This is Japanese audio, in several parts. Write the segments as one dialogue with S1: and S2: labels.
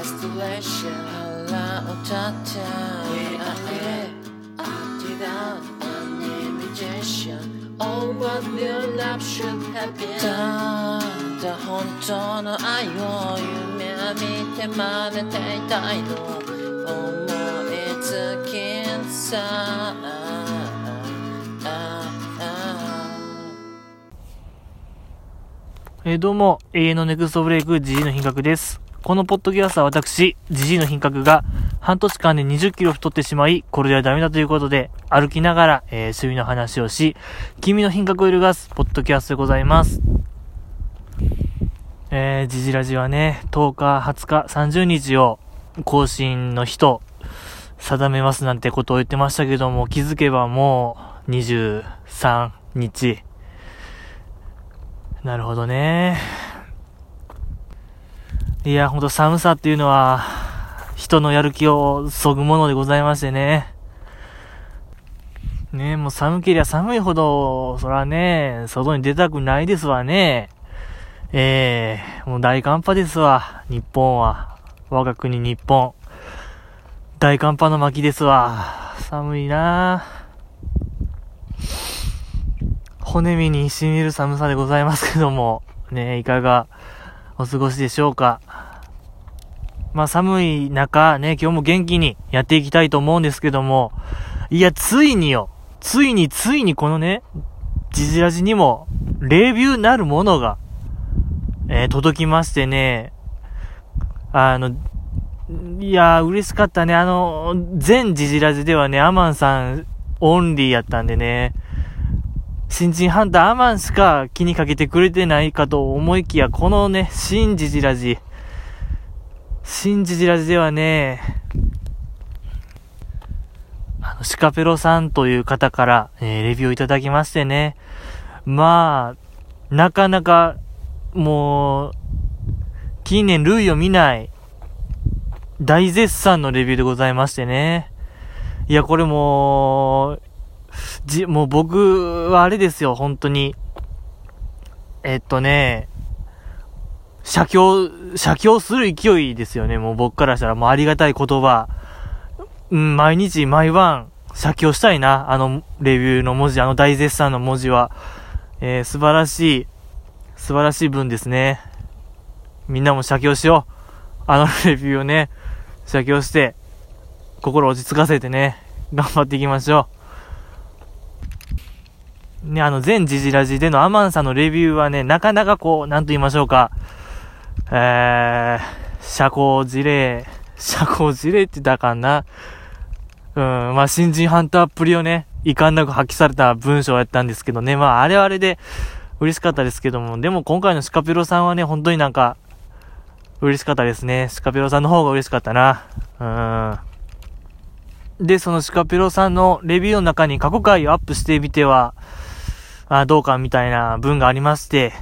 S1: Delicious 腹を立ってあえあてが何に満ちし Oh what new love should have been ただ本当の愛を夢見て真似ていたいの思いつきさ ah,
S2: えーどうも、永遠のネクストブレイク、ジジイの品格です。このポッドキャストは私、ジジイの品格が、半年間で20キロ太ってしまい、これではダメだということで、歩きながら、えー趣味の話をし、君の品格を揺るがす、ポッドキャストでございます。えー、ジジラジはね、10日、20日、30日を、更新の日と、定めますなんてことを言ってましたけども、気づけばもう、23日、なるほどね。いや、ほんと寒さっていうのは、人のやる気をそぐものでございましてね。ねもう寒けりゃ寒いほど、そらね、外に出たくないですわね。ええもう大寒波ですわ、日本は。我が国日本。大寒波の巻ですわ。寒いなぁ。骨身にしみる寒さでございますけども、ね、いかがお過ごしでしょうか。まあ寒い中、ね、今日も元気にやっていきたいと思うんですけども、いや、ついによ、ついについにこのね、ジジラジにも、レビューなるものが、えー届きましてね、あの、いやー、嬉しかったね。あの、全ジジラジではね、アマンさんオンリーやったんでね、新人ハンターアマンしか気にかけてくれてないかと思いきや、このね、新ジジラジ。新ジジラジではね、あの、シカペロさんという方から、えーレビューをいただきましてね。まあ、なかなか、もう、近年類を見ない、大絶賛のレビューでございましてね。いや、これもう、じ、もう僕はあれですよ、本当に。えっとね、写経、写経する勢いですよね、もう僕からしたら、もうありがたい言葉。うん、毎日、毎晩、写経したいな、あの、レビューの文字、あの大絶賛の文字は。えー素晴らしい、素晴らしい文ですね。みんなも写経しよう。あの レビューをね、写経して、心落ち着かせてね、頑張っていきましょう。ね、あの、全ジジラジでのアマンさんのレビューはね、なかなかこう、なんと言いましょうか、えー、社交辞令、社交辞令って言ったらあかんな。うん、まあ、新人ハンターっぷりをね、遺憾なく発揮された文章やったんですけどね、まあ、あれはあれで嬉しかったですけども、でも今回のシカペロさんはね、本当になんか、嬉しかったですね。シカペロさんの方が嬉しかったな。うん。で、そのシカペロさんのレビューの中に過去回をアップしてみては、あどうかみたいな文がありまして、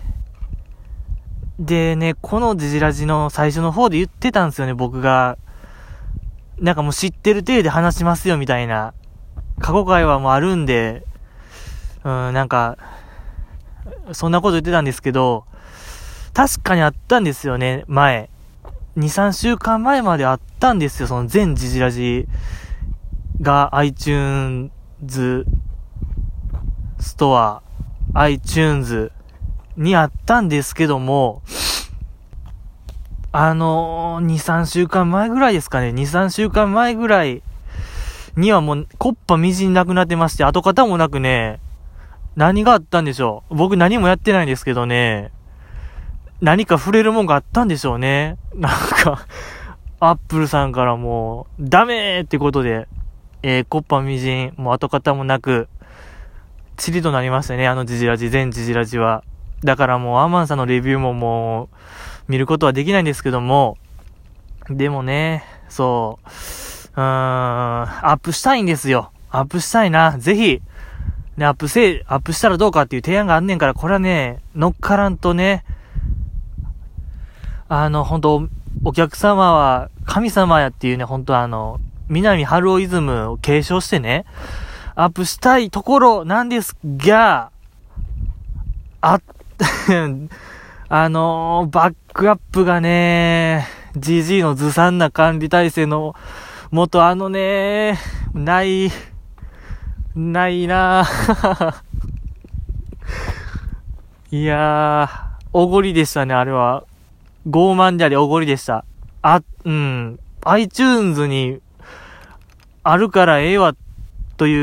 S2: でね、このジジラジの最初の方で言ってたんですよね、僕が。なんかもう知ってる体で話しますよ、みたいな。過去会話もあるんで、うん、なんか、そんなこと言ってたんですけど、確かにあったんですよね、前。2、3週間前まであったんですよ、その全ジジラジが iTunes ストア、iTunes にあったんですけども、あのー、2、3週間前ぐらいですかね、2、3週間前ぐらいにはもう、こっぱみじんなくなってまして、跡形もなくね、何があったんでしょう。僕何もやってないんですけどね、何か触れるもんがあったんでしょうね。なんか、アップルさんからもう、ダメーってことで、えー、こっぱみじん、もう跡形もなく、チリとなりましたね、あのジジラジ、全ジジラジは。だからもうアマンさんのレビューももう、見ることはできないんですけども、でもね、そう、うーん、アップしたいんですよ。アップしたいな。ぜひ、ね、アップせ、アップしたらどうかっていう提案があんねんから、これはね、乗っからんとね、あの、本当お客様は神様やっていうね、本当あの、南春夫イズムを継承してね、アップしたいところなんですが、 あ、あのーバックアップがね、じじいのずさんな管理体制のもと、あのね、ない、ないな ぁいやー、おごりでしたね、あれは。傲慢でありおごりでした。あ、うん。iTunes にあるからええわとい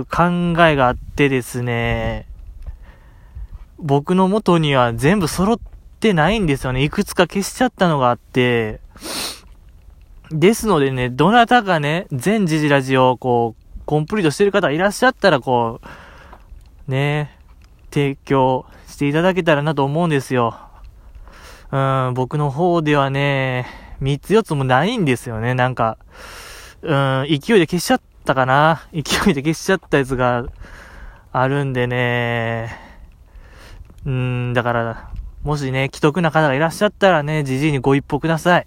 S2: う考えがあってですね、僕の元には全部揃ってないんですよね。いくつか消しちゃったのがあって、ですのでね、どなたかね、全時事ラジオをこう、コンプリートしてる方いらっしゃったらこう、ね、提供していただけたらなと思うんですよ。うん、僕の方ではね、三つ四つもないんですよね、なんか。うん、勢いで消しちゃったかな。勢いで消しちゃったやつがあるんでね。うん、だから、もしね、既得な方がいらっしゃったらね、じじいにご一報ください。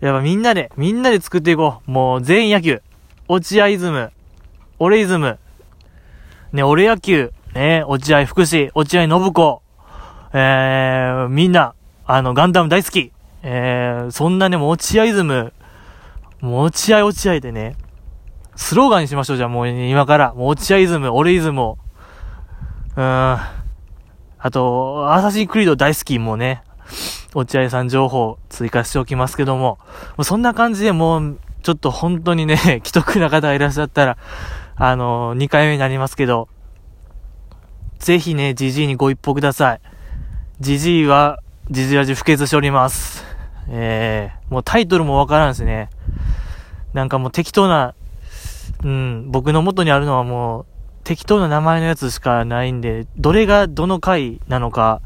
S2: やっぱみんなで、みんなで作っていこう。もう全員野球。落合イズム。俺イズム。ね、俺野球。ね、落合福士、落合信子。えー、みんな、あの、ガンダム大好き。えー、そんなね、もう落合イズム。もう落合落合でね、スローガンにしましょう、じゃあもう今から。もう落合イズム、俺イズムを。うーん。あと、アサシンクリード大好きもね、落合さん情報追加しておきますけども。もうそんな感じでもう、ちょっと本当にね、 既得な方がいらっしゃったら、あの2回目になりますけど、ぜひね、ジジイにご一報ください。ジジイは、ジジラジ不潔しております。えー、もうタイトルもわからんしね。なんかもう適当な、うん、僕の元にあるのはもう、適当な名前のやつしかないんで、どれがどの回なのか、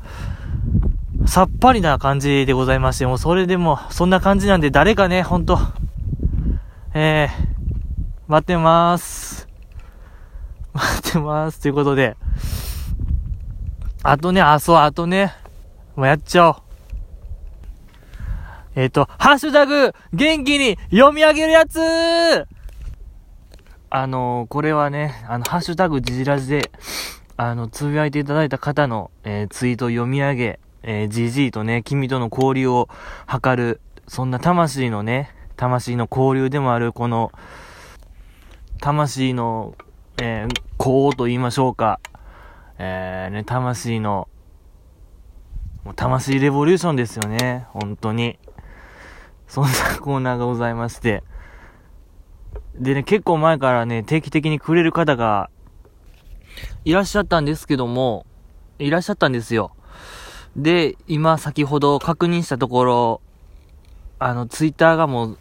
S2: さっぱりな感じでございまして、もうそれでも、そんな感じなんで、誰かね、ほんと、えー、待ってまーす。待ってまーす。ということで、あとね、あ、そう、あとね、もうやっちゃおう。えっ、と、ハッシュタグ、元気に読み上げるやつあのーこれはね、あの、ハッシュタグじじらじで、あの、つぶやいていただいた方の、えーツイートを読み上げ、えー、じじいとね、君との交流を図る、そんな魂のね、魂の交流でもある、この、魂の、えー、こうと言いましょうか。えー、ね、魂の、もう魂レボリューションですよね。本当に。そんなコーナーがございまして。でね、結構前からね、定期的にくれる方が、いらっしゃったんですけども、いらっしゃったんですよ。で、今先ほど確認したところ、あの、ツイッターがもう、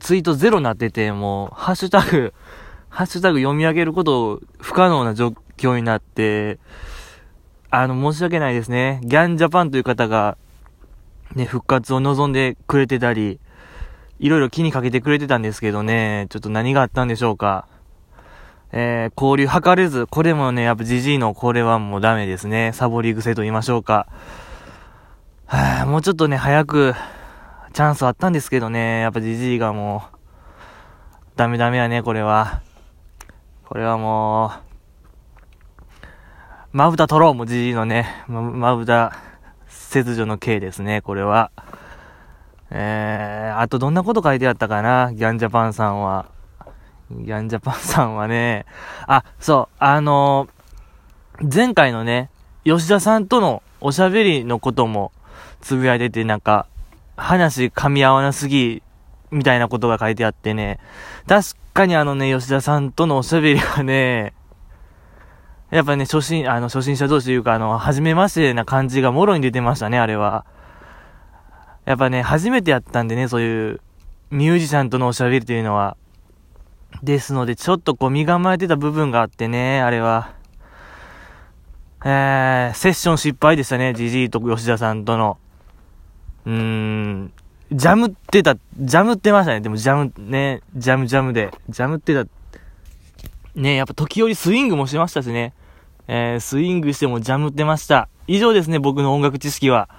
S2: ツイートゼロになってて、もう、ハッシュタグ、ハッシュタグ読み上げること不可能な状況になって、あの、申し訳ないですね。ギャンジャパンという方が、ね、復活を望んでくれてたり、いろいろ気にかけてくれてたんですけどね、ちょっと何があったんでしょうか。えー、交流図れず、これもね、やっぱジジイのこれはもうダメですね。サボり癖と言いましょうか。はぁ、もうちょっとね、早く、チャンスあったんですけどね、やっぱジジイがもう、ダメダメやね、これは。これはもう、まぶた取ろう、もうジジイのね、ままぶた切除の刑ですね、これは。えー、あとどんなこと書いてあったかな、ギャンジャパンさんは。ギャンジャパンさんはね、あ、そう、あのー前回のね、吉田さんとのおしゃべりのこともつぶやいてて、なんか、話噛み合わなすぎ、みたいなことが書いてあってね、確かにあのね、吉田さんとのおしゃべりはね、やっぱね、初心、あの、初心者同士というか、あの、初めましてな感じがもろに出てましたね、あれは。やっぱね、初めてやったんでね、そういう、ミュージシャンとのおしゃべりというのは。ですので、ちょっとこう、身構えてた部分があってね、あれは。えー、セッション失敗でしたね、ジジイと吉田さんとの。うーん、ジャムってた、ジャムってましたね。でもジャム、ね、ジャムジャムで、ジャムってた。ね、やっぱ時折スイングもしてましたしね。えー、スイングしてもジャムってました。以上ですね、僕の音楽知識は。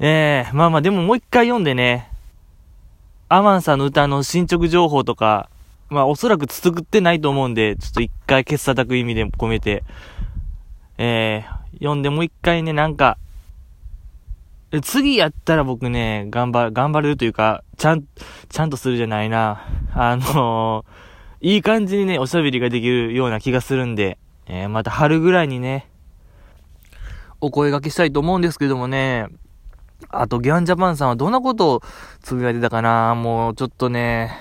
S2: えー、まあまあ、でももう一回読んでね、アマンさんの歌の進捗情報とか、まあおそらく続ってないと思うんで、ちょっと一回消す叩く意味で込めて、えー、読んでもう一回ね、なんか、え次やったら僕ね、頑張、頑張れるというか、ちゃん、ちゃんとするじゃないな。あのーいい感じにね、おしゃべりができるような気がするんで、えーまた春ぐらいにね、お声掛けしたいと思うんですけどもね、あと、ギャンジャパンさんはどんなことをつぶやいてたかなもう、ちょっとね、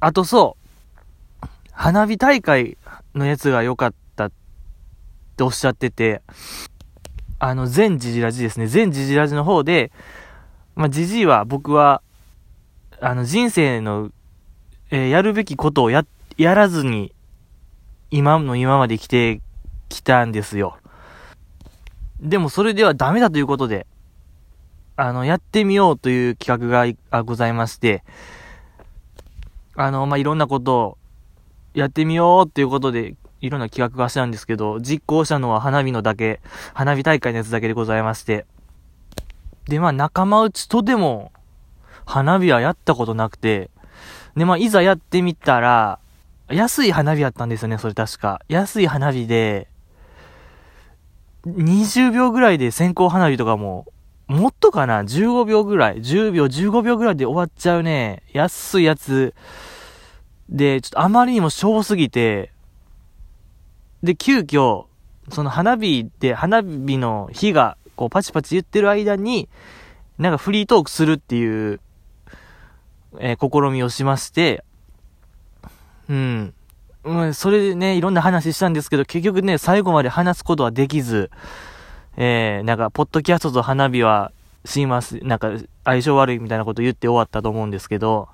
S2: あとそう、花火大会のやつが良かったっておっしゃってて、あの、全ジジラジですね。全ジジラジの方で、まあ、ジジイは僕は、あの、人生の、えーやるべきことをや、やらずに、今の今まで来てきたんですよ。でもそれではダメだということで、あの、やってみようという企画がいあございまして、あの、まあ、いろんなことをやってみようっていうことで、いろんな企画がしたんですけど、実行したのは花火のだけ、花火大会のやつだけでございまして。で、まあ、仲間内とでも、花火はやったことなくて、で、まあ、いざやってみたら、安い花火やったんですよね、それ確か。安い花火で、20秒ぐらいで線香花火とかも、もっとかな ?15 秒ぐらい。10秒、15秒ぐらいで終わっちゃうね。安いやつ。で、ちょっとあまりにもしょぼすぎて、で、急遽、その花火で、花火の火が、こう、パチパチ言ってる間に、なんかフリートークするっていう、えー試みをしまして、うん。うん、それでね、いろんな話したんですけど、結局ね、最後まで話すことはできず、えー、なんか、ポッドキャストと花火は、します、なんか、相性悪いみたいなこと言って終わったと思うんですけど、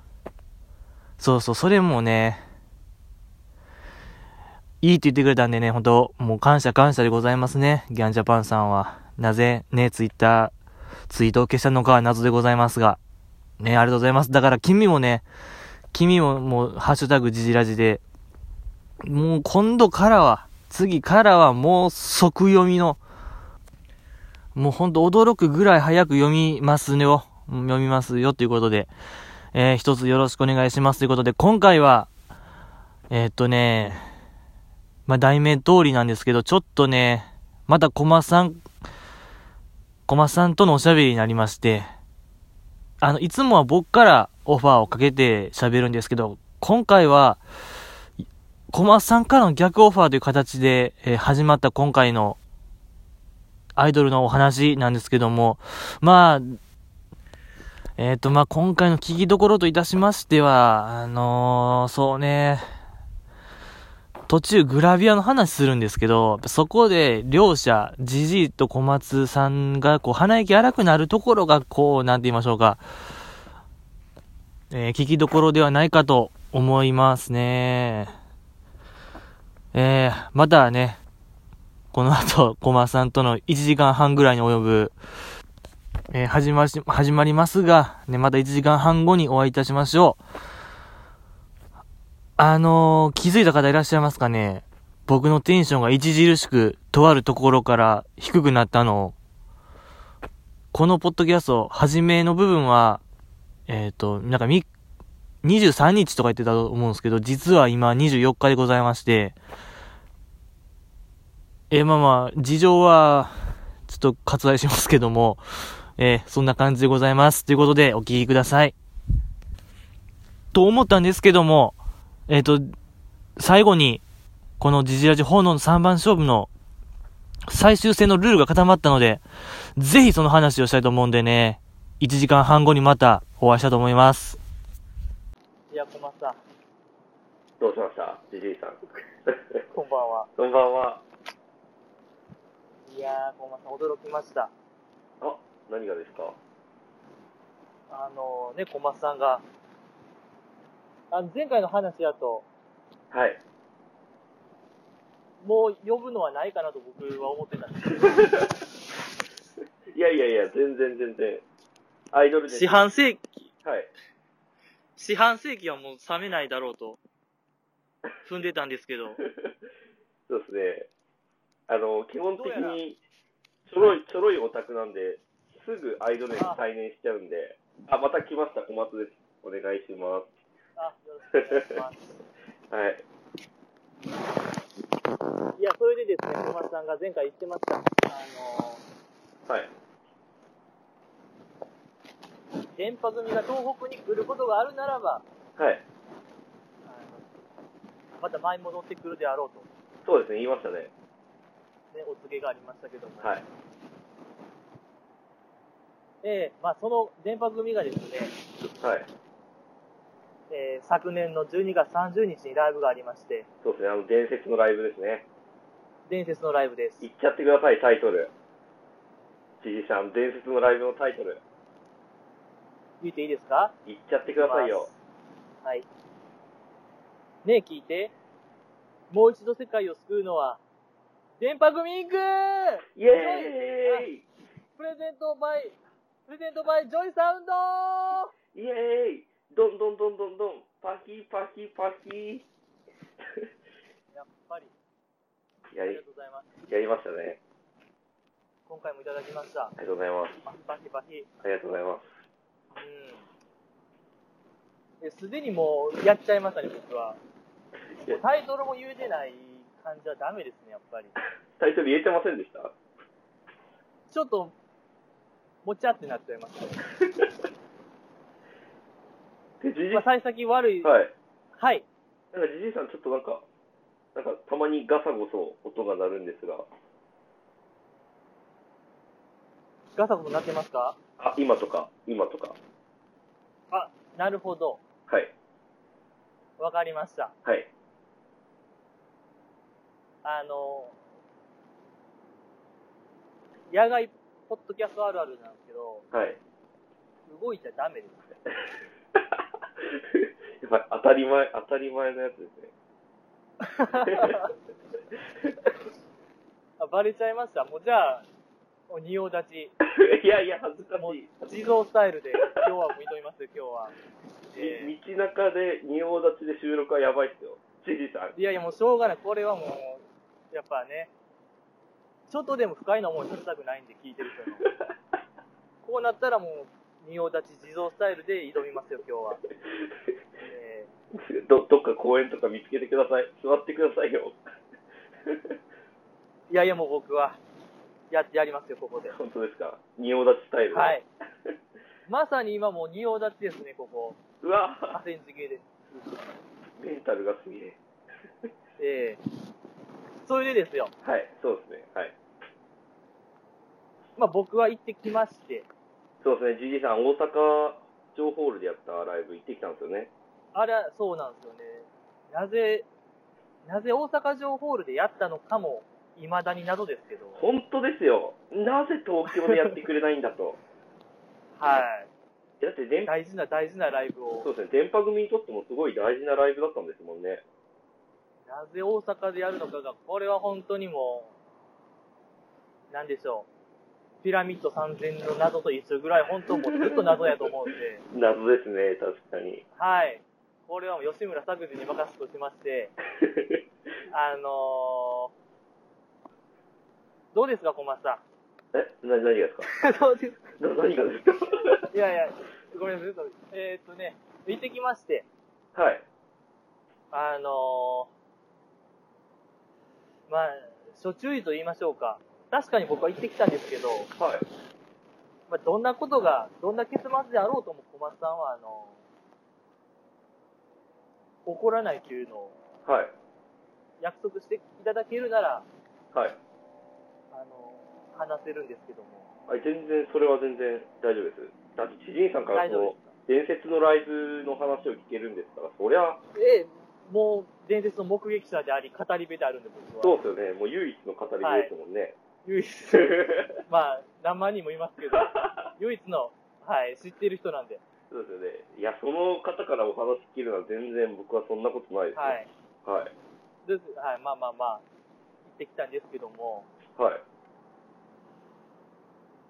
S2: そうそう、それもね、いいって言ってくれたんでね、本当もう感謝感謝でございますね、ギャンジャパンさんは。なぜ、ね、ツイッター、ツイートを消したのかは謎でございますが、ね、ありがとうございます。だから君もね、君ももう、ハッシュタグジジラジで、もう今度からは、次からはもう即読みの、もうほんと驚くぐらい早く読みますねよ。読みますよということで、えー一つよろしくお願いしますということで、今回は、えーっとね、まあ、題名通りなんですけど、ちょっとね、また駒さん、駒さんとのおしゃべりになりまして、あの、いつもは僕からオファーをかけて喋るんですけど、今回は、小松さんからの逆オファーという形で、えー始まった今回のアイドルのお話なんですけども、まあ、えっ、と、まあ今回の聞きどころといたしましては、あのーそうね、途中グラビアの話するんですけど、そこで両者、ジジイと小松さんがこう鼻息荒くなるところがこう、なんて言いましょうか、えー聞きどころではないかと思いますね。えー、またね、この後、駒さんとの1時間半ぐらいに及ぶ、えー始まし、始まりますが、ね、また1時間半後にお会いいたしましょう。あのー気づいた方いらっしゃいますかね僕のテンションが著しく、とあるところから低くなったのを、このポッドキャスト、初めの部分は、えっ、と、なんかみ23日とか言ってたと思うんですけど、実は今24日でございまして、えーまあまあ、事情は、ちょっと割愛しますけども、えーそんな感じでございます。ということで、お聞きください。と思ったんですけども、えっ、と、最後に、このジジラジ炎の3番勝負の最終戦のルールが固まったので、ぜひその話をしたいと思うんでね、1時間半後にまたお会いしたいと思います。いや、小松さん、
S3: どうしましたジジイさん。
S2: こんばんは。
S3: こんばんは。
S2: いやー、小松さん、驚きました。
S3: あ、何がですか
S2: あのー、ね、小松さんが、あの前回の話だと、
S3: はい。
S2: もう呼ぶのはないかなと僕は思ってたんです
S3: いやいやいや、全然全然。アイドルです。
S2: 四半世紀、
S3: はい。
S2: 四半世紀はもう冷めないだろうと、踏んでたんですけど、
S3: そうですね。あの、基本的
S2: どうやら
S3: に、ちょろい、ちょろいオタクなんで、すぐアイドルに再燃しちゃうんで、あ、また来ました、小松です。お願いしま
S2: あ、よろしくお願いします。
S3: す。はい。
S2: いや、それでですね、小松さんが前回言ってました、あの、
S3: はい。
S2: 電波組が東北に来ることがあるならば、
S3: はい。
S2: あのまた舞い戻ってくるであろうと、
S3: そうですね、言いましたね。
S2: ね、お告げがありましたけども、
S3: はい。
S2: ええまあ、その電波組がですね、
S3: はい。
S2: ええ昨年の12月30日にライブがありまして、
S3: そうですね、あの、伝説のライブですね。
S2: 伝説のライブです。
S3: 言っちゃってください、タイトル。ジジさん、伝説のライブのタイトル。
S2: 言っていいですか
S3: 言っちゃってくださいよ。
S2: はい。ねえ、聞いて。もう一度世界を救うのは、電波組インク
S3: イエ
S2: プレゼントバイ、プレゼントバイジョイサウンド
S3: ーイイエーイどんどんどんどんどん、パキパキパキ。
S2: やっぱり、
S3: や
S2: あ
S3: り
S2: りが、とうございます。
S3: やりましたね。
S2: 今回もいただきました。
S3: ありがとうございます。
S2: バヒバヒバヒ。
S3: ありがとうございます。
S2: うんえ。すでにもう、やっちゃいましたね、僕は。もうタイトルも言えてない感じはダメですね、やっぱり。
S3: タイトル言えてませんでした
S2: ちょっと、もちゃってなっちゃいましたね。
S3: で、ジジ
S2: まあ、幸先悪い。
S3: はい。
S2: はい。
S3: なんか、じじいさん、ちょっとなんか、なんか、たまにガサゴソ音が鳴るんですが、
S2: ガサゴソなってますか
S3: あ、今とか、今とか。
S2: あ、なるほど。
S3: はい。
S2: わかりました。
S3: はい。
S2: あの、野外ポッドキャストあるあるなんですけど、
S3: はい。
S2: 動いちゃダメですね。
S3: やっぱり当たり前、当たり前のやつですね。
S2: あバレちゃいました。もうじゃあ、お仁王立ち。
S3: いやいや、恥ずか
S2: もう
S3: しい。
S2: 地蔵スタイルで、今日はもう挑みますよ、 今日は。え
S3: み道中で仁王立ちで収録はやばいっすよ。ジジイさん。
S2: ーいやいや、もうしょうがない。これはもう、やっぱね、ちょっとでも不快な思いさせたくないんで、聞いてる人の。こうなったらもう、仁王立ち地蔵スタイルで挑みますよ、今日は。えー
S3: ど、どっか公園とか見つけてください。座ってくださいよ。
S2: いやいや、もう僕は、やってやりますよ、ここで。
S3: 本当ですか仁王立ちスタイル。
S2: はい。。まさに今もう仁王立ちですね、ここ。
S3: うわ
S2: 河川敷で。
S3: メンタルがすげえ。
S2: ええそれでですよ。
S3: はい、そうですね。はい。
S2: まあ僕は行ってきまして、
S3: そうですね、ジジイさん、大阪城ホールでやったライブ行ってきたんですよね。
S2: あれはそうなんですよね。なぜ、なぜ大阪城ホールでやったのかも、未だに謎ですけど。
S3: 本当ですよ。なぜ東京でやってくれないんだと。
S2: は
S3: だって
S2: い。
S3: 電波、
S2: 大事な大事なライブ
S3: そ
S2: を、
S3: うですね、電波組にとってもすごい大事なライブだったんですもんね。
S2: なぜ大阪でやるのかが、これは本当にもう、なんでしょう。ピラミッド3000の謎と一緒ぐらい、本当もうずっと謎やと思うんで。
S3: 謎ですね、確かに。 はい。
S2: これはもう吉村作治に任すとしまして、あのー、どうですか、小松さ
S3: え、な、何がですか
S2: ん。 どうですか
S3: な何がですか
S2: いやいや、ごめんなさい。えーっとね、行ってきまして、
S3: はい。
S2: あのー、まあ、諸注意と言いましょうか。確かに僕は行ってきたんですけど、
S3: はい。
S2: まあ、どんなことが、どんな結末であろうとも小松さんは、あのー、怒らないというのを
S3: はい。
S2: 約束していただけるなら、
S3: はい。
S2: あの、話せるんですけども。
S3: あ全然、それは全然大丈夫です。だって、知人さんから
S2: 大丈夫
S3: こ
S2: で
S3: う、伝説のライブの話を聞けるんですから、そりゃ、
S2: すかええ、もう伝説の目撃者であり、語り部であるんで、僕
S3: そ
S2: は。
S3: うですよね、もう唯一の語り部ですもんね。
S2: 唯一、まあ、何万人もいますけど、唯一の、はい、知ってる人なんで。
S3: そうですよね。いや、その方からお話聞けるのは全然僕はそんなことないです、
S2: はい。
S3: はい。
S2: です、はい、まあまあまあ、行ってきたんですけども。
S3: はい。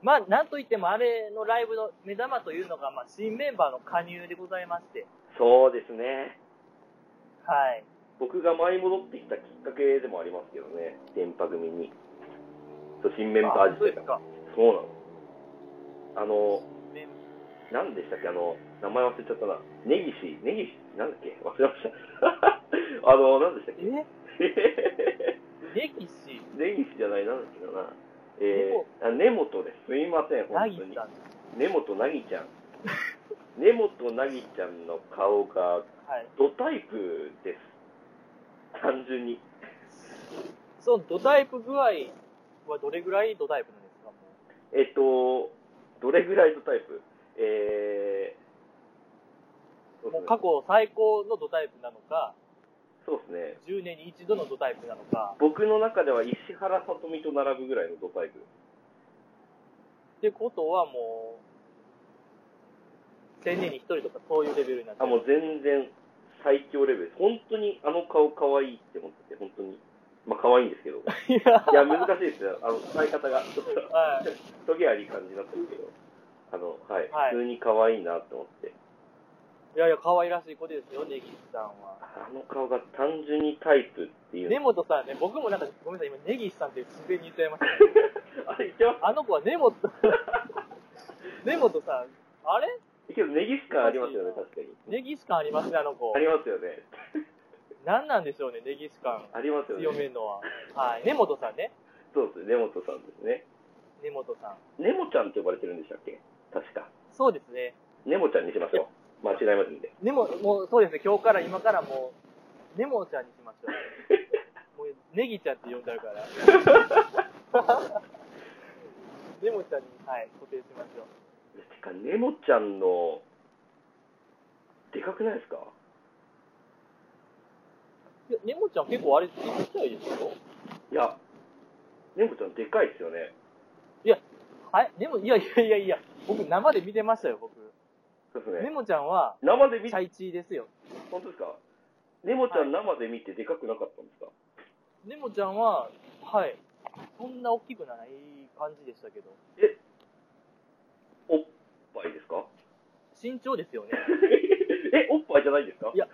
S2: まあ、なんといっても、あれのライブの目玉というのが、まあ、新メンバーの加入でございまして。
S3: そうですね。
S2: はい。
S3: 僕が舞い戻ってきたきっかけでもありますけどね、電波組に。そう新メンバー
S2: あそう
S3: 自体
S2: です
S3: が。
S2: か。
S3: そうなの。あの、
S2: メン
S3: 何でしたっけ、あの、名前忘れちゃったな。根岸、根 岸、なんだっけ忘れました。あの、何でしたっけ。
S2: えネギシ、
S3: 根岸じゃないなんだっけどな。えー、あ根本です。すみません、
S2: ナ
S3: 本
S2: ギ
S3: 当に
S2: さ。ん。
S3: 根本なぎちゃん。 根本なぎちゃんの顔が
S2: はい。
S3: ドタイプです。単純に。
S2: そのドタイプ具合はどれぐらいドタイプなんですかもう
S3: えっと、どれぐらいのタイプえー、
S2: もう過去最高のドタイプなのか、
S3: そうですね。
S2: 10年に一度のドタイプなのか、
S3: 僕の中では石原さとみと並ぶぐらいのドタイプ。
S2: ってことはもう、1000年に1人とかそういうレベルになって
S3: あ、もう全然最強レベルです。本当にあの顔可愛いって思ってて、本当に。まあ可愛いんですけど。
S2: い
S3: い
S2: や、
S3: や、難しいですよ。あの、使い方が。ちょっと、
S2: はい。
S3: トゲあり感じになってるけど。あの、はい。
S2: はい
S3: 普通に可愛いなって思って。
S2: いやいや、可愛らしい子ですよ、ネギシさんは。
S3: あの顔が単純にタイプっていう。
S2: 根本さんね、僕もなんか、ごめんなさい、今、ネギシさんって自然に言っちゃいました。
S3: あれ、いけます
S2: あの子は根 本、根本さん、あれ
S3: けど、ネギス感ありますよね、確かに。
S2: ネギシ感ありますね、あの子
S3: あ。りますよ ね。
S2: 何なんでしょうね、ネギシ感。
S3: ありますよ
S2: 強め
S3: ね。
S2: るのは。はい。根本さんね。
S3: そうですね、根本さんですね。
S2: 根本さん。
S3: ネモちゃんって呼ばれてるんでしたっけ確か。
S2: そうですね。
S3: ネモちゃんにしましょう。間違いますんで。
S2: 根本、もうそうですね。今日から今からもう、根本ちゃんにしましょう。もう、ネギちゃんって呼んじゃうから。根本ちゃんに、はい、固定しましょう。
S3: てか、ネモちゃんの、でかくないですか
S2: いや、根本ちゃん結構あれ、ちっちゃいでしょ
S3: いや、ネモちゃんでかいですよね。
S2: はい。根本、いやいやいやいや、僕生で見てましたよ、僕。
S3: そうで
S2: 根
S3: すね。
S2: 本ちゃんは、
S3: 生で
S2: チ
S3: 見
S2: ャ
S3: て、
S2: イチーですよ。
S3: 本当ですかネモちゃん生で見てでかくなかったんですか、
S2: 根本ちゃんは、はい。そんな大きくない感じでしたけど。
S3: おっぱいですか
S2: 身長ですよね。
S3: え、おっぱいじゃないんですか
S2: いや、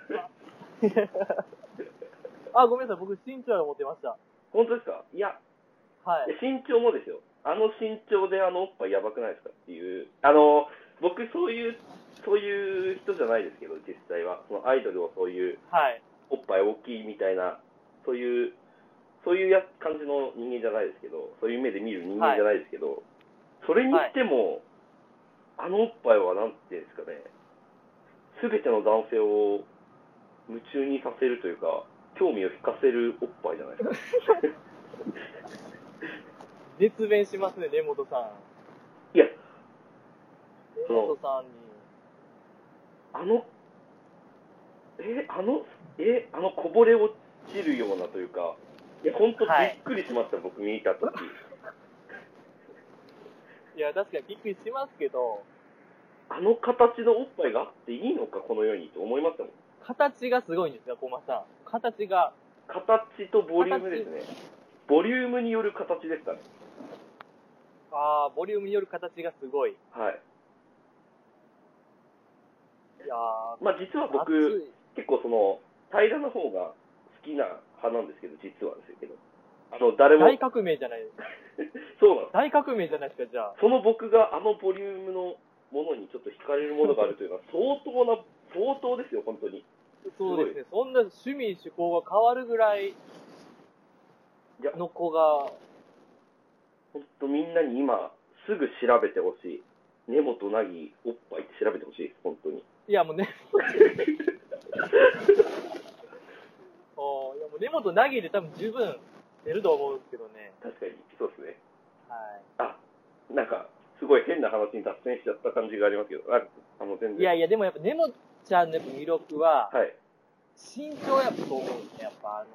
S2: ああ、ごめんなさい、僕、身長やと思ってました。
S3: 本当ですかいや、
S2: はい。
S3: 身長もですよ。あの身長であのおっぱいやばくないですかっていう。あの、僕そういう、そういう人じゃないですけど、実際は。そのアイドルをそういう、
S2: はい。
S3: おっぱい大きいみたいな、そういう、そういうや感じの人間じゃないですけど、そういう目で見る人間じゃないですけど、それにしても、あのおっぱいはなんていうんですかね、すべての男性を夢中にさせるというか、興味を引かせるおっぱいじゃないですか。
S2: 熱弁しますね、根本さん。
S3: いや、
S2: 根本さんに。
S3: あの、え、あの、え、あのこぼれ落ちるようなというか、いや、本当び
S2: はい
S3: っくりしました、僕見たとき。
S2: いや、確かにびっくりしますけど、
S3: あの形のおっぱいがあっていいのか、この世にと思いましたもん。
S2: 形がすごいんですよ、駒さん。形が。
S3: 形とボリュームですね。ボリュームによる形でしたね。
S2: ああ、ボリュームによる形がすごい。
S3: はい。
S2: いやー、
S3: まあ実は
S2: 熱
S3: 僕、
S2: い
S3: 結構その、平らの方が好きな派なんですけど、実はですけど。あの、誰も、
S2: 大革命じゃないですか。
S3: そうなんです。
S2: 大革命じゃないですか、じゃあ。
S3: その僕があのボリュームのものにちょっと惹かれるものがあるというのは、 相当な、相当ですよ、本当に。
S2: そうですね。そんな趣味、趣向が変わるぐらい
S3: いや、
S2: の子が、
S3: 本当みんなに今、すぐ調べてほしい。根本なぎおっぱいって調べてほしいです、本当に。
S2: いや、もうね。 おーいやもう根本なぎで多分十分出ると思うんですけどね。
S3: 確かに、そうですね。
S2: は
S3: あ、なんか、すごい変な話に脱線しちゃった感じがありますけど、ああの、全然。
S2: い。いやいや、でもやっぱ根本ちゃんのやっぱ魅力は、
S3: はい。
S2: 身長やっぱと思うんですね。やっぱあの、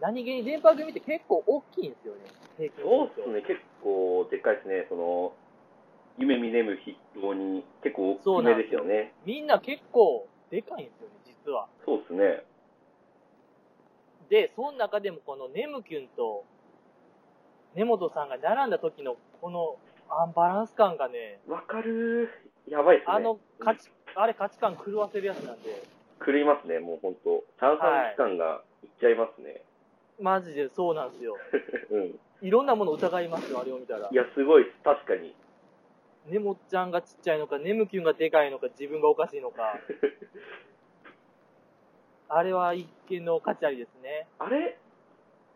S2: 何気に電波組って結構大きいんですよね。平均身
S3: そうで
S2: 長
S3: すね、結構でっかいですね、その、夢見ねむ筆頭に、結構大きめですよね。
S2: みんな結構でかいんですよね、実は。
S3: そうですね。
S2: で、その中でもこのネムキュンと根本さんが並んだ時のこのアンバランス感がね、
S3: わかるやばいですね。
S2: あの価値、あれ価値観狂わせるやつなんで、
S3: 狂いますね、もう本当炭酸期間がいっちゃいま すね。
S2: マジでそうなんですよ。
S3: うん。
S2: いろんなもの疑いますよ、あれを見たら
S3: い。や、すごいです、確かに。
S2: ネモちゃんがちっちゃいのか、ネムキュンがでかいのか、自分がおかしいのか。 あれは一見の価値ありですね。
S3: あれ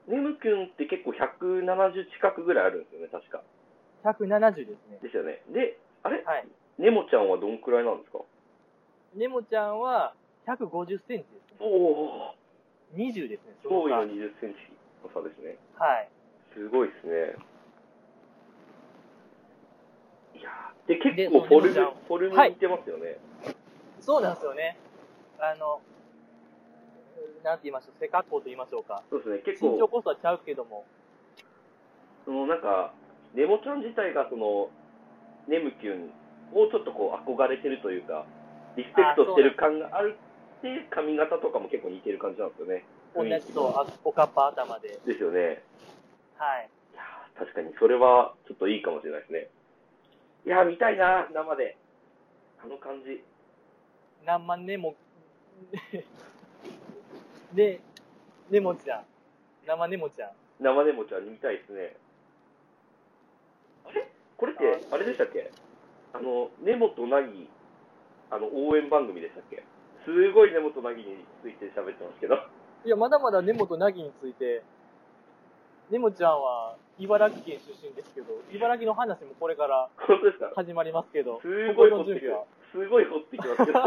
S3: ネム君って結構170近くぐらいあるんですよね、確か。
S2: 170ですね。
S3: ですよね。で、あれ
S2: はい。
S3: ネモちゃんはどんくらいなんですか
S2: ネモちゃんは150センチですね。
S3: おお、
S2: 20ですね。
S3: 驚異
S2: は
S3: の
S2: い。
S3: 20センチの差ですね。
S2: はい。
S3: すごいですね。いやーで、
S2: で
S3: 結構フォル
S2: そのネモ
S3: ム
S2: ちゃん、
S3: フォルム
S2: はい
S3: 似てますよね。
S2: そうなんですよね。あの、なんて言いましょう、背格好と言いましょうか。
S3: そうですね、結
S2: 身長こ
S3: 構、
S2: そはちゃうけども、
S3: そのなんか、ネモちゃん自体がその、ネムキュンをちょっとこう憧れてるというか、リスペクトしてる感があるって、髪型とかも結構似てる感じなんですよね。
S2: 同
S3: 雰囲
S2: じ
S3: 気
S2: と
S3: も
S2: あおかっぱ頭で。
S3: ですよね。
S2: はい。
S3: いやー確かにそれはちょっといいかもしれないですね。いやー見たいなー、生で。あの感じ。
S2: 何万年も、 で、ネモちゃん。生ネモちゃん。
S3: 生でもちゃん見たいですね。あれこれって、あれでしたっけあの、根本なぎ、あの、応援番組でしたっけすごい根本なぎについて喋ってますけど。
S2: いや、まだまだネモとナギについて、ネモちゃんは茨城県出身ですけど、茨城の話もこれから
S3: 本当ですか
S2: 始まりますけど、
S3: すごい
S2: こ
S3: 掘
S2: こ
S3: っ
S2: の準
S3: てく
S2: 備
S3: る
S2: は。。
S3: すごい掘ってきますけど。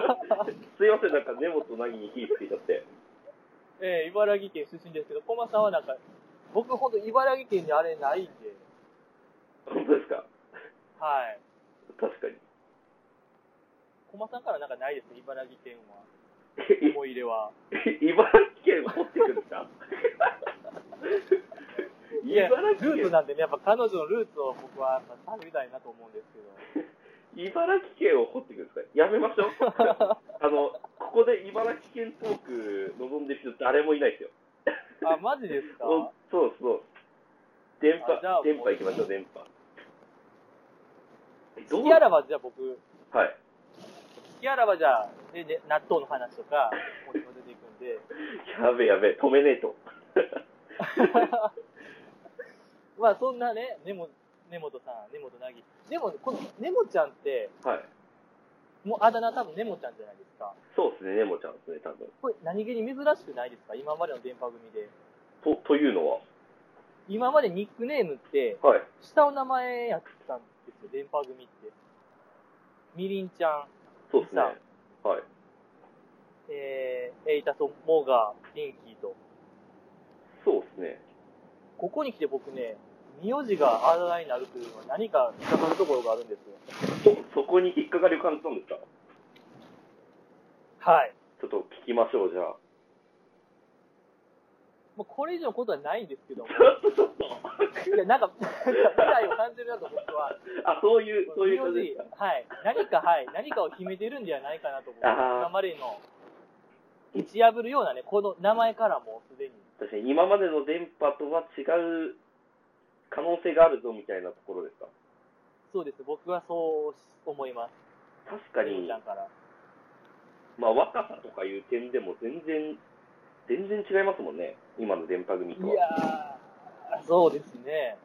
S3: すいません、なんか根本なぎに火つけちゃって。
S2: ええ茨城県出身ですけど、コマさんはなんか、僕ほんと茨城県にあれないんで、
S3: 本当ですか
S2: はい。
S3: 確かに。
S2: コマさんからなんかないですね、茨城県は。
S3: え
S2: 思い入れは。
S3: い茨城県掘ってくるんですか
S2: いや、
S3: 茨
S2: ル
S3: 城
S2: ー
S3: 県
S2: ツなんでね、やっぱ彼女のルーツを僕はやっぱ探りたいなと思うんですけど。
S3: 茨城県を掘ってくるんですかやめましょう。 あの、ここで茨城県トーク望んでる人誰もいないですよ。
S2: あ、マジですか
S3: おそうそう。電波
S2: あじゃあ、
S3: 電波行きましょう、電波。えど
S2: 好
S3: う
S2: きあらばじゃあ僕、
S3: はい。
S2: 好きあらばじゃあ、で、で納豆の話とか、もう今出ていくんで。
S3: やべやべ、止めねえと。
S2: まあそんなね、根本、根本さん、根本なぎ。でも、この根本ちゃんって、
S3: はい。
S2: もうあだ名多分根本ちゃんじゃないですか。
S3: そうですね、ネモちゃんですね、多分。
S2: これ何気に珍しくないですか今までの電波組で。
S3: と、というのは。
S2: 今までニックネームって、
S3: はい。
S2: 下の名前やったんですよ、電波組って。みりんちゃん、
S3: そうですね。
S2: さ
S3: はい。
S2: えー、エイタソ、モガ、リンキーと。
S3: そうですね。
S2: ここに来て僕ね、名字があだ名になるというのは何か引っかかるところがあるんですよ。
S3: そ、そこに引っかかりを感じたんですか
S2: はい。
S3: ちょっと聞きましょう、じゃあ。
S2: もうこれ以上のことはないんですけども。
S3: ちょっと、ちょっと。
S2: いや、なんか、 なんか未来を感じるなと僕は。
S3: あ、そういう、そういう感じですか
S2: 名字はい。何か、はい。何かを秘めてるんではないかなと僕は
S3: あー
S2: 今までの、打ち破るようなね、この名前からもうすでに。
S3: 確かに今までの電波とは違う可能性があるぞみたいなところですか
S2: そうです。僕はそう思います。
S3: 確か
S2: りん
S3: に
S2: ちゃ、んから。
S3: まあ、若さとかいう点でも全然、全然違いますもんね、今の電波組と
S2: い
S3: は。
S2: やー、そうですね。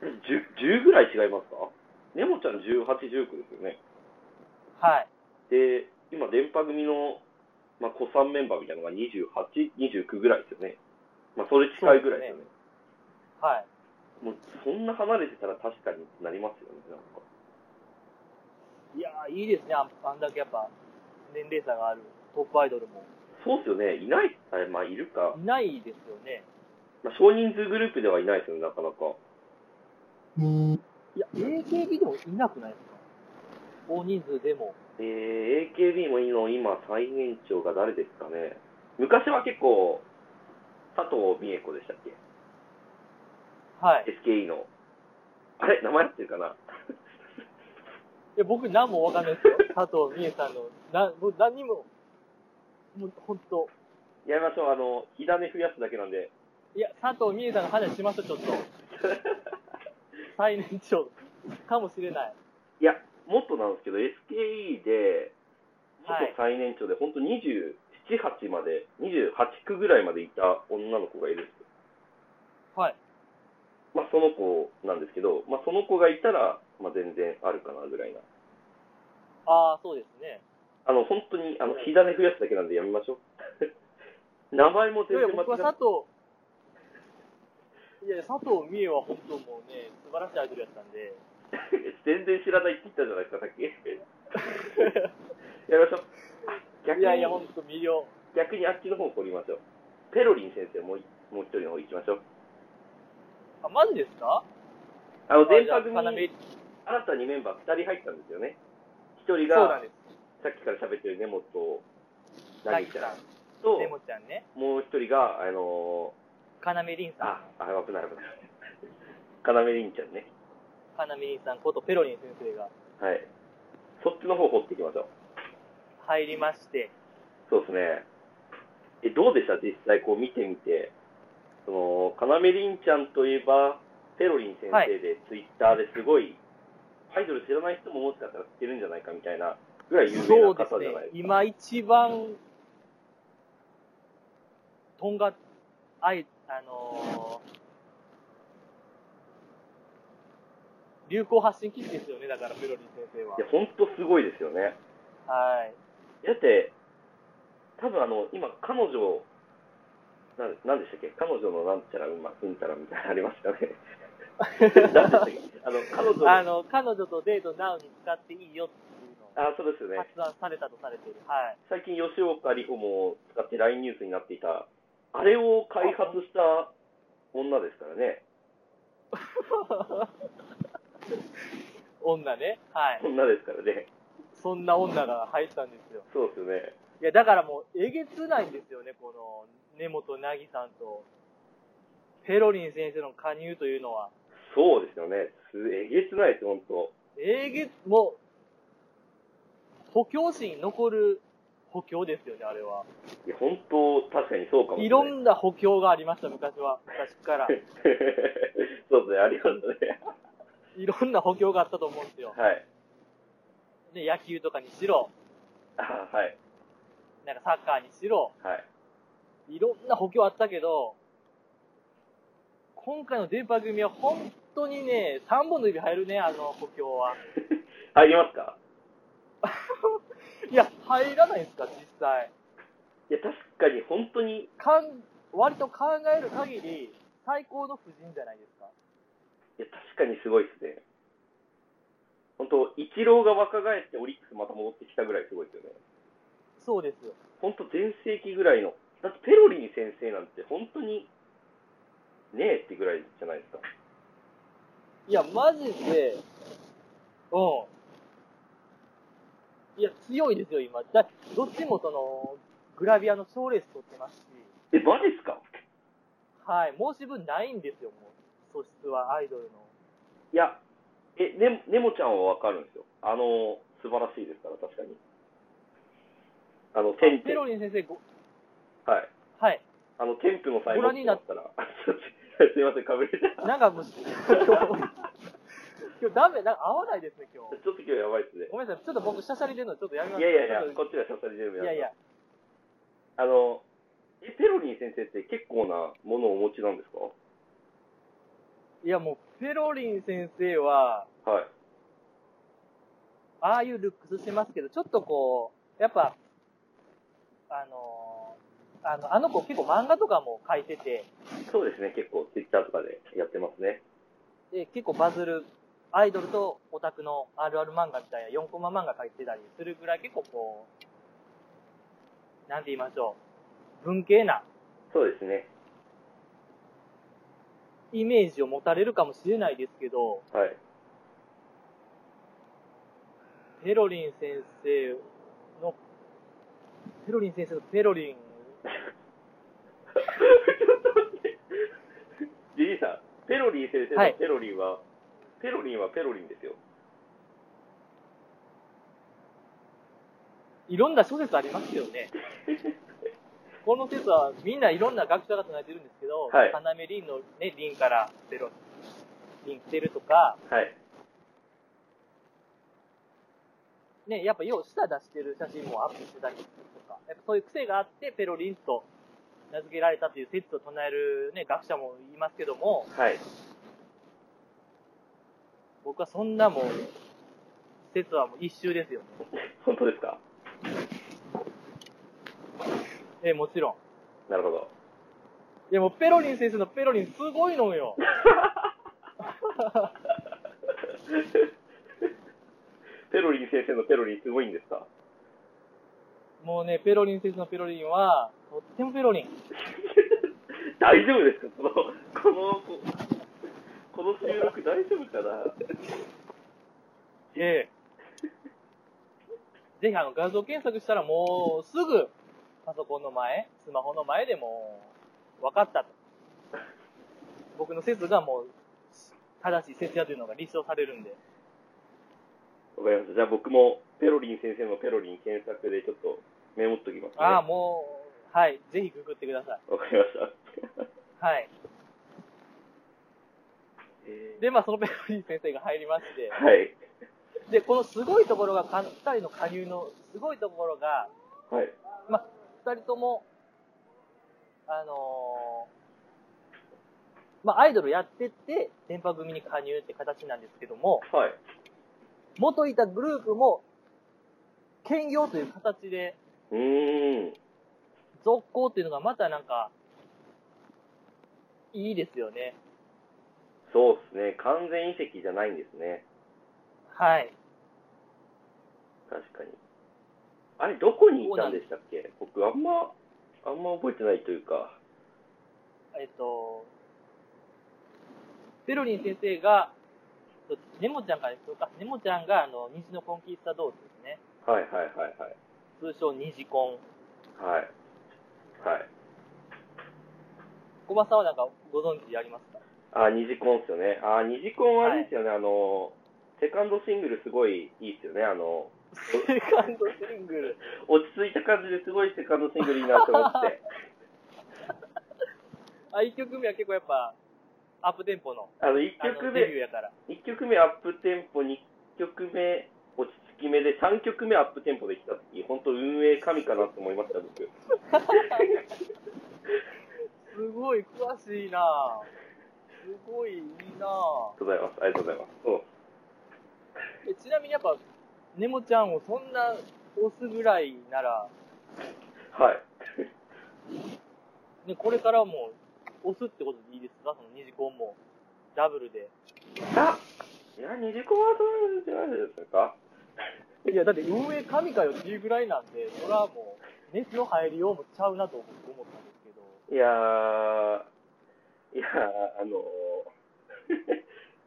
S3: 10, 10ぐらい違いますかネモちゃん18、19ですよね。
S2: はい。
S3: で、今、電波組の、まあ、子さんメンバーみたいなのが28、29ぐらいですよね。まあ、それ近いぐらいですよね。
S2: はい。
S3: もう、そんな離れてたら確かになりますよね、なんか。
S2: いやー、いいですね。あんあんだけやっぱ、年齢差があるトップアイドルも。
S3: そうですよね、いない、あまあ、いるか。
S2: いないですよね。
S3: まあ、少人数グループではいないですよね、なかなか。
S1: ah.
S2: いや、AKB でもいなくないですか大人数でも。
S3: えー、AKB もの今、最年長が誰ですかね。昔は結構、佐藤美恵子でしたっけ
S2: はい。
S3: ?SKE の。あれ名前合ってるかない
S2: や、僕何もわかんないですよ。佐藤美恵さんの、な、もう何にも、もう本当。
S3: やめましょう、あの、火種増やすだけなんで。
S2: いや、佐藤美恵さんの話しましょう、ちょっと。最年長かもしれない。
S3: いや、もっとなんですけど、SKE で、
S2: はい
S3: 元最年長で、本当27、8まで、28区ぐらいまでいた女の子がいるんですよ
S2: はい。
S3: まあ、その子なんですけど、まあ、その子がいたら、まあ、全然あるかなぐらいな。
S2: ああ、そうですね。
S3: あの、本当に、あの、火種増やすだけなんでやめましょう。名前も
S2: い
S3: 全
S2: やいや、
S3: 然間違
S2: 僕は
S3: っ
S2: 佐藤、いや、佐藤美恵は本当もうね、素晴らしいアイドルやったんで、
S3: 全然知らないって言ったじゃないですか、さっき。 やりましょう。逆
S2: い
S3: に
S2: やいや、本当魅了。
S3: 逆にあっちの方掘りましょう。ペロリン先生もう一もう一人の方行きましょう。
S2: あ、マジですか
S3: あの、電
S2: じゃ
S3: 波
S2: あ
S3: 組、
S2: 要
S3: 新たにメンバー2人入ったんですよね。1人
S2: そうなん
S3: が、
S2: です。
S3: さっきから喋ってる根本と、
S2: な
S3: なぎ
S2: ぎ
S3: ち
S2: ち
S3: ゃ
S2: ゃ
S3: ん
S2: ん、
S3: と、
S2: ねもちゃんね。
S3: もう1人が、あの
S2: 要凛
S3: ー、あ
S2: さ、
S3: あ、危ない危ない。かなめりんちゃんね。
S2: ん。要凛さんことペロリン先生が
S3: はい。そっちの方掘っていきましょう。
S2: 入りまして、
S3: そうですね。え、どうでした実際こう見てみて。その、かなめりんちゃんといえば、ペロリン先生で、ツイッターですごい、アイドル知らない人ももしかしたら知ってるんじゃないかみたいなぐらい有名
S2: そ
S3: な
S2: うで
S3: 方
S2: す
S3: じ
S2: ね
S3: ゃない。ですか。。
S2: 今一番、とんが、あい、あのー流行発信機ですよね、だからペロリン先生はい
S3: や、ほんとすごいですよね。
S2: はい。
S3: だって、多分あの、今、彼女、なんなんでしたっけ彼女のなんちゃら、うんまうんたらみたいなのありましたね。なんでしたっけあの、彼女の
S2: あの、彼女とデートナウに使っていいよっていうの
S3: あ、そうですよね
S2: を。発案されたとされている。はい。
S3: 最近吉岡里帆も使って LINE ニュースになっていた、あれを開発した女ですからね。
S2: 女ね。はい。
S3: 女ですからね。
S2: そんな女が入ったんですよ。
S3: そうですよね。
S2: いや、だからもう、えげつないんですよね、この、根本なぎさんと、ペロリン先生の加入というのは。
S3: そうですよね。すえげつないです、本当
S2: えげつ、もう、補強心に残る補強ですよね、あれは。
S3: いや、本当確かにそうかも
S2: い
S3: しれな
S2: ろ
S3: い。
S2: んな補強がありました、昔は。昔から。
S3: そうですね、ありましたね。
S2: いろんな補強があったと思うんですよ。
S3: はい。
S2: で野球とかにしろ、
S3: あはい。
S2: なんかサッカーにしろ、
S3: はい。
S2: いろんな補強あったけど、今回の電波組は本当にね、3本の指入るね、あの補強は。
S3: 入りますか
S2: いや、入らないですか、実際。
S3: いや、確かに本当に、
S2: かん、割と考える限り、最高の布陣じゃないですか。
S3: いや、確かにすごいですね。本当イチローが若返ってオリックスまた戻ってきたぐらいすごいですよね。
S2: そうですよ。
S3: 本当全盛期ぐらいの、だってペロリン先生なんて本当にねえってぐらいじゃないですか。
S2: いや、マジで、うん。いや、強いですよ、今。だどっちもその、グラビアの賞レース取ってますし、
S3: え、マジっすか
S2: はい、申し分ないんですよ、もう。素質は、アイドルの。
S3: いや、え、ね、ねもちゃんはわかるんですよ。あの、素晴らしいですから、確かに。あの、テン
S2: ペ
S3: プ、
S2: ロ
S3: はい。
S2: リン先生ご、
S3: あ
S2: はい。
S3: の、テンプの最
S2: ご
S3: 後
S2: 覧になっ
S3: ったら、 ちょっとすいません、かぶれた。
S2: なんかもう、 今日、今日ダメ、なんか合わないですね、今日。
S3: ちょっと今日やばいっすね。
S2: ごめんなさい、ちょっと僕、しゃしゃり出るのちょっとやめます
S3: いやいやい
S2: ちょ
S3: や、
S2: っ
S3: こっちがささり準
S2: と
S3: 備
S2: いやいや。
S3: あの、え、ペロリン先生って結構なものをお持ちなんですか
S2: いや、もう、ペロリン先生は、
S3: はい。
S2: ああいうルックスしてますけど、ちょっとこう、やっぱ、あのーあの、あの子結構漫画とかも書いてて、
S3: そうですね、結構、ツイッターとかでやってますね。
S2: で、結構バズる、アイドルとオタクのあるある漫画みたいな4コマ漫画書いてたりするぐらい結構こう、なんて言いましょう、文系な
S3: そうですね。
S2: イメージを持たれるかもしれないですけど、
S3: はい。
S2: ペロリン先生の、ペロリン先生のペロリン、
S3: ジジイさん、ペロリン先生
S2: は
S3: の
S2: い
S3: ペロリンは、ペロリンはペロリンですよ。
S2: いろんな諸説ありますよね。この説はみんないろんな学者が唱えてるんですけど、
S3: はい
S2: 要リンのね、リンからペロリン来てるとか、
S3: はい。
S2: ね、やっぱよう舌出してる写真もアップしてたりとか、やっぱそういう癖があってペロリンと名付けられたという説を唱えるね、学者もいますけども、
S3: はい。
S2: 僕はそんなもう、説はもう一周ですよね。
S3: 本当ですか
S2: え、もちろん。
S3: なるほど。
S2: いやもうペロリン先生のペロリンすごいのよ。
S3: ペロリン先生のペロリンすごいんですか
S2: もうね、ペロリン先生のペロリンは、とってもペロリン。
S3: 大丈夫ですかこの、この、この収録大丈夫かな
S2: ええ。ぜひあの画像検索したらもうすぐパソコンの前、スマホの前でもう分かったと。僕の説がもう正しい説やというのが立証されるんで。
S3: わかりました。じゃあ僕もペロリン先生のペロリン検索でちょっとメモっときますね。
S2: ああ、
S3: わか
S2: もう、はい。ぜひググってください。
S3: りました。
S2: はい。
S3: えー
S2: で、まあそのペロリン先生が入りまして、
S3: はい。
S2: で、このすごいところがか、二人の加入のすごいところが、
S3: はい。
S2: まあ、二人とも、あのーまあ、アイドルやってって、電波組に加入って形なんですけども、
S3: はい。
S2: 元いたグループも、兼業という形で、
S3: うーん。
S2: 続行っていうのがまたなんか、いいですよね。
S3: そうですね。完全遺跡じゃないんですね。
S2: はい。
S3: 確かに。あれ、どこにいたんでしたっけ僕、あんま、あんま覚えてないというか。
S2: えっと、ペロリン先生が、ネモちゃんからですかネモちゃんが、あの、西のコンキスタドールですね。
S3: はいはいはいはい。
S2: 通称ニジコン。
S3: はい。はい。
S2: 小バさんはなんかご存知ありますか
S3: あ、二次コンっすよね。あ、二次コンはあれですよね。あの、セカンドシングルすごいいいっすよね。あの、
S2: セカンドシングル。
S3: 落ち着いた感じですごいセカンドシングルいいなと思って。
S2: あ、1曲目は結構やっぱ、アップテンポの、
S3: あの、一
S2: あの
S3: 曲
S2: デビュー
S3: 目、
S2: やから。
S3: 一曲目アップテンポ、二曲目落ち着き目で、三曲目アップテンポできた時、本当運営神かなと思いました、僕。
S2: すごい詳しいなぁ。すごいいいなぁ。
S3: ありがとうございます。ありがとうございます。そう。
S2: えちなみにやっぱ、ネモちゃんをそんな押すぐらいなら、
S3: はい。
S2: ね、これからも押すってことでいいですかその二次コンも。ダブルで。
S3: あいや、二次コンはどうじゃないですか
S2: いや、だって運営神かよっていうぐらいなんで、それはもう、熱の入りようもちゃうなと思ったんですけど。
S3: いやー、いやー、あの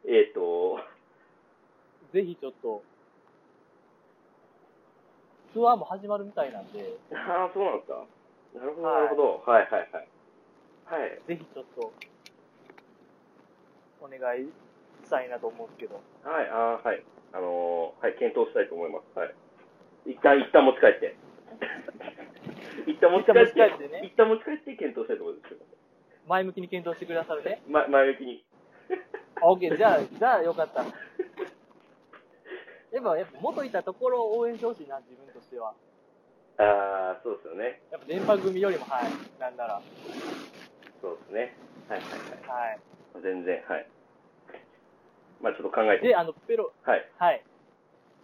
S3: ー、 えっと、
S2: ぜひちょっと、ツアーも始まるみたいなんで、
S3: ああ、そうなんですか。なるほど、
S2: は
S3: ないるほど。はいはいはい。はい。
S2: ぜひちょっと、お願いしたいなと思うんですけど。
S3: はい、あーはい。あのー、はい、検討したいと思います。はい。一旦、一旦持ち帰って。 一旦持ち帰って、
S2: 一旦持ち帰ってね
S3: 一旦持ち帰って検討したいと思います。
S2: 前向きに検討してくださるね。
S3: ま、前向きに。
S2: あ、OK、じゃあ、じゃあよかった。やっぱ、やっぱ元いたところを応援してほしいな、自分としては。
S3: ああ、そうですよね。
S2: やっぱ電波組よりも、はい、なんなら、は
S3: そうですね。はいはい
S2: い。
S3: はい。全然、はい。まあちょっと考えて。
S2: で、あの、ペロ、
S3: はい。
S2: はい。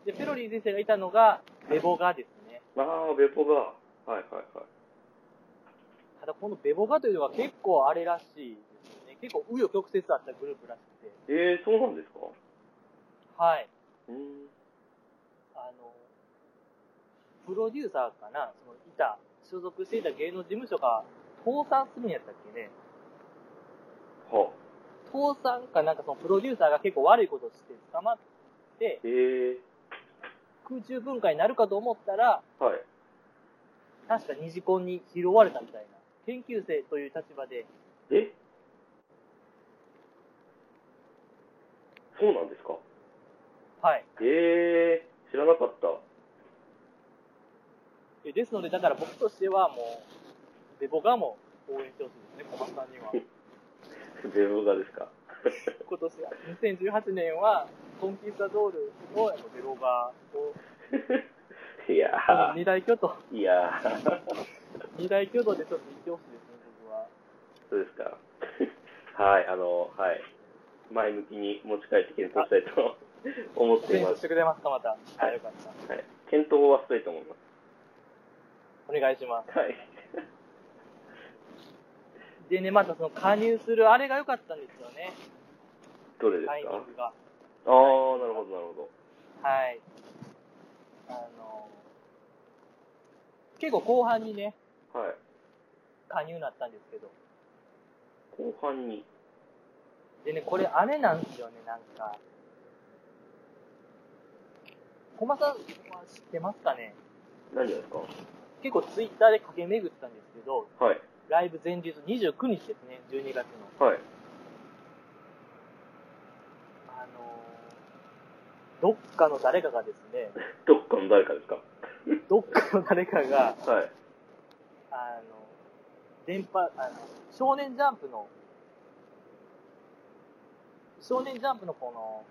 S2: で、ペロリン先生がいたのが、ベボガですね。
S3: ああ、ベポが。はいはいはい。
S2: ただこのベボガというのは結構あれらしいですよね。結構紆余曲折あったグループらしくて。
S3: ええー、そうなんですか
S2: はい。
S3: うーん。
S2: あの、プロデューサーかな、そのいた、所属していた芸能事務所が倒産するんやったっけね。
S3: はあ。
S2: 倒産かなんかそのプロデューサーが結構悪いことをして捕まって、
S3: ええ
S2: 空中分解になるかと思ったら、
S3: ー、はい。
S2: 確か二次婚に拾われたみたいな。研究生という立場で、
S3: えそうなんですか
S2: はい。
S3: ええー、知らなかった。
S2: えですので、だから僕としてはもう、で、僕はもう応援してほしいですね、小松さんに は。
S3: ベボガですか。
S2: 今年は、2018年は、コンキスタドールを、ベロガーを、
S3: いや
S2: あの二大巨頭、
S3: ー、いやー、
S2: 二大巨頭でちょっと行ってほしいですね、僕は。
S3: そうですか。はい、あの、はい。前向きに持ち帰って検討したいと思ってい
S2: 検
S3: ま
S2: 討し
S3: す。
S2: てくれますか、また。
S3: は
S2: はいい、よかった。
S3: はい、検討はしたいと思いま
S2: お願いします。
S3: す。はい。
S2: でね、またその加入するあれが良かったんですよね、
S3: どれですか
S2: タイミングが。
S3: ああ、なるほど、なるほど。
S2: はい。あの、結構後半にね、
S3: はい。
S2: 加入になったんですけど。
S3: 後半に。
S2: でね、これあれなんですよね、なんか。駒さんは知ってますかね
S3: 何がですか
S2: 結構ツイッターで駆け巡ったんですけど、
S3: はい。
S2: ライブ前日29日ですね、12月の。
S3: はい。
S2: あのーどっかの誰かがですね、
S3: どっかの誰かですか
S2: どっかの誰かが、
S3: はい。
S2: あの、電波、あの、少年ジャンプの、少年ジャンプのこの、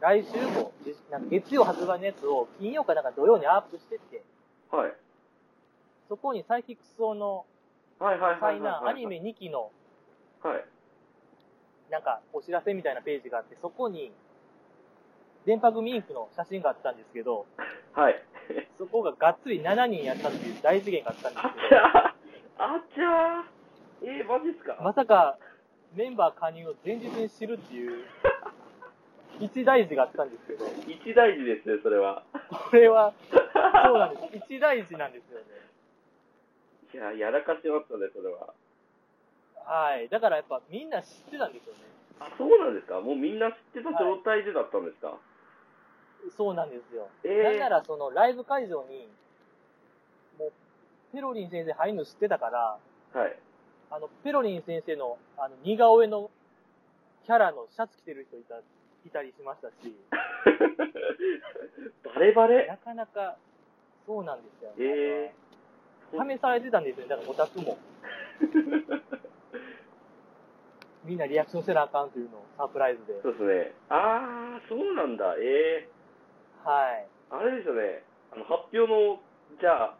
S2: 来週も、でなんか月曜発売のやつを金曜かなんか土曜にアップしてて、
S3: はい。
S2: そこにサイキックスオの
S3: はいはいはいはいは
S2: 災
S3: い。
S2: 難アニメ2期の
S3: はい。
S2: なんかお知らせみたいなページがあって、そこに、電波組インクの写真があったんですけど、
S3: はい。
S2: そこががっつり7人やったっていう大事件があったんです
S3: あ
S2: け
S3: ち
S2: ど
S3: ゃ、ーあちゃーえー、マジですか
S2: まさか、メンバー加入を前日に知るっていう、一大事があったんですけど、
S3: 一大事ですね、それは。
S2: これは、そうなんです。一大事なんですよね。
S3: いや、やらかしましたね、それは。
S2: はい。だからやっぱみんな知ってたんですよね。
S3: あ、そうなんですかもうみんな知ってた状態でだったんですか、
S2: そうなんですよ。
S3: えー
S2: なんならそのライブ会場に、もう、ペロリン先生入るの知ってたから、
S3: はい。
S2: あの、ペロリン先生の、あの、似顔絵のキャラのシャツ着てる人いた、いたりしましたし、
S3: バレバレ
S2: なかなか、そうなんですよね。
S3: え
S2: 試されてたんですよね、だからオタク も。みんなリアクションせなあかんというのをサプライズで。
S3: そうですね。あー、そうなんだ。え
S2: はい。
S3: ー、あれですよね。あの、発表の、じゃあ、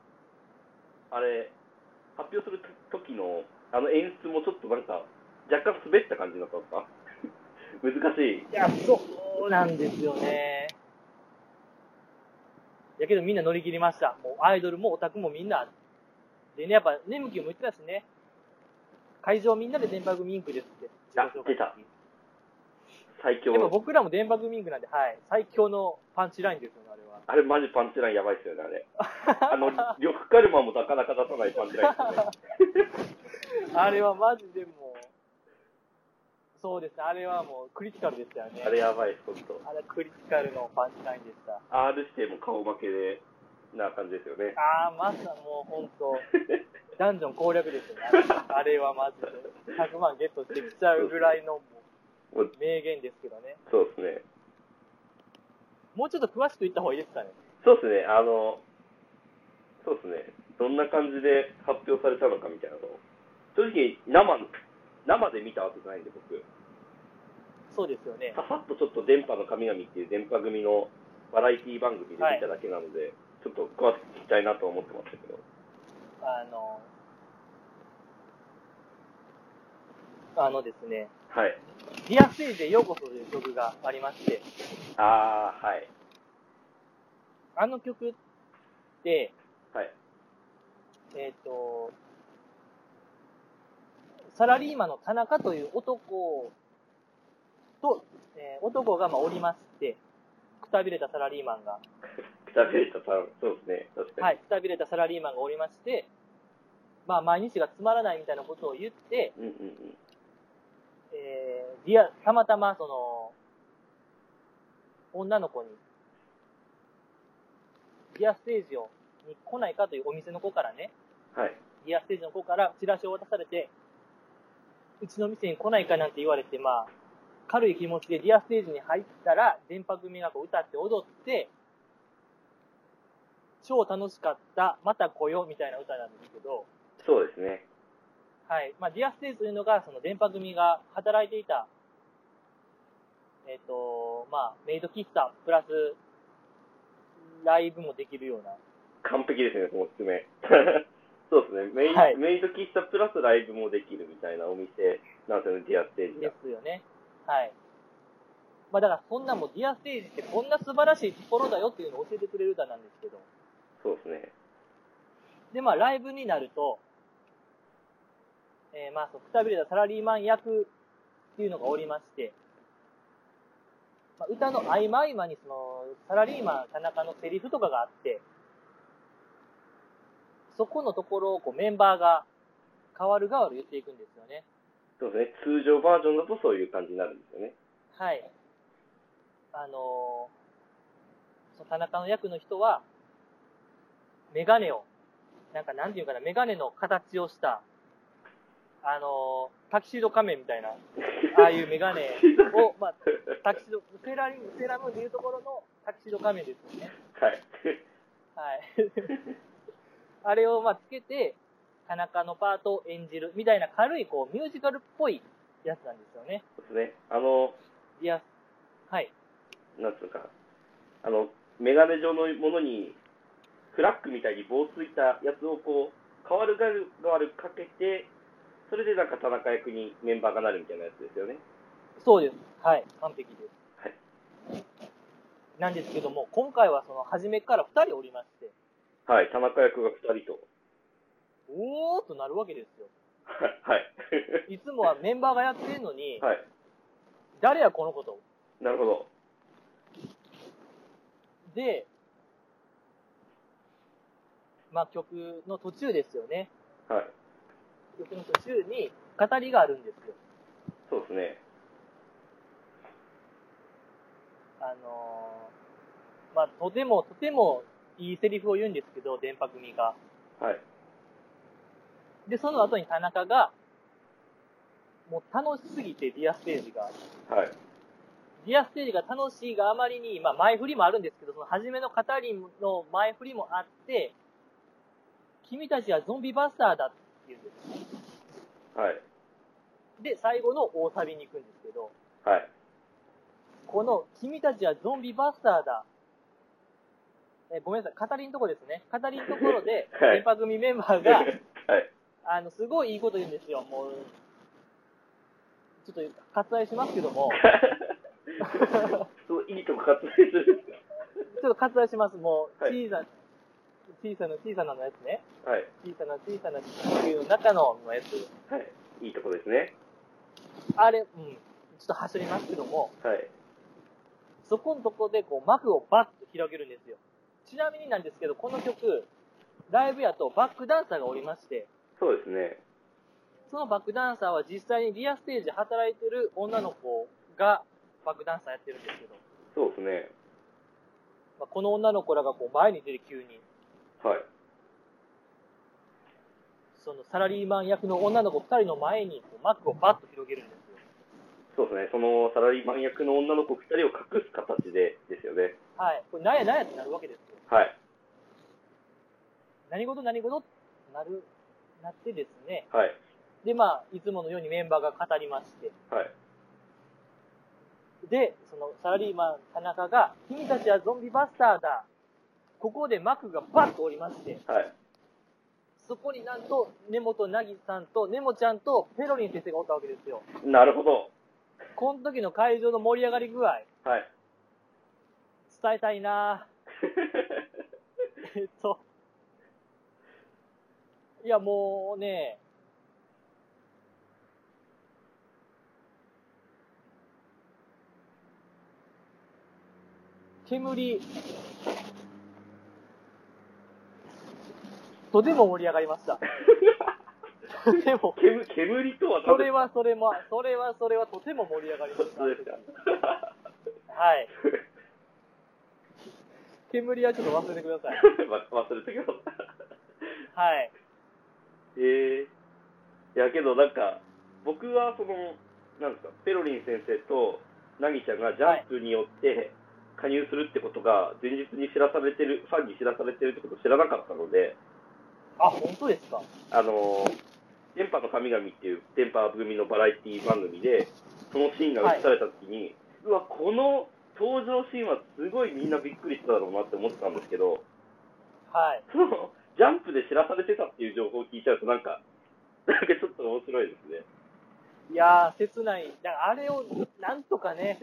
S3: あれ、発表すると時の、あの演出もちょっとなんか、若干滑った感じになったんですか 難しい。
S2: いや、そうなんですよね。やけどみんな乗り切りました。もうアイドルもオタクもみんな。でね、やっぱ、ネムキューも言ってたしね。会場みんなで電波組インクですって。
S3: あ出た最強
S2: やっぱ
S3: の。
S2: 僕らも電波組インクなんで、はい。最強のパンチラインですよね、あれは。
S3: あれマジパンチラインやばいっすよね、あれ。あの、緑カルマもなかなか出さないパンチラインですよね。
S2: あれはマジでもう、そうですね、あれはもうクリティカルでしたよね。
S3: あれやばいっす、ほんと。
S2: あれクリティカルのパンチラインでした。
S3: R 指定も顔負けで、な感じですよね。
S2: ああ、まさもう本 当、ダンジョン攻略ですよね。あれはマジで。100万ゲットしてきちゃうぐらいのも
S3: もう
S2: う名言ですけどね。
S3: そうですね。
S2: もうちょっと詳しく言った方がいいですかね。
S3: そうですね、あの、そうですね、どんな感じで発表されたのかみたいなのを正直、生の、生で見たわけじゃないんで、僕、
S2: そうですよね。
S3: ささっとちょっと電波の神々っていう電波組のバラエティ番組で見ただけなので、ちょっと詳しく聞きたいなと思ってましたけど、
S2: あの、あのですね、
S3: はい。
S2: リアステージへようこそという曲がありまして、
S3: あー、はい。
S2: あの曲って、
S3: はい。
S2: えっ、と、サラリーマンの田中という男と、えー男がまあおりまして、くたびれたサラリーマンが、
S3: くたびれたさん、そうですね、確かに。
S2: はい、くたびれたサラリーマンがおりまして、まあ、毎日がつまらないみたいなことを言って、
S3: うんうん
S2: えーリア、たまたま、その、女の子に、リアステージを、に来ないかというお店の子からね、
S3: うん。はい。
S2: リアステージの子からチラシを渡されて、うちの店に来ないかなんて言われて、まあ、軽い気持ちでリアステージに入ったら、電波組がこう歌って踊って、超楽しかった、また来よ、みたいな歌なんですけど、
S3: そうですね。
S2: はい。まあ、リアステージというのが、その電波組が働いていた、えっ、と、まあ、メイド喫茶、プラス、ライブもできるような、
S3: 完璧ですね、そのおすすめ。 そうですねメイ、
S2: はい
S3: メイド喫茶プラスライブもできるみたいなお店なんですよね、ディアステージ
S2: で
S3: が。
S2: すよね。はい。まあだからそんなもうディアステージってこんな素晴らしいところだよっていうのを教えてくれる歌なんですけど。
S3: そうですね。
S2: でまあライブになると、えーまあ、そうくたびれたサラリーマン役っていうのがおりまして、まあ、歌の合間合間にそのサラリーマン田中のセリフとかがあって、そこのところをこうメンバーが変わる変わる言っていくんですよね。
S3: そうですね。通常バージョンだとそういう感じになるんですよね。
S2: はい。あのーその田中の役の人は、メガネを、なんかなんていうかな、メガネの形をした、あのータキシード仮面みたいな、ああいうメガネを、まあ、タキシード、セーラーリンセーラームーンでいうところのタキシード仮面ですよね。
S3: はい。
S2: はい。あれをまあつけて、田中のパートを演じるみたいな軽いこうミュージカルっぽいやつなんですよね。
S3: そうですね。あの、
S2: いや、はい。
S3: なんつうのか、あの、メガネ状のものに、フラッグみたいに棒ついたやつをこう、変わる変わる変わるかけて、それでなんか田中役にメンバーがなるみたいなやつですよね。
S2: そうです。はい。完璧です。
S3: はい。
S2: なんですけども、今回はその初めから2人おりまして、
S3: はい。田中役が2人と。
S2: おーっとなるわけですよ。
S3: はい。
S2: いつもはメンバーがやってるのに、
S3: はい。
S2: 誰やこのこと。
S3: なるほど。
S2: で、まあ曲の途中ですよね。
S3: はい。
S2: 曲の途中に語りがあるんですよ。
S3: そうですね。
S2: あのーまあとてもとてもいいセリフを言うんですけど、電波組が。
S3: はい。
S2: で、その後に田中が、もう楽しすぎて、ディアステージが。
S3: はい。
S2: ディアステージが楽しいがあまりに、まあ前振りもあるんですけど、その初めの語りの前振りもあって、君たちはゾンビバスターだっていうんです。
S3: はい。
S2: で、最後の大サビに行くんですけど、
S3: はい。
S2: この君たちはゾンビバスターだ。えごめんなさい、語りのとこですね。語りのところで
S3: 、はい
S2: 電波組メンバー
S3: は
S2: が、
S3: い。
S2: あの、すごいいいこと言うんですよ、もう。ちょっと割愛しますけど も、
S3: そう、いいとこ活躍するんですよ
S2: ちょっと割愛します、もう、
S3: はい
S2: 小さな、小さな小さなのやつね。
S3: はい。
S2: 小さな小さな地球の中のやつ。
S3: はい。いいとこですね。
S2: あれ、うん、ちょっと走りますけども、
S3: はい。
S2: そこのとこでこう幕をバッと広げるんですよ。ちなみになんですけど、この曲、ライブやとバックダンサーがおりまして、
S3: そうですね。
S2: そのバックダンサーは実際にリアステージで働いてる女の子がバックダンサーやってるんですけど、
S3: そうですね。
S2: まあ、この女の子らがこう前に出て急に、
S3: はい。
S2: そのサラリーマン役の女の子2人の前にこう幕をバッと広げるんですよ。
S3: そうですね。そのサラリーマン役の女の子2人を隠す形で、ですよね。
S2: はい。これなんやなんやってなるわけですよ。
S3: はい。
S2: 何事何事ってなる、なってですね。
S3: はい。
S2: で、まあ、いつものようにメンバーが語りまして。
S3: はい。
S2: で、そのサラリーマン田中が、君たちはゾンビバスターだ。ここで幕がバッと降りまして、
S3: はい。
S2: そこになんと根本なぎさんと根本ちゃんとペロリン先生がおったわけですよ。
S3: なるほど。
S2: この時の会場の盛り上がり具合、
S3: はい。
S2: 伝えたいな ぁえっと、いやもうね、煙、とても盛り上がりま した。でも、
S3: 煙煙とは
S2: そ
S3: 何で
S2: れはそれも、それはそれはとても盛り上がりました。
S3: そうですか
S2: はい。 煙はちょっと忘れてください。
S3: わ忘れたけど。
S2: はい。
S3: えー、いやけどなんか僕はそのなんですかペロリン先生とナギちゃんがジャンプによって加入するってことが前日に知らされてるファンに知らされてるってことを知らなかったので
S2: あ、本当ですか
S3: あのー電波の神々っていう電波組のバラエティ番組でそのシーンが映された時に、うわこの登場シーンはすごいみんなびっくりしただろうなって思ってたんですけど
S2: はい。
S3: そのジャンプで知らされてたっていう情報を聞いちゃうとなんかなんかちょっと面白いですね。
S2: いやー、切ない。だからあれを、なんとか ね、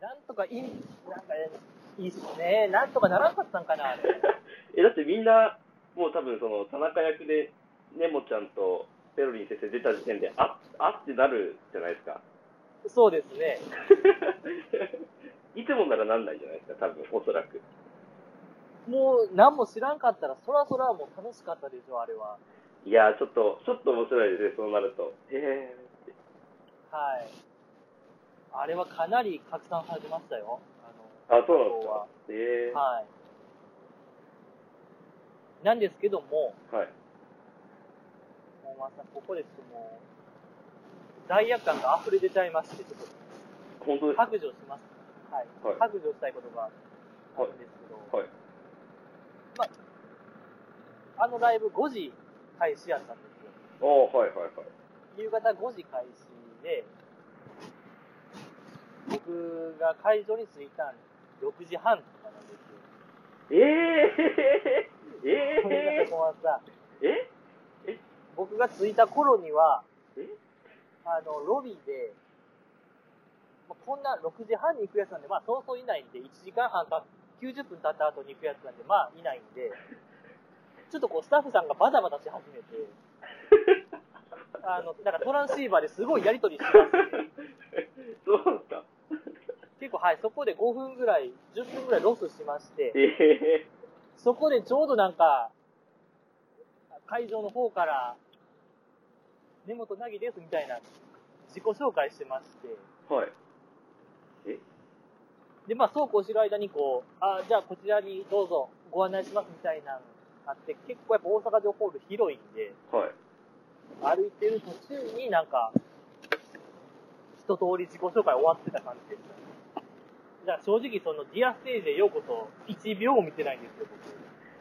S2: なんとかいい、なんかねいいっすね。なんとかならんかったんかな、あれ。
S3: えだってみんなもう多分その田中役でネモちゃんとペロリン先生出た時点で、ああってなるじゃないですか。
S2: そうですね。
S3: いつもならなんないじゃないですか、多分おそらく。
S2: もう、何も知らんかったら、そらそらもう楽しかったでしょ、あれは。
S3: いやー、ちょっと、ちょっと面白いですね、そうなると。え
S2: はい。あれはかなり拡散されてましたよ。
S3: ー、あ、そうなんですか
S2: は。
S3: え
S2: のはい。なんですけども、
S3: ー、はい。
S2: もうまさにここですともう、罪悪感が溢れ出ちゃいまして、ちょっと
S3: 本当ですか
S2: 白状します。はい。
S3: はい
S2: 白状したいことがあるんですけど、
S3: はい。
S2: あのライブ5時開始やったんですよ。
S3: ああ、はいはいはい。
S2: 夕方5時開始で、僕が会場に着いたん6時半とかなんですよ。
S3: えー、
S2: ごめんなさ
S3: え
S2: い、小松さん。
S3: ー、え
S2: 僕が着いた頃には
S3: え、
S2: あの、ロビーで、まあこんな6時半に行くやつなんで、まあ、そうそういないんで、1時間半か90分経った後に行くやつなんで、まあ、いないんで、ちょっとこう、スタッフさんがバタバタし始めて、あの、なんかトランシーバーですごいやりとりしてまして、
S3: そうなんだ。
S2: 結構、はい、そこで5分ぐらい、10分ぐらいロスしまして、
S3: え
S2: そこでちょうどなんか、会場の方から、根本なぎですみたいな自己紹介してまして、
S3: ー、はい。
S2: で、まあ、そうこうしてる間にこう、あじゃあこちらにどうぞご案内しますみたいなのがあって、結構やっぱ大阪城ホール広いんで、
S3: はい。
S2: 歩いてる途中になんか、一通り自己紹介終わってた感じでしたね。だから正直そのディアステージへようこそ1秒も見てないんですよ、僕。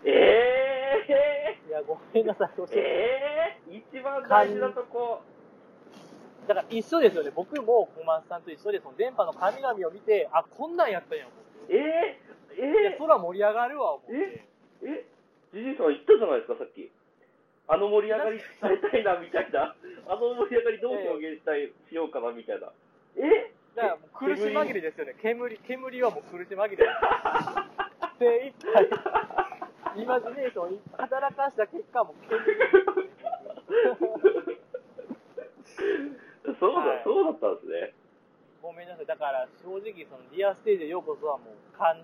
S3: え
S2: いや、ごめんなさい、どう
S3: ー、
S2: しよう
S3: えー、一番大事なとこ。
S2: だから一緒ですよね。僕も小松さんと一緒で、その電波の神々を見て、あ、こんなんやったんやん、思って
S3: え
S2: い
S3: ー、
S2: や
S3: えー、
S2: 空盛り上がるわ、思って。
S3: え、じじいさん言ったじゃないですか、さっき。あの盛り上がり伝えたいな、みたい な。あの盛り上がりどう表現したい、しようかな、みたいな。え
S2: だからもう苦し紛れですよね。煙、煙はもう苦し紛 れ。で、一杯、イマジネーション働かした結果、もう煙。
S3: そう
S2: は
S3: だ、
S2: い
S3: そうだったんですね。
S2: ごめんなさい。だから正直、そのディアステージへようこそはもう勘、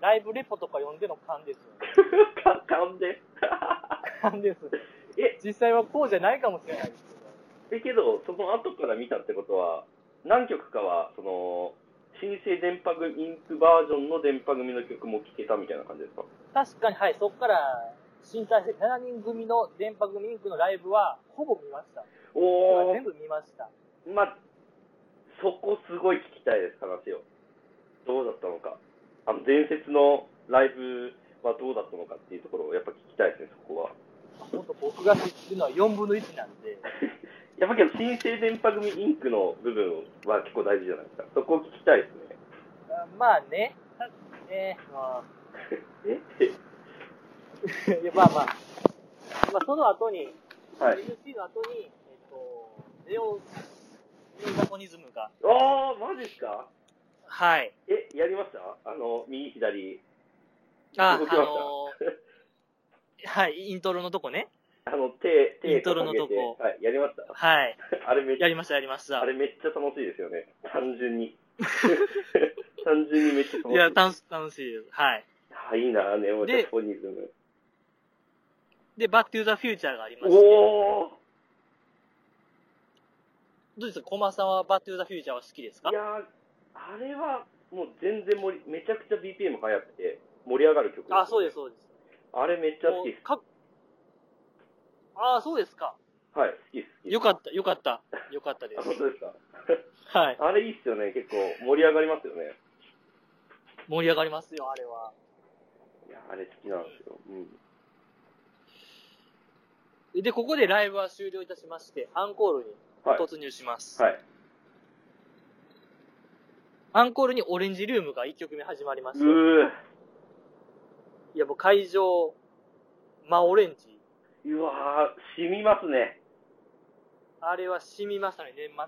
S2: ライブレポとか読んでの勘ですよね。
S3: か、勘で。
S2: 勘です。
S3: え、
S2: 実際はこうじゃないかもしれないですけど。
S3: えけど、その後から見たってことは、何曲かは、その、新生電波組、インクバージョンの電波組の曲も聴けたみたいな感じですか
S2: 確かに、はい、そこから、新体制7人組の電波組インクのライブは、ほぼ見ました。
S3: お
S2: 全部見ました。
S3: ー、まあ、そこすごい聞きたいです、話を。どうだったのか。あの、伝説のライブはどうだったのかっていうところをやっぱ聞きたいですね、そこは。
S2: ほんと僕が知ってるのは4分の1なんで、
S3: やっぱけど、新生電波組インクの部分は結構大事じゃないですか。そこを聞きたいですね。
S2: あまあね、たね、ま
S3: え
S2: あ、いやまあまあ、まあ、その後に、
S3: はい。
S2: MC の後に、えっと、ネオ、ネオダコニズムが、
S3: あー、マジですか
S2: はい。
S3: え、やりましたあの、右左。
S2: あ、あ
S3: 動
S2: の
S3: きました
S2: ーはい、イントロのとこね。
S3: あの、手、手
S2: イントロのとこ
S3: 掲げてはい、やりました
S2: はい。
S3: あれめっち
S2: や
S3: ゃ、
S2: りました、やりました
S3: あ。れめっちゃ楽しいですよね。単 純に。単純にめっちゃ楽しい。
S2: いや、楽し楽しいです。はい。
S3: あいいな、ネオジャポニズム。
S2: で、バックトゥーザフューチャーがありまして、
S3: お
S2: どうですか、駒さんはバットゥーザフューチャーは好きですか
S3: ーいやー、あれは、もう全然盛り、めちゃくちゃ BPM 速くて、盛り上がる曲。
S2: あ、そうです、。そうです。
S3: あれめっちゃ好きで
S2: もうかあ、そうですか。
S3: す。はい、好きです。好きです
S2: よかった、よかった。よかったで
S3: あ、本当
S2: す。
S3: ですか。
S2: はい。
S3: あれいいっすよね、結構盛り上がりますよね。
S2: 盛り上がりますよ、あれは。
S3: いや、あれ好きなんですよ。うん。
S2: で、ここでライブは終了いたしまして、アンコールに
S3: はい。
S2: 突入します。
S3: はい。
S2: アンコールにオレンジルームが1曲目始まりまし
S3: う
S2: て、
S3: ー。
S2: いや、もう会場、真オレンジ。
S3: うわー、染みますね。
S2: あれは染みましたね、年末。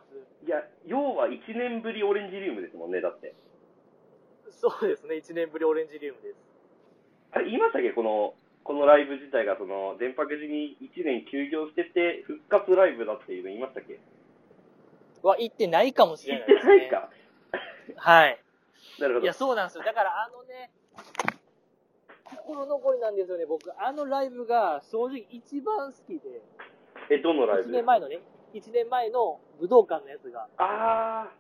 S3: いや、要は1年ぶりオレンジリウムですもんね、だって。
S2: そうですね、1年ぶりオレンジリウムです。
S3: あれ、言いましたっけこの、このライブ自体がその電白寺に1年休業してて復活ライブだっていうの言いましたっけ
S2: は行ってないかもし
S3: 言
S2: れ
S3: っ
S2: ない
S3: て
S2: です、
S3: な
S2: ね。
S3: いか、
S2: はい。
S3: なるほ
S2: い
S3: ど
S2: や、そうなんですよ。だからあのね、心残りなんですよね、僕。あのライブが正直一番好きで、
S3: えどのライ
S2: 1
S3: ブ
S2: 年前のね、1年前の武道館のやつが、
S3: ああ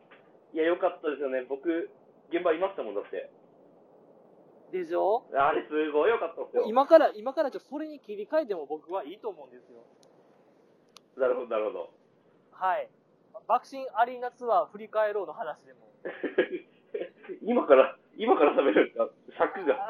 S3: いやよかったですよね僕現場いましたもんだって
S2: でしょ
S3: あれすごいよかったですよ
S2: 今から、今からちょっとそれに切り替えても僕はいいと思うんですよ。
S3: なるほどなるほど
S2: はい。爆心アリーナツアー振り返ろうの話でも。
S3: 今から今から食べるんですか尺が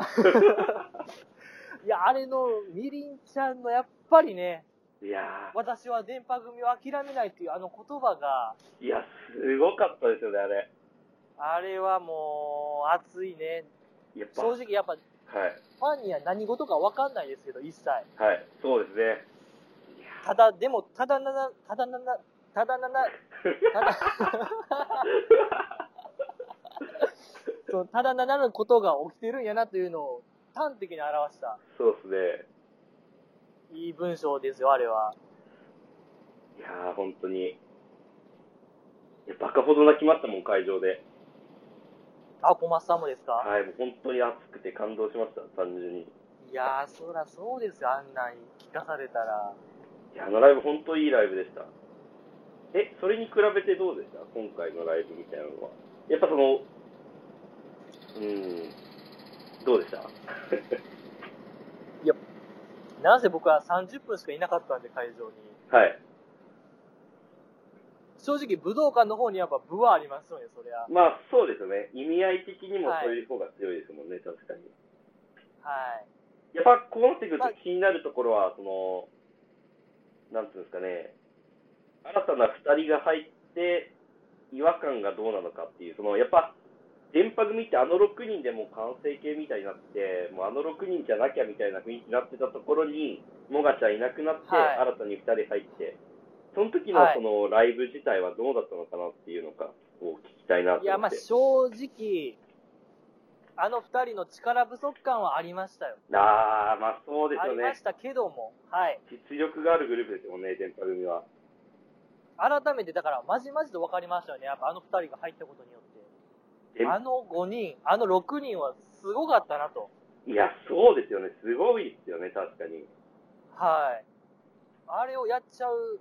S2: いや、あれのみりんちゃんのやっぱりね、
S3: いや
S2: 私は電波組を諦めないっていうあの言葉が、
S3: ーいやすごかったですよねあれ
S2: あれはもう熱いね。
S3: やっぱ
S2: 正直やっぱフ
S3: はい
S2: ァンには何事か分かんないですけど、一切。
S3: はいそうですね
S2: ただ、でも、ただなな、ただなな、ただなな、ただ、そのただななることが起きてるんやなというのを端的に表した
S3: そうですね
S2: いい文章ですよ、あれは。
S3: いやー、本当に。いやバカほど泣きましたもん、会場で。
S2: あ、小松さんもですか、
S3: はい、もう本当に熱くて感動しました、単純に。い
S2: い、やー、そらそうですよ、あんなん聞かされたら。
S3: や、あのライブ、本当いいライブでした。え、それに比べてどうでした今回のライブみたいなのは。やっぱその、うーん、どうでした
S2: なんせ僕は30分しかいなかったんで、会場に。
S3: はい。
S2: 正直、武道館の方にやっぱ部はありますよね、そりゃ。は
S3: まあ、そうですよね。意味合い的にも
S2: はい
S3: そういう方が強いですもんね、確かに。
S2: い。
S3: やっぱこうなってくる
S2: まあ
S3: と気になるところは、その、なんていうんですかね、新たな2人が入って、違和感がどうなのかっていう、そのやっぱ、電波組ってあの6人でもう完成形みたいになって、もうあの6人じゃなきゃみたいな雰囲気になってたところに、もがちゃんいなくなって、
S2: はい
S3: 新たに2人入って、その時の
S2: はい
S3: そのライブ自体はどうだったのかなっていうのかを聞きたいなと思って。
S2: いや、まあ正直、あの二人の力不足感はありましたよ。
S3: あー、まあそうです
S2: あ
S3: よ
S2: りま
S3: ね
S2: し。たけども、はい。
S3: 実力があるグループですもんね、電波組は。
S2: 改めて、だから、まじまじと分かりましたよね。やっぱあの二人が入ったことによっ
S3: 電
S2: て。あの五人、あの六人はすごかったなと。
S3: いや、そうですよね。すごいですよね、確かに。
S2: はい。あれをやっちゃう。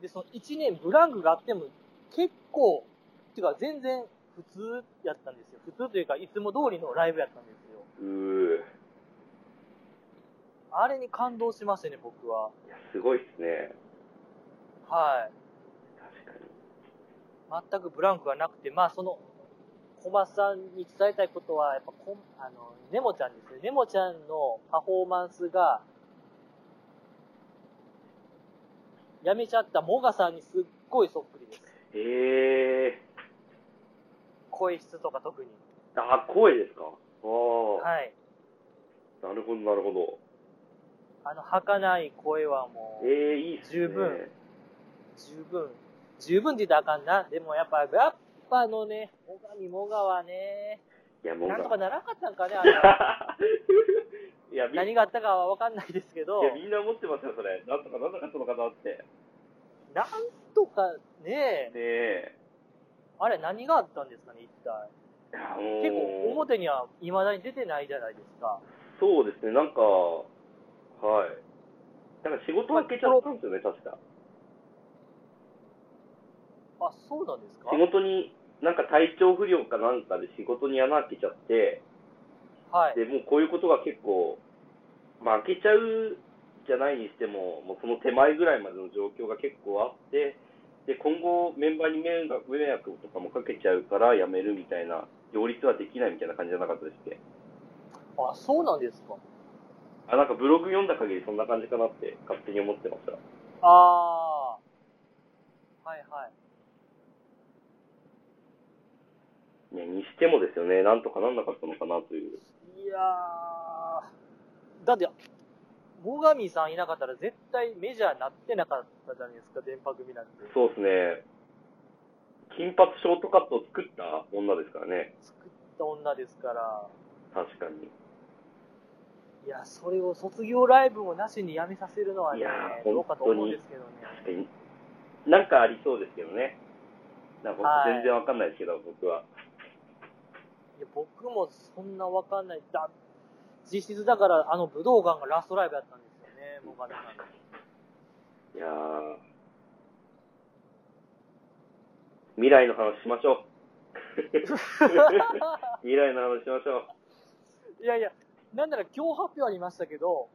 S2: で、その一年ブランクがあっても、結構、っていうか全然普通やったんですよ。普通というか、いつも通りのライブやったんですよ。
S3: うー。
S2: あれに感動しましたね、僕は。
S3: いや、すごいですね。
S2: はい。
S3: 確か
S2: 全くブランクがなくて、まあその、小松さんに伝えたいことは、やっぱこん、あの、ネモちゃんですね。ネモちゃんのパフォーマンスが、やめちゃったモガさんにすっごいそっくりです。
S3: に。へえ
S2: 声質とか特に。
S3: ー。あ、声ですかああ、
S2: はい。
S3: なるほど、なるほど。
S2: あの、儚い声はもう、
S3: ええー、いいっす
S2: 十
S3: ね。
S2: 分。十分、十分って言ったらあかんな。でもやっぱ、やっぱあのね、モガミモガはね、
S3: いや、もう
S2: なんとかならなかったんか ね、あれは。
S3: いや、みんい
S2: 何があったかはわかんないですけど。
S3: やみんな思ってますよ、それ。なんとかなんなかったのかなって。
S2: なんとかね
S3: ね、え。
S2: あれ何があったんですかね、一体。
S3: いや
S2: 結
S3: も
S2: 構
S3: う
S2: 表には未だに出てないじゃないですか。
S3: そうですね、なんか、はい。なんか仕事開けちゃったんですよね、確か。
S2: あ、そうなんですか
S3: 仕事に、なんか体調不良かなんかで仕事に穴開けちゃって、
S2: はい。
S3: でもうこういうことが結構、まあ、開けちゃうじゃないにしても、もうその手前ぐらいまでの状況が結構あって、で今後、メンバーに迷惑迷惑とかもかけちゃうからやめるみたいな、両立はできないみたいな感じじゃなかったですっけ
S2: あ、そうなんですか。
S3: あなんかブログ読んだ限りそんな感じかなって勝手に思ってました。
S2: あー。はいはい。
S3: いやにしてもですよね、なんとかなんなかったのかなという。
S2: いやー。だって、モガミさんいなかったら絶対メジャーなってなかったじゃないですか、電波組なんて。
S3: そうですね。金髪ショートカットを作った女ですからね、
S2: 作った女ですから。
S3: 確かに。
S2: いや、それを卒業ライブもなしにやめさせるのはね
S3: いや、ー
S2: どうかと思うんですけどね。
S3: 確かに、なんかありそうですけどね。なんか
S2: はい
S3: 僕全然わかんないですけど、僕は。
S2: いや僕もそんなわかんない。だ実質だから、あの武道館がラストライブだったんですよね、もがねさんの。
S3: いやー未来の話しまし ょう。未来の話しましょ
S2: いやいや、なんなら今日発表ありましたけ ど、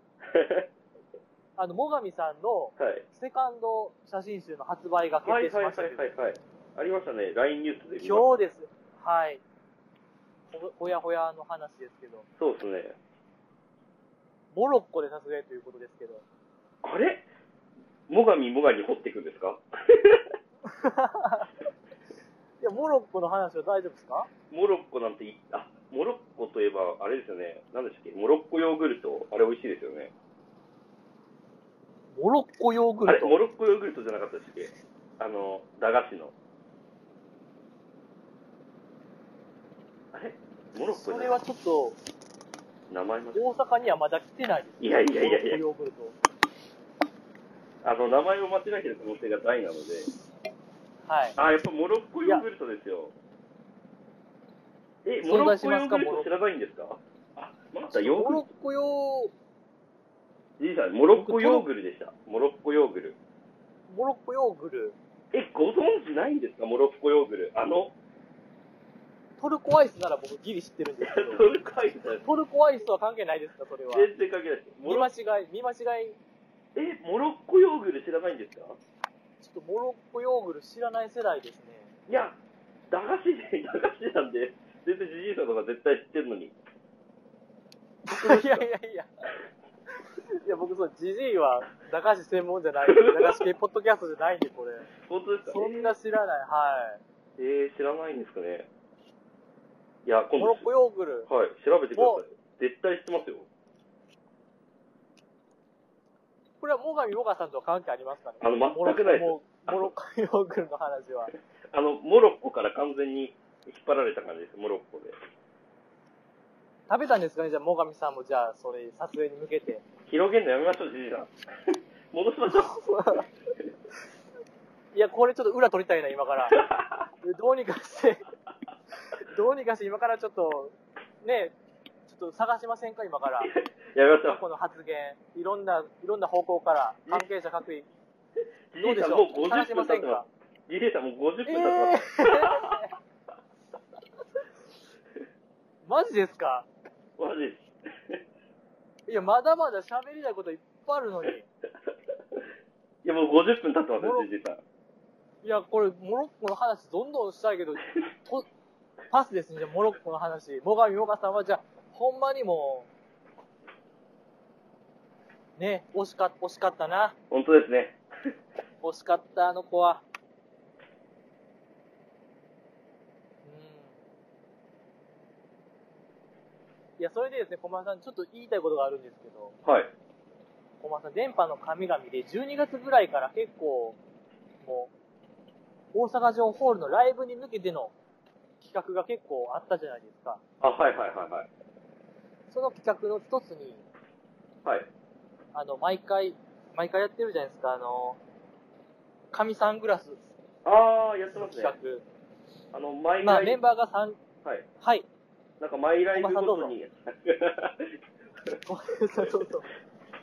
S2: あの、最上さんの
S3: う。はい。
S2: セカンド写真集の発売が決
S3: は
S2: 定
S3: い
S2: し
S3: はいは
S2: ま
S3: い
S2: したけど
S3: は、いはい。ありましたね。LINE ニュースで見まし
S2: 今日です。はい。ほほやほやの話ですけど、
S3: た。そうですね。
S2: モロッコで撮影ということですけど、
S3: あれもがみもがに掘っていくんですか
S2: いや、モロッコの話は大丈夫ですか
S3: モロッコなんてい、あ、モロッコといえば、あれですよね。なんでしたっけモロッコヨーグルト。あれ美味しいですよね。
S2: モロッコヨーグ
S3: あ
S2: ル
S3: れ
S2: ト。
S3: モロッコヨーグルトじゃなかったでしたっけあの、駄菓子の。あれモロッコ
S2: そ
S3: じ
S2: れ
S3: ゃな
S2: はいちょっと、
S3: 名前間違
S2: 大阪にはまだ来てないです。
S3: いやいやいやいや
S2: モロッコヨーグルト。
S3: あの、名前を間違えてる可能性が大なので。
S2: はい。
S3: あ、やっぱモロッコヨーグルトですよ。え、モロッコヨーグルト知らないんですかあ、またヨ
S2: モ
S3: ーグル
S2: ロッコヨ
S3: ト。じいさん、モロッコヨーグルでした。モロッコヨーグル。
S2: ー、モロッコヨーグル、
S3: え、ご存知ないんですかモロッコヨーグル。あの、
S2: トルコアイスなら僕ギリ知ってるんですけ
S3: ト
S2: ど、
S3: ルコアイスだよ
S2: トルコアイスとは関係ないですか、それは。
S3: 全然関係ないです。モ
S2: 見
S3: ロ
S2: 間
S3: え、
S2: 違い、見間違い、
S3: モロッコヨーグル知らないんです
S2: ち
S3: か
S2: ょっとモロッコヨーグル知らない世代です ね。
S3: いや、駄菓子で、駄菓子なんで、全然じじいさんとか絶対知ってるのに。
S2: いやいやいや。いや、僕、そう、ジジイは、駄菓子専門じゃない、駄菓子系ポッドキャストじゃないんで、 これ。
S3: 本当ですか
S2: そんな知らない、は
S3: えー、知らないんですかね。いや、
S2: い。
S3: 今
S2: モ
S3: 度
S2: ロッ、コヨーグル、
S3: はい、調べてください。絶対知ってますよ。
S2: これは最上もがさんとは関係ありますかね
S3: あの全くないです
S2: モロッコヨーグルの話は。
S3: あの、モロッコから完全に引っ張られた感じです、モロッコで。
S2: 食べたんですかねじゃあ、最上さんも、じゃあ、それ、撮影に向け て。
S3: 広げるのやめましょう、じじい さん。戻しましょう。
S2: いや、これちょっと裏取りたいな、今から。どうにかして、どうにかして、今からちょっと、ね、ちょっと探しませんか、今から。
S3: やめましょ
S2: 過
S3: う。
S2: 去の発言、いろんな、いろんな方向から、関係者各位、
S3: じ
S2: どうで
S3: じいさ
S2: し
S3: ん、
S2: ょ
S3: もう
S2: う話し
S3: 50
S2: ま
S3: 分
S2: せん
S3: 経ってま
S2: か
S3: す。じじいさん、もう50分
S2: え
S3: 経ってます。
S2: ー マジですか
S3: マジです。
S2: いや、まだまだ喋りたいこといっぱいあるのに。
S3: いや、もう50分経ってます
S2: モロ
S3: よ、じじいさん。
S2: いや、これ、モロッコの話どんどんしたいけど、とパスですね、じゃあモロッコの話。最上もがさんは、じゃあ、ほんまにもう、ね、惜しか惜しかったな。
S3: 本当ですね。
S2: 惜しかった、あの子は。うん。いや、それでですね、駒井さん、ちょっと言いたいことがあるんですけど、
S3: はい。
S2: 駒井さん、電波の神々で、12月ぐらいから結構、もう、大阪城ホールのライブに向けての企画が結構あったじゃないですか。
S3: あ、はいはいはいはい。
S2: その企画の一つに、
S3: はい。
S2: あの、毎回、毎回やってるじゃないですか、あの、神サングラス
S3: あー、やって
S2: の
S3: ます
S2: 企
S3: ね
S2: 画。。
S3: あの、毎
S2: まあ、
S3: 回、
S2: メンバーが3、
S3: はい。
S2: はい。
S3: なんか、マイライブごとに、
S2: ごめ んなさい、そうそう。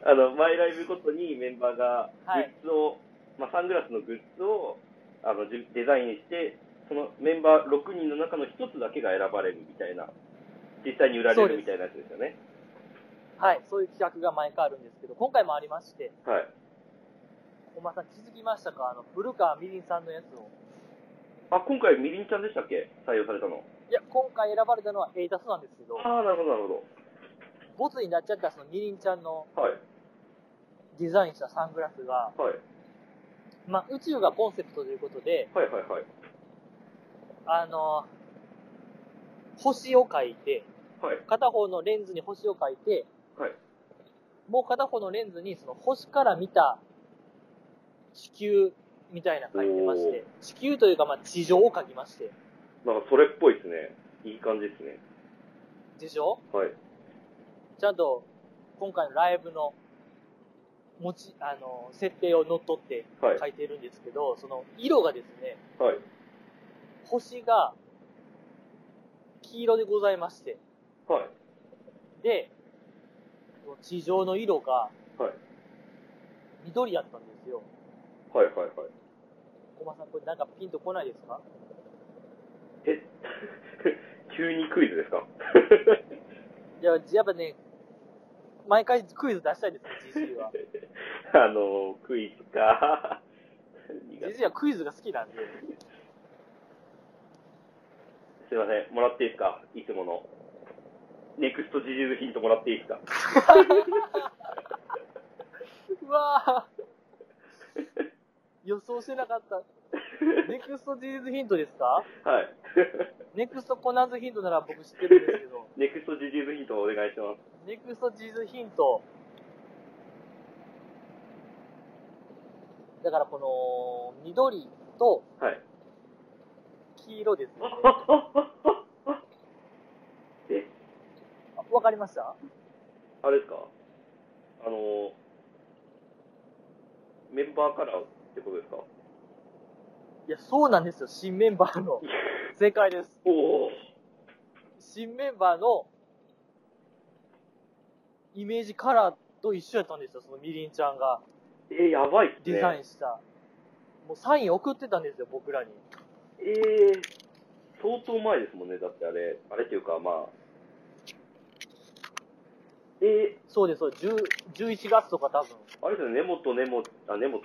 S3: あの、マイライブごとにメンバーが
S2: はい
S3: グッズを、まあ、サングラスのグッズを、あの、じゅデザインして、そのメンバー6人の中の1つだけが選ばれるみたいな、実際に売られるみたいなやつですよね。
S2: はい、そういう企画が毎回あるんですけど、今回もありまして、
S3: はい。
S2: おまさん気づきましたかあの、古川みりんさんのやつを。
S3: あ、今回、みりんちゃんでしたっけ採用されたの。
S2: いや、今回選ばれたのはエイタスなんですけど、
S3: あー、なるほど、なるほ
S2: ボツになっちゃったそのみりんちゃんの
S3: ど。はい。
S2: デザインしたサングラスが、
S3: はい。
S2: まあ、宇宙がコンセプトということで、
S3: はいはいはい。
S2: あの、星を描いて、
S3: はい。
S2: 片方のレンズに星を描いて、
S3: はい
S2: もう片方のレンズにその星から見た地球みたいなの描いてまして、地球というかまあ地上を描きまして、
S3: なんか、それっぽいですね。いい感じですね。
S2: でしょ
S3: はい。
S2: ちゃんと今回のライブの持ち、あの、設定を乗っ取って
S3: はい
S2: 書いてるんですけど、その色がですね、
S3: はい
S2: 星が黄色でございまして、
S3: はい
S2: で、地上の色が
S3: はい
S2: 緑やったんですよ。
S3: はいはいはい
S2: コマさん、これなんかピンとこないですか
S3: え 急にクイズですか
S2: いや、やっぱね、毎回クイズ出したいですね、ジジ イは。
S3: あのクイズか苦手
S2: ジジイはクイズが好きなんで。
S3: すいませんもらっていいですかいつものネクストジジズヒントもらっていいですか
S2: うわぁ。予想してなか った。ネクストジーズヒントですか
S3: はい
S2: ネクストコナンズヒントなら僕知ってるんですけど、
S3: ネクストジジズヒントお願いします
S2: ネクストジーズヒント。だからこの、緑と
S3: はい
S2: 黄色ですね。
S3: え
S2: あわかりました
S3: あれですかあのメンバーカラーってことですか
S2: いや、そうなんですよ。新メンバーの。正解です。
S3: おお
S2: 新メンバーのイメージカラーと一緒やったんですよ、そのみりんちゃんが
S3: えー、やばいっすね
S2: デザインした。もうサイン送ってたんですよ、僕らに。
S3: えー、相当前ですもんね、だってあれ、あれっていうか、まあ、え
S2: そうです、そうです。10 11月とか多分。
S3: ー、あれですよね、根本、根本、あ、根本、ん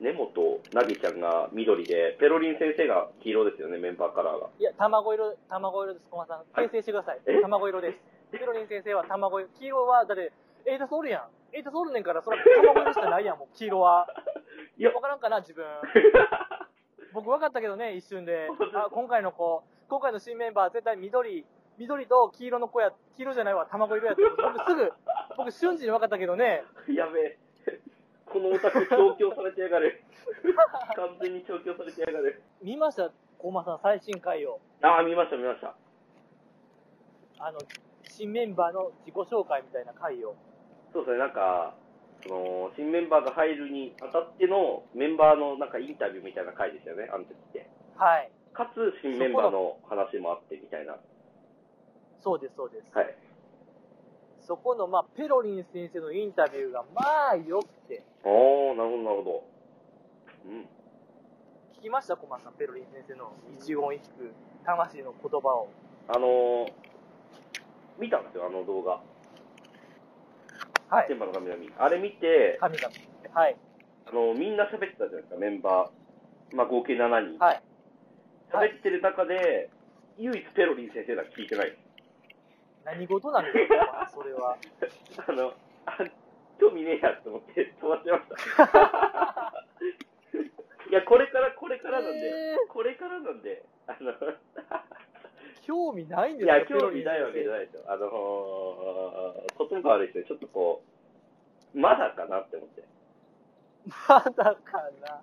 S3: 根本、なぎちゃんが緑で、ペロリン先生が黄色ですよね、メンバーカラーが。
S2: いや、卵色、卵色です、駒さん。訂正してください
S3: え。
S2: 卵色です。ペロリン先生は卵色。黄色は誰エイタスおるやん。エイタスおるねん から、それ卵色しかないやん、もう黄色は。
S3: いや
S2: わからんかな、 自分。僕分かったけどね、一瞬で。あ、今回の子、今回の新メンバー絶対緑、緑と黄色の子や、黄色じゃないわ、卵色やって。僕すぐ、僕瞬時に分かったけどね。
S3: やべえ、このオタク、調教されてやがれ。 完全に調教されてやがれ。
S2: 見ました、駒さん、最新回を。
S3: ああ、見ました、見ました。
S2: あの、新メンバーの自己紹介みたいな回を。
S3: そうですね、なんか、その新メンバーが入るにあたってのメンバーのなんかインタビューみたいな回でしたよね、あの時って。
S2: はい。
S3: かつ新メンバーの話もあってみたいな。は
S2: そうです、そうです。
S3: い。
S2: そこの、まあ、ペロリン先生のインタビューが、まあ、よくて。
S3: おー、なるほど、なるほど。うん。
S2: 聞きました、コマさん、ペロリン先生の一言一句、魂の言葉を。
S3: あのー、見たんですよ、あの動画。
S2: はい
S3: 天。馬の神々。あれ見て、
S2: 神々。はい。
S3: あのーみんな喋ってたじゃないですか、メンバー。まあ、合計7人。
S2: はい。はい
S3: 喋ってる中で、唯一ペロリン先生だけ聞いてない。
S2: 何事なんですか、それは。
S3: あの、あ、興味ねえやと思って飛ばしてました。 いや、これから、これからなんで、
S2: え
S3: これからなんで、あの、
S2: ー興味ないんで
S3: い
S2: すか
S3: や、興味ないわけじゃ
S2: い。
S3: ないですよ。あのー、言葉悪いですね。ちょっとこう、まだかなって思って。
S2: まだかな。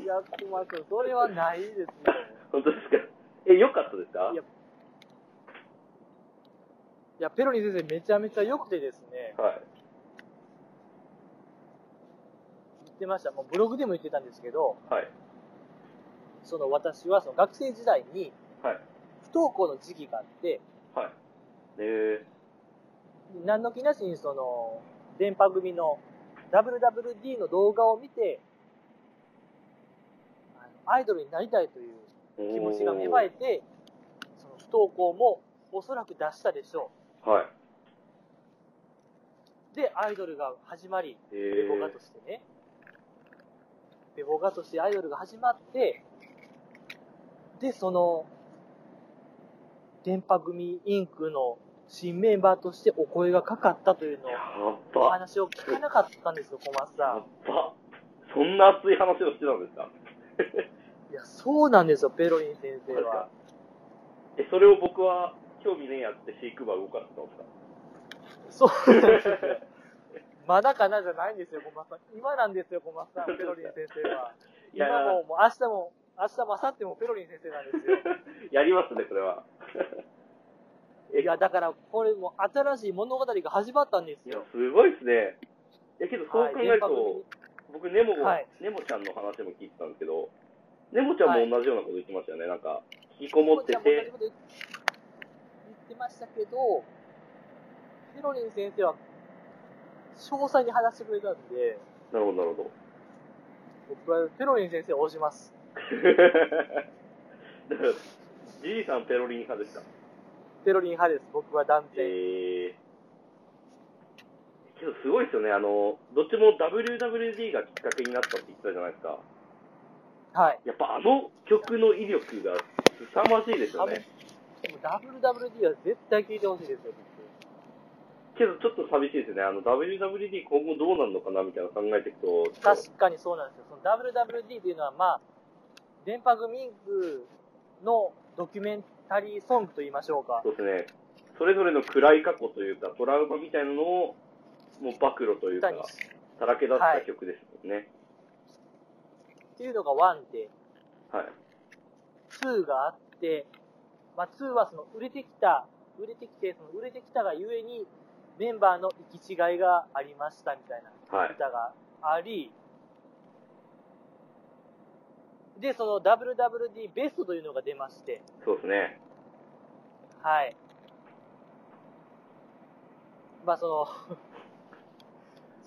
S2: いや、コマさん、それはないですよ。
S3: 本当ですかえ、良かったですか
S2: いやいや、ペロリン先生、めちゃめちゃ良くてですね、
S3: はい。
S2: 言ってました。もうブログでも言ってたんですけど、
S3: はい。
S2: その私は、その学生時代に、
S3: はい。
S2: 不登校の時期があって、
S3: はい。え
S2: 何の気なしにその、電波組の WWD の動画を見て、あのアイドルになりたいという
S3: ー、
S2: 気持ちが芽生え
S3: て。
S2: て、その不登校もおそらく出したでしょ
S3: はい。
S2: う。で、アイドルが始まり、
S3: え
S2: ベボ
S3: ー
S2: ガとしてね。ベボガとしてアイドルが始まって、で、その、電波組インクの新メンバーとしてお声がかかったというのを
S3: や
S2: お
S3: ば。
S2: 話を聞かなかったんですよ、小松
S3: や
S2: さ
S3: ば。そんな熱い話をしてたんですか
S2: ん。いや、そうなんですよ、ペロリン先生は。
S3: え、それを僕は興味ねえやってシークバー動かしたんですか
S2: そうなんですよ。まだかなじゃないんですよ、小松さん。今なんですよ、小松さん、ペロリン先生は。
S3: いや
S2: 今も、もう明日も、明日も明後日もペロリン先生なんですよ。
S3: やりますね、それは。え、
S2: いや、だから、これも新しい物語が始まったんです
S3: いや
S2: よ。、
S3: すごいですね。いや、けどそう考えると、
S2: はい
S3: 僕、ネモを、
S2: はい
S3: ネモちゃんの話も聞いてたんですけど、ネモちゃんも同じようなこと言ってましたよね。なんか、引きこもって
S2: こちら
S3: て、
S2: も同じこと言ってましたけど、ヒロリン先生は、詳細に話してくれたんで、
S3: なるほど、なるほど。
S2: 僕はヒロリン先生を推します。
S3: だから、じいさんペロリン派でした。
S2: ペロリン派です、僕は断然。
S3: えー、けどすごいですよね。あの、どっちも WWD がきっかけになったって言ってたじゃないですか。
S2: はい。
S3: やっぱあの曲の威力が凄まじいですよね。
S2: でも WWD は絶対聞いてほしいですよ、
S3: けどちょっと寂しいですね。あの、WWD 今後どうなるのかなみたいなの考えていくと、
S2: 僕確かにそうなんですよ。その WWD っていうのは、まあ、電波組ングのドキュメンタリーソングと言いましょうか。
S3: そうですね。それぞれの暗い過去というか、トラウマみたいなのを、もう暴露というか、
S2: 歌に
S3: さらけ出した曲ですもんね。
S2: っていうのが1で、
S3: はい。
S2: 2があって、まあ、2はその売れてきた、売れてきて、その売れてきたがゆえに、メンバーの行き違いがありましたみたいな
S3: はい。
S2: 歌があり、で、その WWD ベストというのが出まして、
S3: そうですね。
S2: はい。まあその、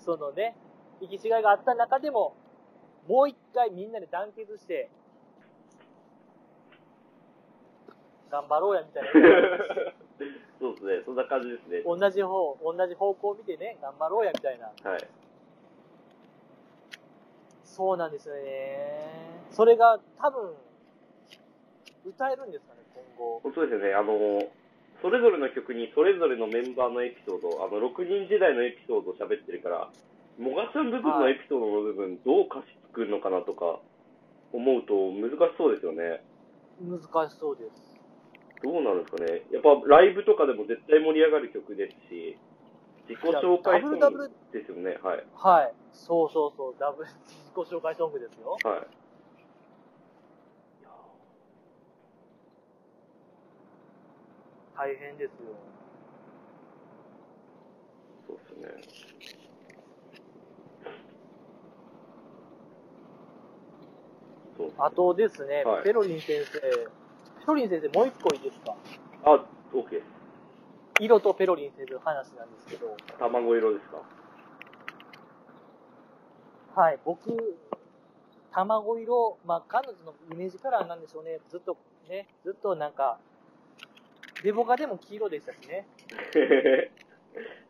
S2: そのね、行き違いがあった中でも、もう一回みんなで団結して、頑張ろうやみたい
S3: そうですね。そんな感じですね。
S2: な、同じ方、同じ方向を見てね、頑張ろうやみたいな。
S3: はい。
S2: そうなんですよね。それが多分、歌えるんですかね、今後。
S3: 本当ですよね。あの、それぞれの曲にそれぞれのメンバーのエピソード、あの、6人時代のエピソードを喋ってるから、もがちゃん部分のエピソードの部分、どう歌詞作るのかなとか、思うと難しそうですよね。
S2: 難しそうです。
S3: どうなんですかね。やっぱライブとかでも絶対盛り上がる曲ですし、自己紹介ソン
S2: ダブルダブ
S3: グ
S2: ル
S3: ですよね。はい。
S2: はい。そうそうそう、ダブル、自己紹介ソングですよ。
S3: はい。
S2: 大変ですよ。
S3: そうですよね。そうですね
S2: あとですね、
S3: はい
S2: ペロリン先生、ペロリン先生、もう一個いいですか
S3: あ、OK です。
S2: 色とペロリン先生の話なんですけど、
S3: 卵色ですか。
S2: はい、僕、卵色、まあ、彼女のイメージカラーなんでしょうね、ずっとね、ずっとなんか、デボカでも黄色でしたしね、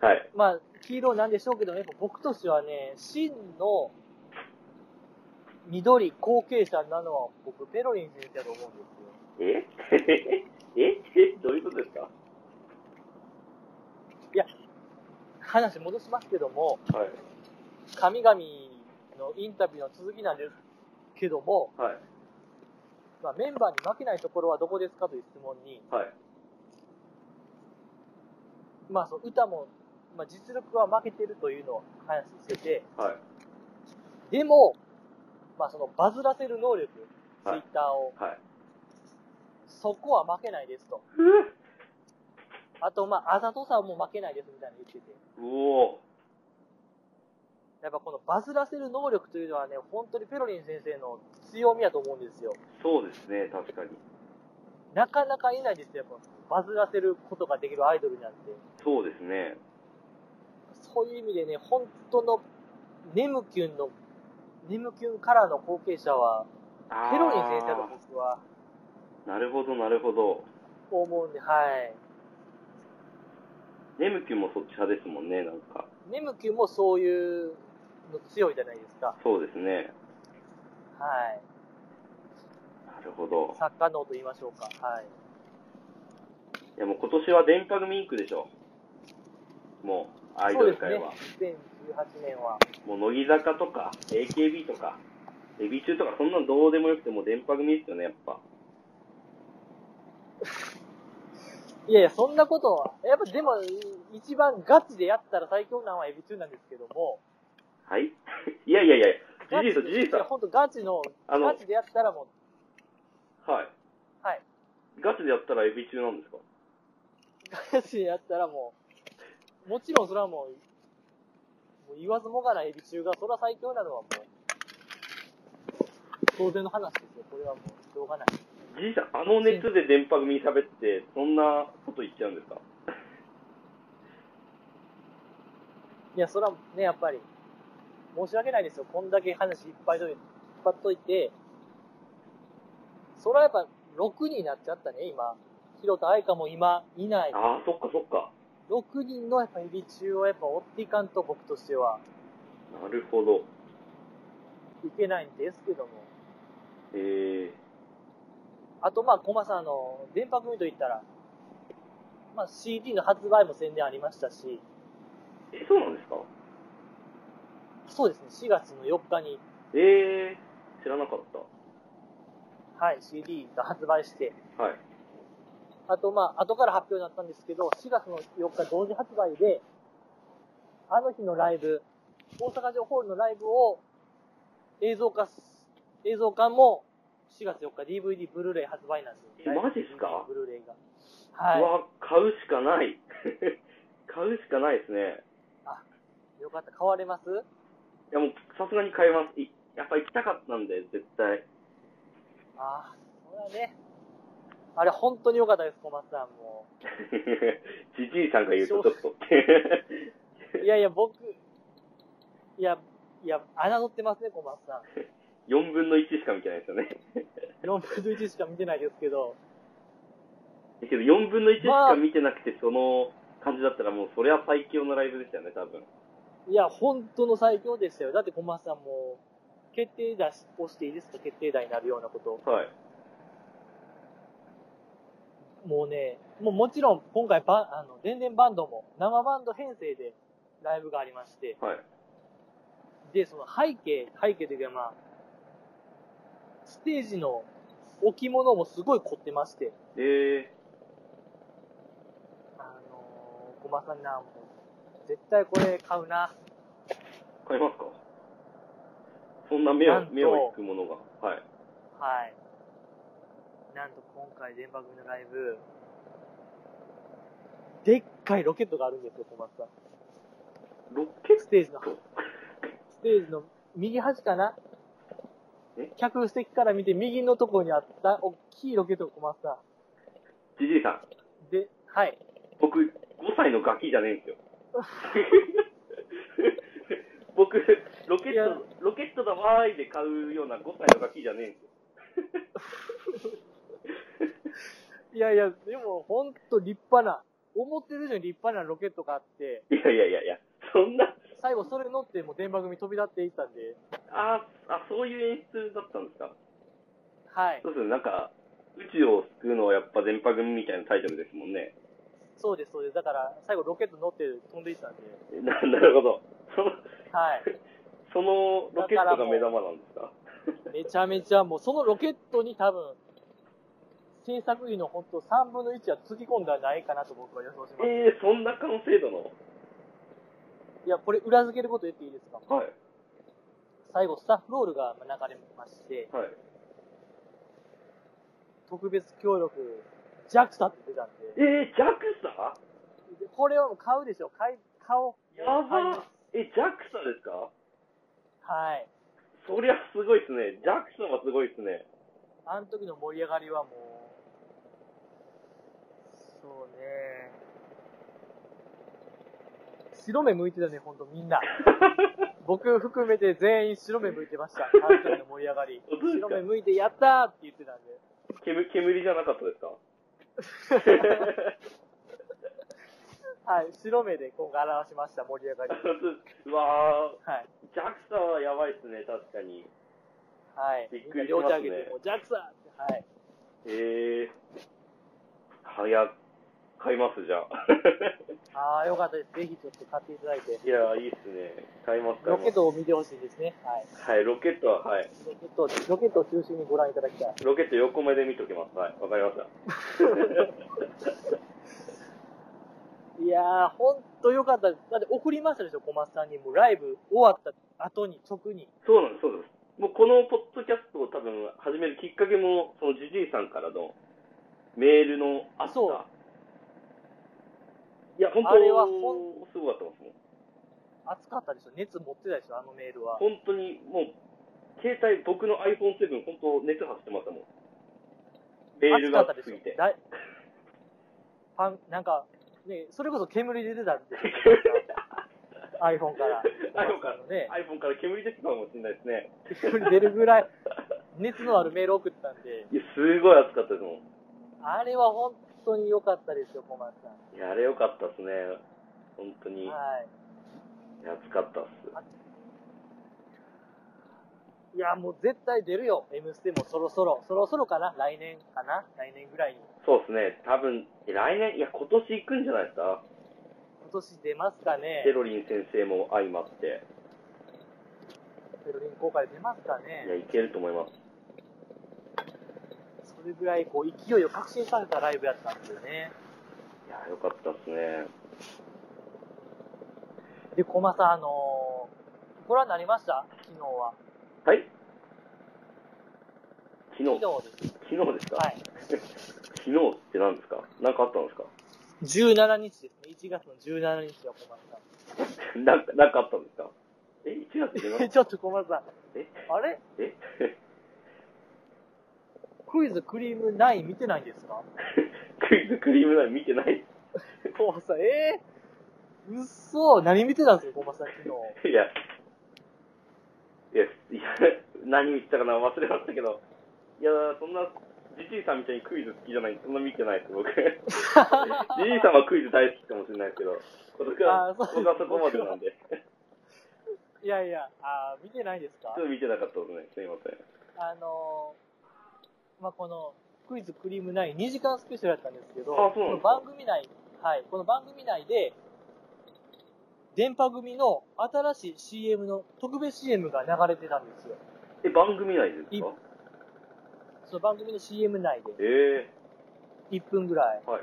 S3: はい。
S2: まあ、黄色なんでしょうけど、やっぱ僕としてはね、真の緑後継者なのは、僕、ペロリン先生だと思うんですよ。
S3: え え どういうことですか
S2: 話戻しますけども、
S3: はい。
S2: 神々のインタビューの続きなんですけども、
S3: はい。
S2: まあ、メンバーに負けないところはどこですかという質問に、
S3: はい。
S2: まあ、その歌も、まあ、実力は負けてるというのを話してて、
S3: はい。
S2: でも、まあ、そのバズらせる能力、ツイ
S3: はい
S2: ッターを、
S3: はい。
S2: そこは負けないですと。あと、まあ、あざとさも負けないですみたいなの言ってて。
S3: うお
S2: やっぱこのバズらせる能力というのはね、本当にペロリン先生の強みやと思うんですよ。
S3: そうですね、確かに。
S2: なかなかいないですよ、やっぱバズらせることができるアイドルなんて。
S3: そうですね。
S2: そういう意味でね、本当のネムキュンの、ネムキュンからの後継者は、
S3: あー
S2: ペロリン先生だと僕は
S3: なるほど、なるほど。
S2: 思うんで、はい。
S3: ネムキュンもそっち派ですもんね、なんか。
S2: ネムキュンもそういうの強いじゃないですか。
S3: そうですね。
S2: はい。
S3: なるほど。
S2: 作家能と言いましょうか。はい。
S3: いや、もう今年は電波組インクでしょ。もう、アイドル界は。
S2: そうですね。2018年は。
S3: もう、乃木坂とか、AKB とか、エビ中とか、そんなのどうでもよくて、もう電波組ですよね、やっぱ。
S2: いやいや、そんなことは。やっぱでも、一番ガチでやったら最強なんはエビチューンなんですけども。
S3: はい いやいやいや、
S2: ガチ
S3: じじいさん、じじい
S2: い
S3: さん
S2: や、。ほんとガチの、
S3: あの
S2: ガチでやったらもう、
S3: はい。
S2: はい。
S3: ガチでやったらエビ中なんですか
S2: やつやったらもう、もちろんそれはもう、もう言わずもがなエビ中が、それは最強なのはもう、当然の話ですよ。これはもう、しょうがない。
S3: じいさん、あの熱で電波組に喋って、そんなこと言っちゃうんですか
S2: いや、それはね、やっぱり、申し訳ないですよ。こんだけ話いっぱいとい、引っ張っといて、それはやっぱ6になっちゃったね、今。広田愛香も今、いない。
S3: ああ、そっかそっか。
S2: 6人のやっぱエビ中をやっぱ追っていかんと僕としては
S3: なるほど。
S2: いけないんですけども。
S3: ええ
S2: あとまあ、コマさんあの、電波組といったら、まあ CD の発売も宣伝ありましたし、
S3: え、そうなんですか
S2: そうですね、4月の4日に、
S3: ええ知らなかった。
S2: はい、CD が発売して、
S3: はい。
S2: あとまあ、後から発表になったんですけど、4月の4日同時発売で、あの日のライブ、大阪城ホールのライブを映像化す、映像化も4月4日 DVD ブルーレイ発売なんです
S3: え
S2: よ。
S3: マジっすか
S2: DVD ブルーレイが。は
S3: うわ、買うしかない。 買うしかないですね。
S2: い。よかった。買われます
S3: いや、もう、さすがに買います。いやっぱ行きたかったんで、絶対。
S2: ああ、それはね。あれ本当によかったです、小松さんも。
S3: じじいさんが言うとちょっと って。
S2: いやいや、僕、いや、いや、侮ってますね、小松さん。
S3: 4分の1しか見てないですよね。
S2: 4分の1しか見てないですけど。
S3: だけど、4分の1しか見てなくて、その感じだったら、もう、それは最強のライブでしたよね、多分。
S2: いや、本当の最強でしたよ。だって小松さんも、決定打し押していいですか決定打になるようなことを。
S3: はい。
S2: もうね、もうもちろん今回バン、あの、電電バンドも生バンド編成でライブがありまして、
S3: はい。
S2: で、その背景、背景というかまあ、ステージの置物もすごい凝ってまして、
S3: え
S2: あのー、小松さんな、もう、絶対これ買うな。
S3: ー、買いますかそんな目
S2: なん
S3: を、
S2: と
S3: 目を引くものが。はい。
S2: はい。なんと今回、電波組のライブ、でっかいロケットがあるんですよ、小松さん。
S3: ロケッ
S2: ステージの
S3: ト、
S2: ステージの右端かな
S3: え
S2: 客席から見て右のところにあった大きいロケットが小松さ
S3: じじいさん、
S2: ん。で、はい。
S3: 僕、5歳のガキじゃねえんで すよ。僕、ロケッ
S2: いや
S3: ト、ロケットだわーいで買うような5歳のガキじゃねえんですよ。
S2: いやいや、でもほんと立派な、思ってる以上に立派なロケットがあって、
S3: いやいやいやいや、そんな、
S2: 最後それ乗ってもう電波組飛び立っていったんで、
S3: あーあ、そういう演出だったんですか。
S2: はい
S3: そ。うですね、なんか、宇宙を救うのはやっぱ電波組みたいなタイトルですもんね。
S2: そうです、そうです。だから最後ロケット乗って飛んでいったんで、
S3: な なるほど。その、
S2: はい。
S3: そのロケットが目玉なんですか
S2: めちゃめちゃもうそのロケットに多分、制作費のほんと3分の1はつぎ込んだんじゃないかなと僕は予想します。
S3: ええー、そんな完成度の
S2: いや、これ裏付けること言っていいですか
S3: はい。
S2: 最後スタッフロールが流れまして、
S3: はい。
S2: 特別協力、JAXA って出たん
S3: え
S2: で、
S3: ー、JAXA?
S2: でこれはもう買うでしょ買い、買おう。
S3: や
S2: 買います
S3: ばえ、JAXA ですか
S2: はい。
S3: そりゃすごいですね。JAXA はすごいですね。
S2: あの時の盛り上がりはもう、そうね。白目向いてたね、ほんとみん な。僕含めて全員白目向いてました。あの時の盛り上が り。
S3: 本当ですか
S2: 白目向いてやったーって言ってたんで。
S3: 煙煙じゃなかった ですか
S2: はい、白目で今回表しました、盛り上がり。
S3: うわ
S2: はい。
S3: ー、JAXA はやばいですね、確かに。
S2: はい。
S3: びっ
S2: みん
S3: く
S2: な
S3: りしま
S2: 両
S3: す
S2: 手上
S3: ね
S2: げて、もう、ジャックさんってはい。
S3: ええー。早っ、買います、じゃあ。
S2: ああ、よかったです。ぜひちょっと買っていただいて。
S3: いやー、いいっすね。買います、買
S2: ロ
S3: い
S2: ケッ
S3: ます。
S2: トを見てほしいですね。はい。
S3: はい、ロケットは、はい。
S2: ロケットを、ロケットを中心にご覧いただきたい。
S3: ロケット横目で見ときます。はい、わかりました。
S2: いやー、ほんとよかったです。だって送りましたでしょ、小松さんに。もうライブ終わった後に、直に。
S3: そうなんです、そうです。もうこのポッドキャストを多分始めるきっかけも、そのじじいさんからのメールのあった
S2: そう
S3: いや、本当
S2: あれはほん
S3: すごかったですもん。
S2: 熱かったでしょ熱持ってたでしょあのメールは。
S3: 本当にもう、携帯、僕の iPhone7、本当熱発してましたもん。レール
S2: 熱か
S3: が
S2: ったで
S3: 熱す
S2: しょ
S3: ぎて。
S2: だいパン、なんか、ね、それこそ煙出てたん で iPhone から。
S3: iPhone から
S2: ね。
S3: iPhone から煙出てたかもしれないですね。
S2: 煙出るぐらい、熱のあるメール送ったんで、
S3: いや、すごい熱かったですもん。
S2: あれは本当に良かったですよ、小松さん。
S3: いや、あれ良かったですね。本当に
S2: はい。
S3: 熱かったっす。
S2: いや、もう絶対出るよ。M ステもそろそろ、そろそろかな来年かな来年ぐらいに。
S3: そうですね。多分、え来年、いや、今年行くんじゃないですか。
S2: 今年出ますかね
S3: セロリン先生も相まって。
S2: ペロリン公開出ますか
S3: いや、
S2: ね
S3: いけると思います。
S2: それぐらいこう勢いを確信させたライブやったんですよね。
S3: いや、良かったっすね。
S2: で、コマさん、あのーご覧になりました昨日は。
S3: はい昨日、
S2: 昨日です。
S3: 昨日ですか、
S2: はい。
S3: 昨日って何ですか何かあったんですか
S2: 17日ですね。1月の17日はコマ
S3: なんか、なんかあったんですかえ ?1 月
S2: さん。
S3: 17日
S2: ちょっとコマさん。
S3: え
S2: あれ
S3: え
S2: クイズクリーム9見てないんですか
S3: クイズクリームナイン見てない
S2: コマさん、えぇ、うっそ何見てたんですかコマさん昨日。
S3: いや、いや、いや、何言ったかな忘れましたけど、いや、そんな、じじいさんみたいにクイズ好きじゃない、そんな見てないです、僕。 じじいさんはクイズ大好きかもしれないですけど、僕は、
S2: あそう
S3: 僕はそこまでなんで、 ち
S2: いやいや、あー見てないですか
S3: ょっと見てなかったですね、すいません。
S2: あのーまあ、この、クイズクリーム9、2時間スペシャルだったんですけど、
S3: あそ
S2: こ
S3: うなん
S2: の
S3: ですか
S2: 番組内、はい、この番組内で、電波組の新しい CM の特別 CM が流れてたんですよ。
S3: え、番組内ですか
S2: その番組の CM 内で、
S3: え
S2: 1分ぐらい
S3: え。はい。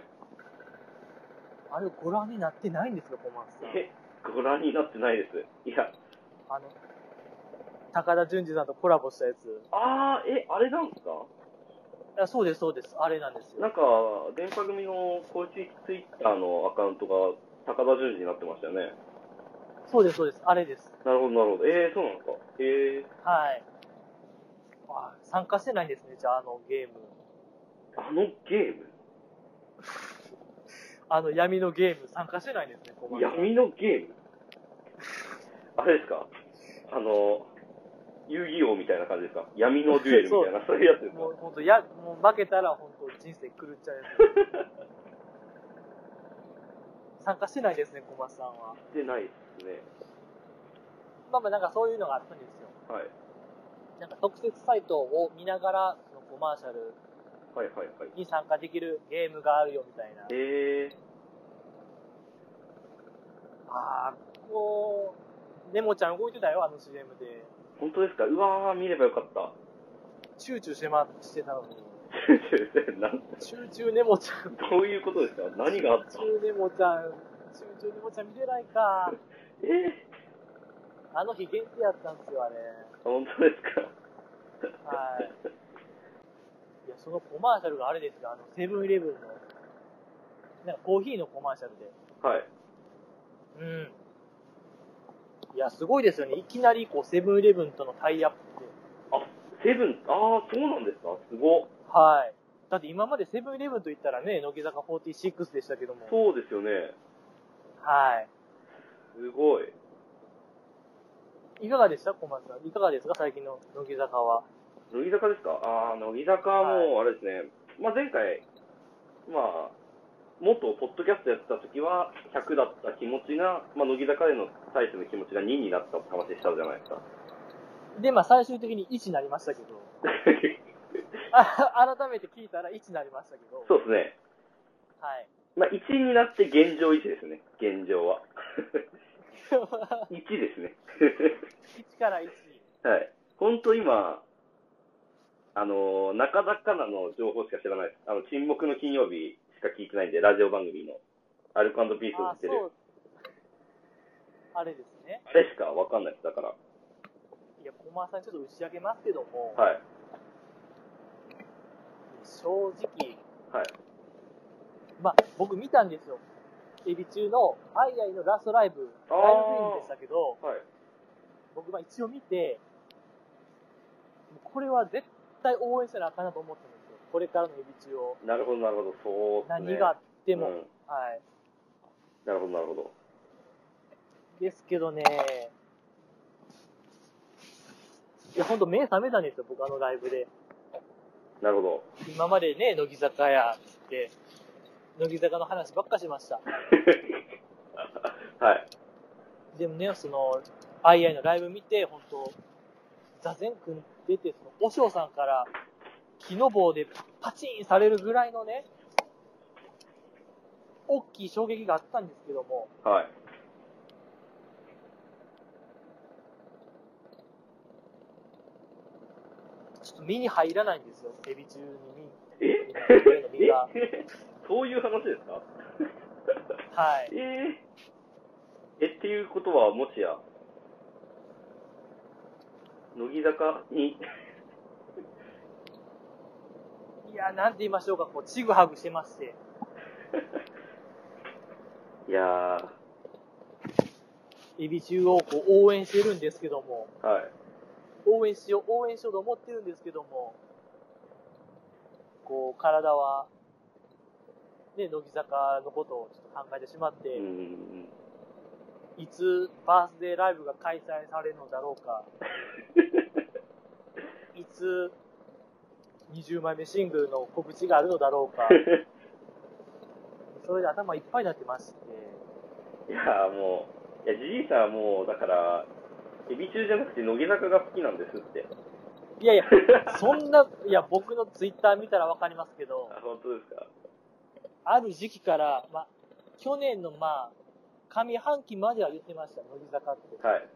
S2: あれをご覧になってないんですか、小松さん。
S3: え、ご覧になってないです。いや、
S2: あの、高田純次さんとコラボしたやつ。
S3: あー、え、あれなんですか
S2: あそうです、そうです。あれなんですよ。
S3: なんか、電波組の公式ツイッターのアカウントが高田純次になってましたよね。
S2: そうです、そうです。あれです。
S3: なるほど、なるほど。えー、そうなんですか。えー、
S2: はい。あ参加してないんですね、じゃあ、あのゲーム。
S3: あのゲーム
S2: あの闇のゲーム参加してないんですね、小松さん
S3: 闇のゲームあれですかあの、遊戯王みたいな感じですか闇のデュエルみたいな、 そういうやつですか
S2: もう本当や、もう負けたら本当人生狂っちゃうや つ。参加してないですね、小松さんは。
S3: してないですね。
S2: まあまあなんかそういうのがあったんですよ。
S3: はい。
S2: なんか特設サイトを見ながら、そのコマーシャル
S3: はいはいはい。
S2: に参加できるゲームがあるよみたいな。
S3: え
S2: ああ、こう、ネモちゃん動いてたよ、あの CM で。
S3: ー、本当ですかうわー、見ればよかった。
S2: チューチューしてま、してたのに。
S3: なん
S2: チューチューネモちゃん。
S3: どういうことですか何があった
S2: チューチューネモちゃん。チューチューネモちゃん見てないか。
S3: えー、
S2: あの日元気やったんですよ、あれ。
S3: 本当ですか
S2: はい。いや、そのコマーシャルがあれですよ、あの、セブンイレブンの、なんかコーヒーのコマーシャルで。
S3: はい。
S2: うん。いや、すごいですよね。いきなり、こう、セブンイレブンとのタイアップって。
S3: あ、セブン、あー、そうなんですかすごっ。
S2: はい。だって今までセブンイレブンと言ったらね、乃木坂46でしたけども。
S3: そうですよね。
S2: は
S3: すごい。
S2: い。いかがでした小松さん。いかがですか最近の乃木坂は。
S3: 乃木坂ですかああ、乃木坂はもう、あれですね、まあ前回、まあ、元ポッドキャストやってた時は、100だった気持ちが、まあ乃木坂への対しての気持ちが2になったって話したじゃないです か。
S2: で、まあ、最終的に1になりましたけど。あ改めて聞いたら1になりましたけど。
S3: そうですね。
S2: はい。
S3: まあ1になって現状維持ですね、現状は。1ですね。
S2: 1から1。
S3: はい。本当今、あのー中田香菜の情報しか知らないです。あの、沈黙の金曜日しか聞いてないんで、ラジオ番組の、アルコピースを
S2: あ
S3: 知っ、て
S2: そ
S3: る。
S2: う。あれですね。
S3: あれしかわかんないです、だから。
S2: いや、駒さんちょっと打ち上げますけども、
S3: はい。
S2: 正直、
S3: はい。
S2: まあ、僕見たんですよ。エビ中の、アイアイのラストライブ、
S3: あ
S2: ラ
S3: ー
S2: イブビューイングでしたけど、
S3: はい。
S2: 僕は一応見て、これは絶対応援せなあかんなと思ったんですよ。これからのエビ中を。
S3: なるほど、なるほど。そうっすね。
S2: 何があっても、
S3: うん
S2: はい。
S3: なるほど、なるほど。
S2: ですけどね、いや、ほんと目覚めたんですよ、僕あのライブで。
S3: なるほど。
S2: 今までね、乃木坂やって、乃木坂の話ばっかしました。
S3: はい。
S2: でもね、その、アイアイのライブ見て、本当座禅組んでて、その、おしょうさんから、木の棒でパチンされるぐらいのね、大きい衝撃があったんですけども、
S3: はい。
S2: ちょっと身に入らないんですよ、エビ中に
S3: え
S2: みんな
S3: えそういう話ですか
S2: はい
S3: え。ー、え、っていうことは、もしや、乃木坂に、
S2: いや、なんて言いましょうか、こう、ちぐはぐしてまして、
S3: いやー、は
S2: エビ中をこう応援してるんですけども、
S3: い。
S2: 応援しよう、応援しようと思ってるんですけども、こう、体は、ね、乃木坂のことをちょっと考えてしまって、
S3: うーん。
S2: いつバースデーライブが開催されるのだろう か、いつ20枚目シングルの告知があるのだろう か、それで頭いっぱいになってまして、
S3: いやー、もう、いや、じじいさんはもう、だから、エビ中じゃなくて、乃木坂が好きなんですって。
S2: いやいや、そんな、いや、僕のツイッター見たらわかりますけど、
S3: あ、本当ですか
S2: ある時期から、まあ、去年のまあ、上半期までは言ってました、乃木坂って。
S3: はい。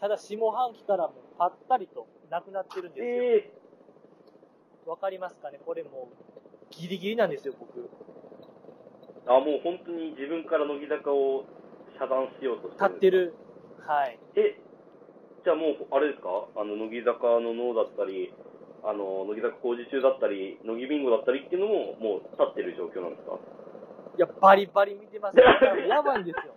S2: ただ下半期からもうぱったりとなくなってるんですよ。
S3: え
S2: わ、かりますかねこれもう、ギリギリなんですよ、僕。
S3: ー、あ、もう本当に自分から乃木坂を遮断しようとして
S2: 立って。る。はい。
S3: え、じゃあもう、あれですかあの、乃木坂の脳だったり、あの、乃木坂工事中だったり、乃木ビンゴだったりっていうのも、もう立ってる状況なんですか
S2: いや、バリバリ見てますよ。だからやばいんですよ。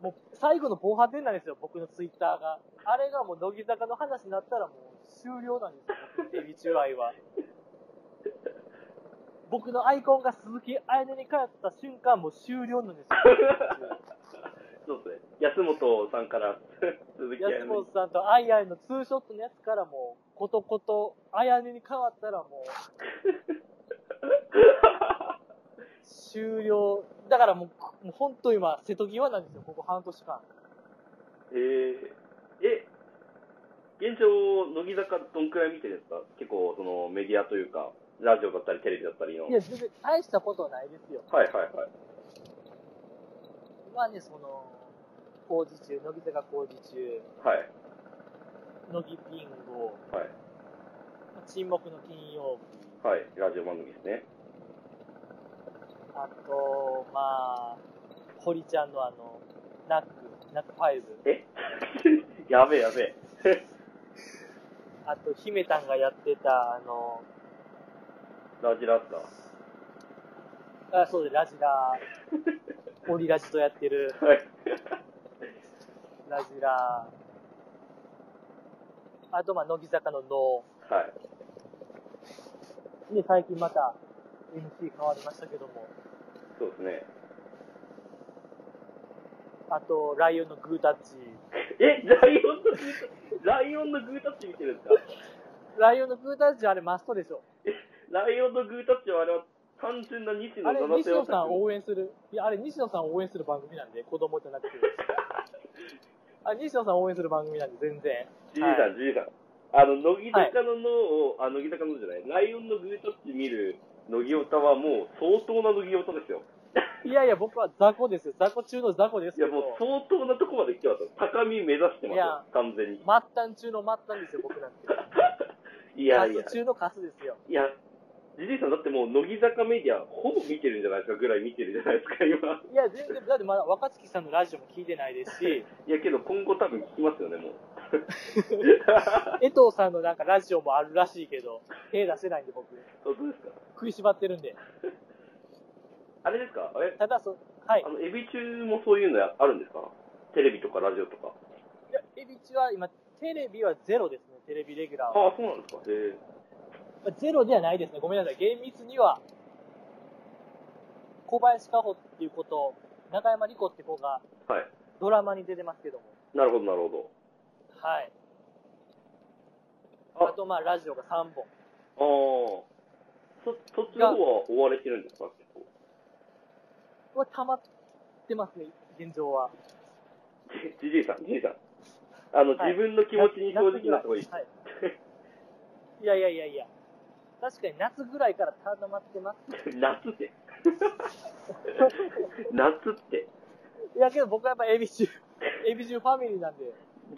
S2: もう、最後の防波堤なんですよ、僕のツイッターが。あれがもう、乃木坂の話になったらもう、終了なんですよ、僕のデビ中愛は。僕のアイコンが鈴木彩音に変わった瞬間、もう終了なんですよ。
S3: そうですね。安本さんから、 鈴木彩
S2: 安
S3: 音
S2: 本さんとアイアイのツーショットのやつからもう、ことこと、あやねに変わったらもう、終了。だからもう、もう本当今、瀬戸際なんですよ、ここ半年間。
S3: えー、え、現状、乃木坂どんくらい見てるんですか結構、そのメディアというか、ラジオだったり、テレビだったり
S2: い
S3: の。はい
S2: や、全然大したことはないですよ。
S3: はいはい。
S2: まあね、その、工事中、乃木坂工事中、
S3: はい。
S2: 乃木ピンゴ、
S3: はい。
S2: 沈黙の金曜日、
S3: はい。ラジオ番組ですね。
S2: あと、まあ、堀ちゃんのあの、ナック、ナックファイブ、
S3: えやべえやべえ。
S2: あと、姫たんがやってた、あの、
S3: ラジラスタ
S2: あ、そうです、ラジラ、オリラジとやってる、
S3: ー。はい。
S2: ラジラ、あと、まあ、乃木坂のノ
S3: はい。
S2: ー。で、最近また、MC 変わりましたけども、
S3: そうですね。
S2: あと、ライオンのグータッチ、
S3: え、ライオンのグータッチ、ライオンのグータッチ見てるんですか
S2: ライオンのグータッチあれマストでしょ。
S3: ライオンのグータッチはあれは単純な西
S2: あ
S3: 野
S2: れ、
S3: 七
S2: 西
S3: 瀬オ
S2: 野さ
S3: タ
S2: ん
S3: ク。
S2: 応援する。いや、あれ、西野さんを応援する番組なんで、子供じゃな くて。あれ、西野さんを応援する番組なんで、全然。
S3: じいさん、じいさん。あの、乃木坂の脳を、あ、乃木坂のじゃない、ライオンのグータッチ見る乃木オタはもう相当な乃木オタですよ。
S2: いやいや、僕は雑魚ですよ。雑魚中の雑魚です
S3: い
S2: けど
S3: や、。もう相当なとこまで来てますよ。高み目指してます
S2: いや
S3: よ、完全に。
S2: 末端中の末端ですよ、僕なんて。
S3: い
S2: い
S3: やいや
S2: カス、中のカスですよ。
S3: いや、じじいさんだってもう乃木坂メディアほぼ見てるんじゃないですかぐらい見てるじゃないですか、今。
S2: いや、全然、だってまだ若槻さんのラジオも聞いてないです し、
S3: いや、けど今後多分聞きますよね、もう。
S2: 江藤さんのなんかラジオもあるらしいけど、手出せないんで僕、
S3: 本当ですか
S2: 食いしばってるんで。
S3: あれですかあれ
S2: ただそ、はい
S3: あ。の、エビ中もそういうのやあるんですかテレビとかラジオとか。
S2: いや、エビチは今、テレビはゼロですね、テレビレギュラーは。
S3: ああ、そうなんですか。え
S2: まあゼロではないですね。ごめんなさい。厳密には、小林かほっていう子と、中山莉子って子が、
S3: えはい。
S2: ドラマに出てますけども。
S3: なるほど、なるほ
S2: はい。
S3: ど。あ、
S2: あと、まあ、ラジオが3本。
S3: あーそ、そっちの方は追われてるんですか結構。
S2: は溜まってますね、現状は。
S3: じじいさん、じじいさん。あの、
S2: はい
S3: 自分の気持ちに正直なとこいい。
S2: はい。いやいやいやいや。確かに夏ぐらいから溜まってます。
S3: 夏 って。夏って。
S2: いや、けど僕はやっぱエビ 中、エビ中ファミリーなんで。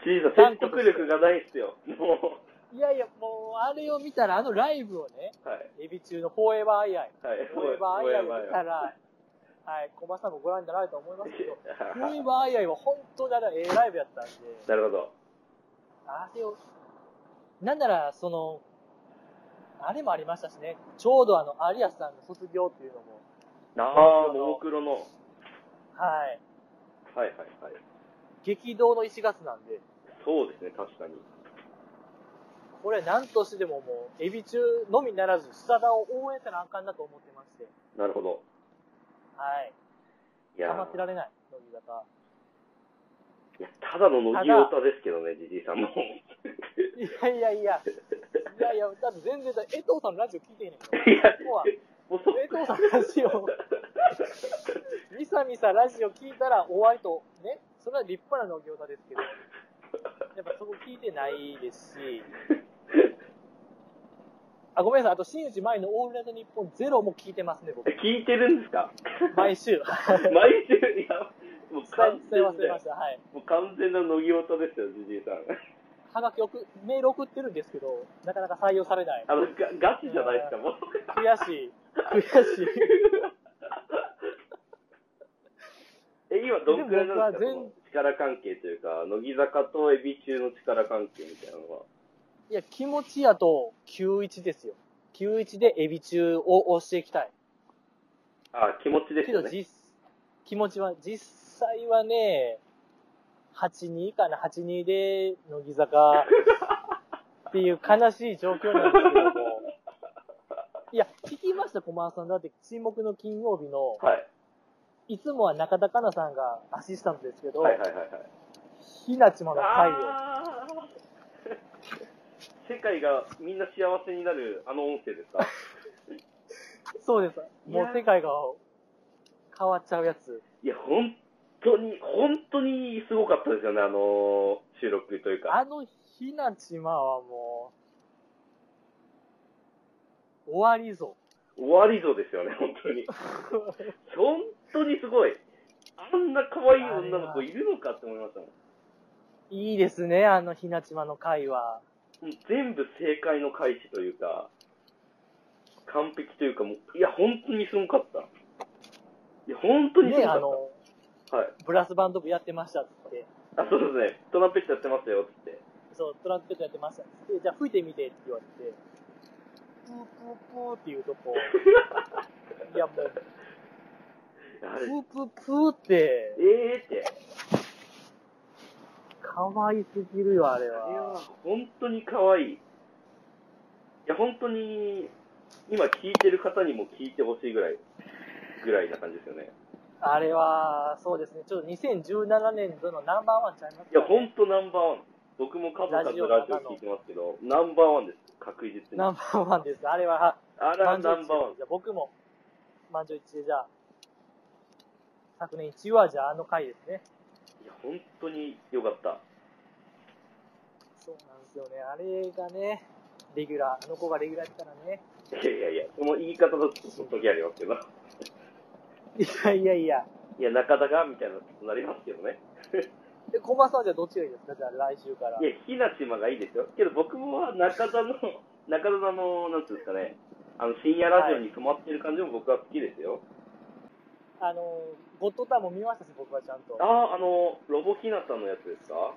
S3: じいさん、説得力がないっすよ。も
S2: いやいや、もう、あれを見たら、あのライブをね、
S3: う。はい。
S2: エビ中のフォーエバーアイアイ。
S3: はい。
S2: フォーエバーアイアイを見た
S3: い。
S2: ら、はい、コバさんもご覧になられたと思 いますけど、フォーエバーアイアイは本当にあれはええライブやったんで、
S3: なるほど。
S2: あれを、なんなら、その、あれもありましたしね、ちょうどあの、有安さんの卒業っていうのも、
S3: ああ、ももクロの。はい
S2: はい、
S3: はいはい。
S2: 激動の1月なんで、
S3: そうですね、確かに。
S2: これは何としてでももう、エビ中のみならず、スタダを応援せなあかんなと思ってまして、
S3: なるほど。
S2: はい、
S3: いや
S2: 溜
S3: ー
S2: まってられない、乃木坂。
S3: いやただの乃木オタですけどね、じじいさんも。
S2: いやいやいや、いやいや、だって全然だ、江藤さんのラジオ聞いてへんねんから。
S3: いや
S2: ここは
S3: もうそ
S2: 江藤さんのラジオ、みさみさラジオ聞いたら終わりと、ね、それは立派なの餃子ですけど、やっぱそこ聞いてないですし、あ、ごめんなさい、あと、新内前のオールナイトニッポンゼロも聞いてますね、僕。
S3: 聞いてるんです か
S2: 毎週。
S3: 毎週、いや、もう完
S2: すい
S3: 全
S2: ません、忘れ
S3: な
S2: ました。はい。
S3: もう完全な乃木オタですよ、じじいさん。
S2: はがき送、メール送ってるんですけど、なかなか採用されない。
S3: あの、ガガチじゃないですか、もう。
S2: 悔しい。悔しい。
S3: え、今どんくらいなんですか
S2: でも僕は全
S3: その力関係というか、乃木坂とエビ中の力関係みたいなのは。
S2: いや、気持ちやと91ですよ。91でエビ中を押していきたい。
S3: あ、気持ちです
S2: け
S3: よ
S2: ど
S3: ね。
S2: 実、気持ちは、実際はね、82かな、82で乃木坂っていう悲しい状況なんですけども。いや、聞きました、小松さん。だって、沈黙の金曜日の、
S3: はい。
S2: いつもは中田香奈さんがアシスタントですけど、
S3: はいはいはいはい。
S2: ひなちまの太陽。
S3: あー世界がみんな幸せになるあの音声ですか
S2: そうです。もう世界が変わっちゃうやつ。
S3: いや、本当に、本当にすごかったですよね、あの収録というか。
S2: あのひなちまはもう、終わりぞ。
S3: 終わりぞですよね、本当に。本当にすごい。あんな可愛い女の子いるのかって思いましたもん。
S2: いいですね、あのひなちまの回は。
S3: もう全部正解の開始というか、完璧というか、もう、いや、本当にすごかった。いや、本当にすご
S2: ね、
S3: か
S2: あ
S3: った。
S2: の、
S3: はい。
S2: ブラスバンド部やってましたっつって。
S3: あ、そうですね。トランペットやってますよ、つって。
S2: そう、トランペットやってましたっつって。じゃあ吹いてみてって言われて、プープープーっていうとこ。 いや、もう、
S3: あ
S2: プ
S3: れ
S2: ープープーって、
S3: ええって。
S2: 可愛すぎるよ、あれ
S3: いや
S2: は。、
S3: 本当に可愛い。いや、本当に、今聞いてる方にも聞いてほしいぐらい、ぐらいな感じですよね。
S2: あれは、そうですね、ちょっと2017年度のナンバーワンちゃいます
S3: いや、
S2: か、ね。
S3: 本当ナンバーワン。僕も数々ラジオ聞いてますけど、ナンバーワンです。確実に。
S2: ナ
S3: あ
S2: ンバーワンです。あれは、
S3: ら、
S2: 満
S3: ナン
S2: 場
S3: バーワ
S2: 一致
S3: ン
S2: で。じゃあ僕も、満場一致で、じゃあ、昨年1話じゃああの回ですね。
S3: いや、本当に良かった。
S2: そうなんですよね。あれがね、レギュラー、あの子がレギュラーやったらね。
S3: いやいやいや、その言い方だとちょっと時ありますけど。い
S2: いやいやいや。
S3: や、中田が、みたいなことになりますけどね。
S2: で、コバさんはじゃあどっちがいいですかじゃあ来週から
S3: い。や、ひなちまがいいですよ。けど僕は中田の、 中田の、なんていうんですかね、あの、深夜ラジオに泊まってる感じも僕は好きですよ。
S2: あの、ゴッドタンも見ましたし、僕はちゃんと。
S3: ああ、あの、ロボひなたのやつですか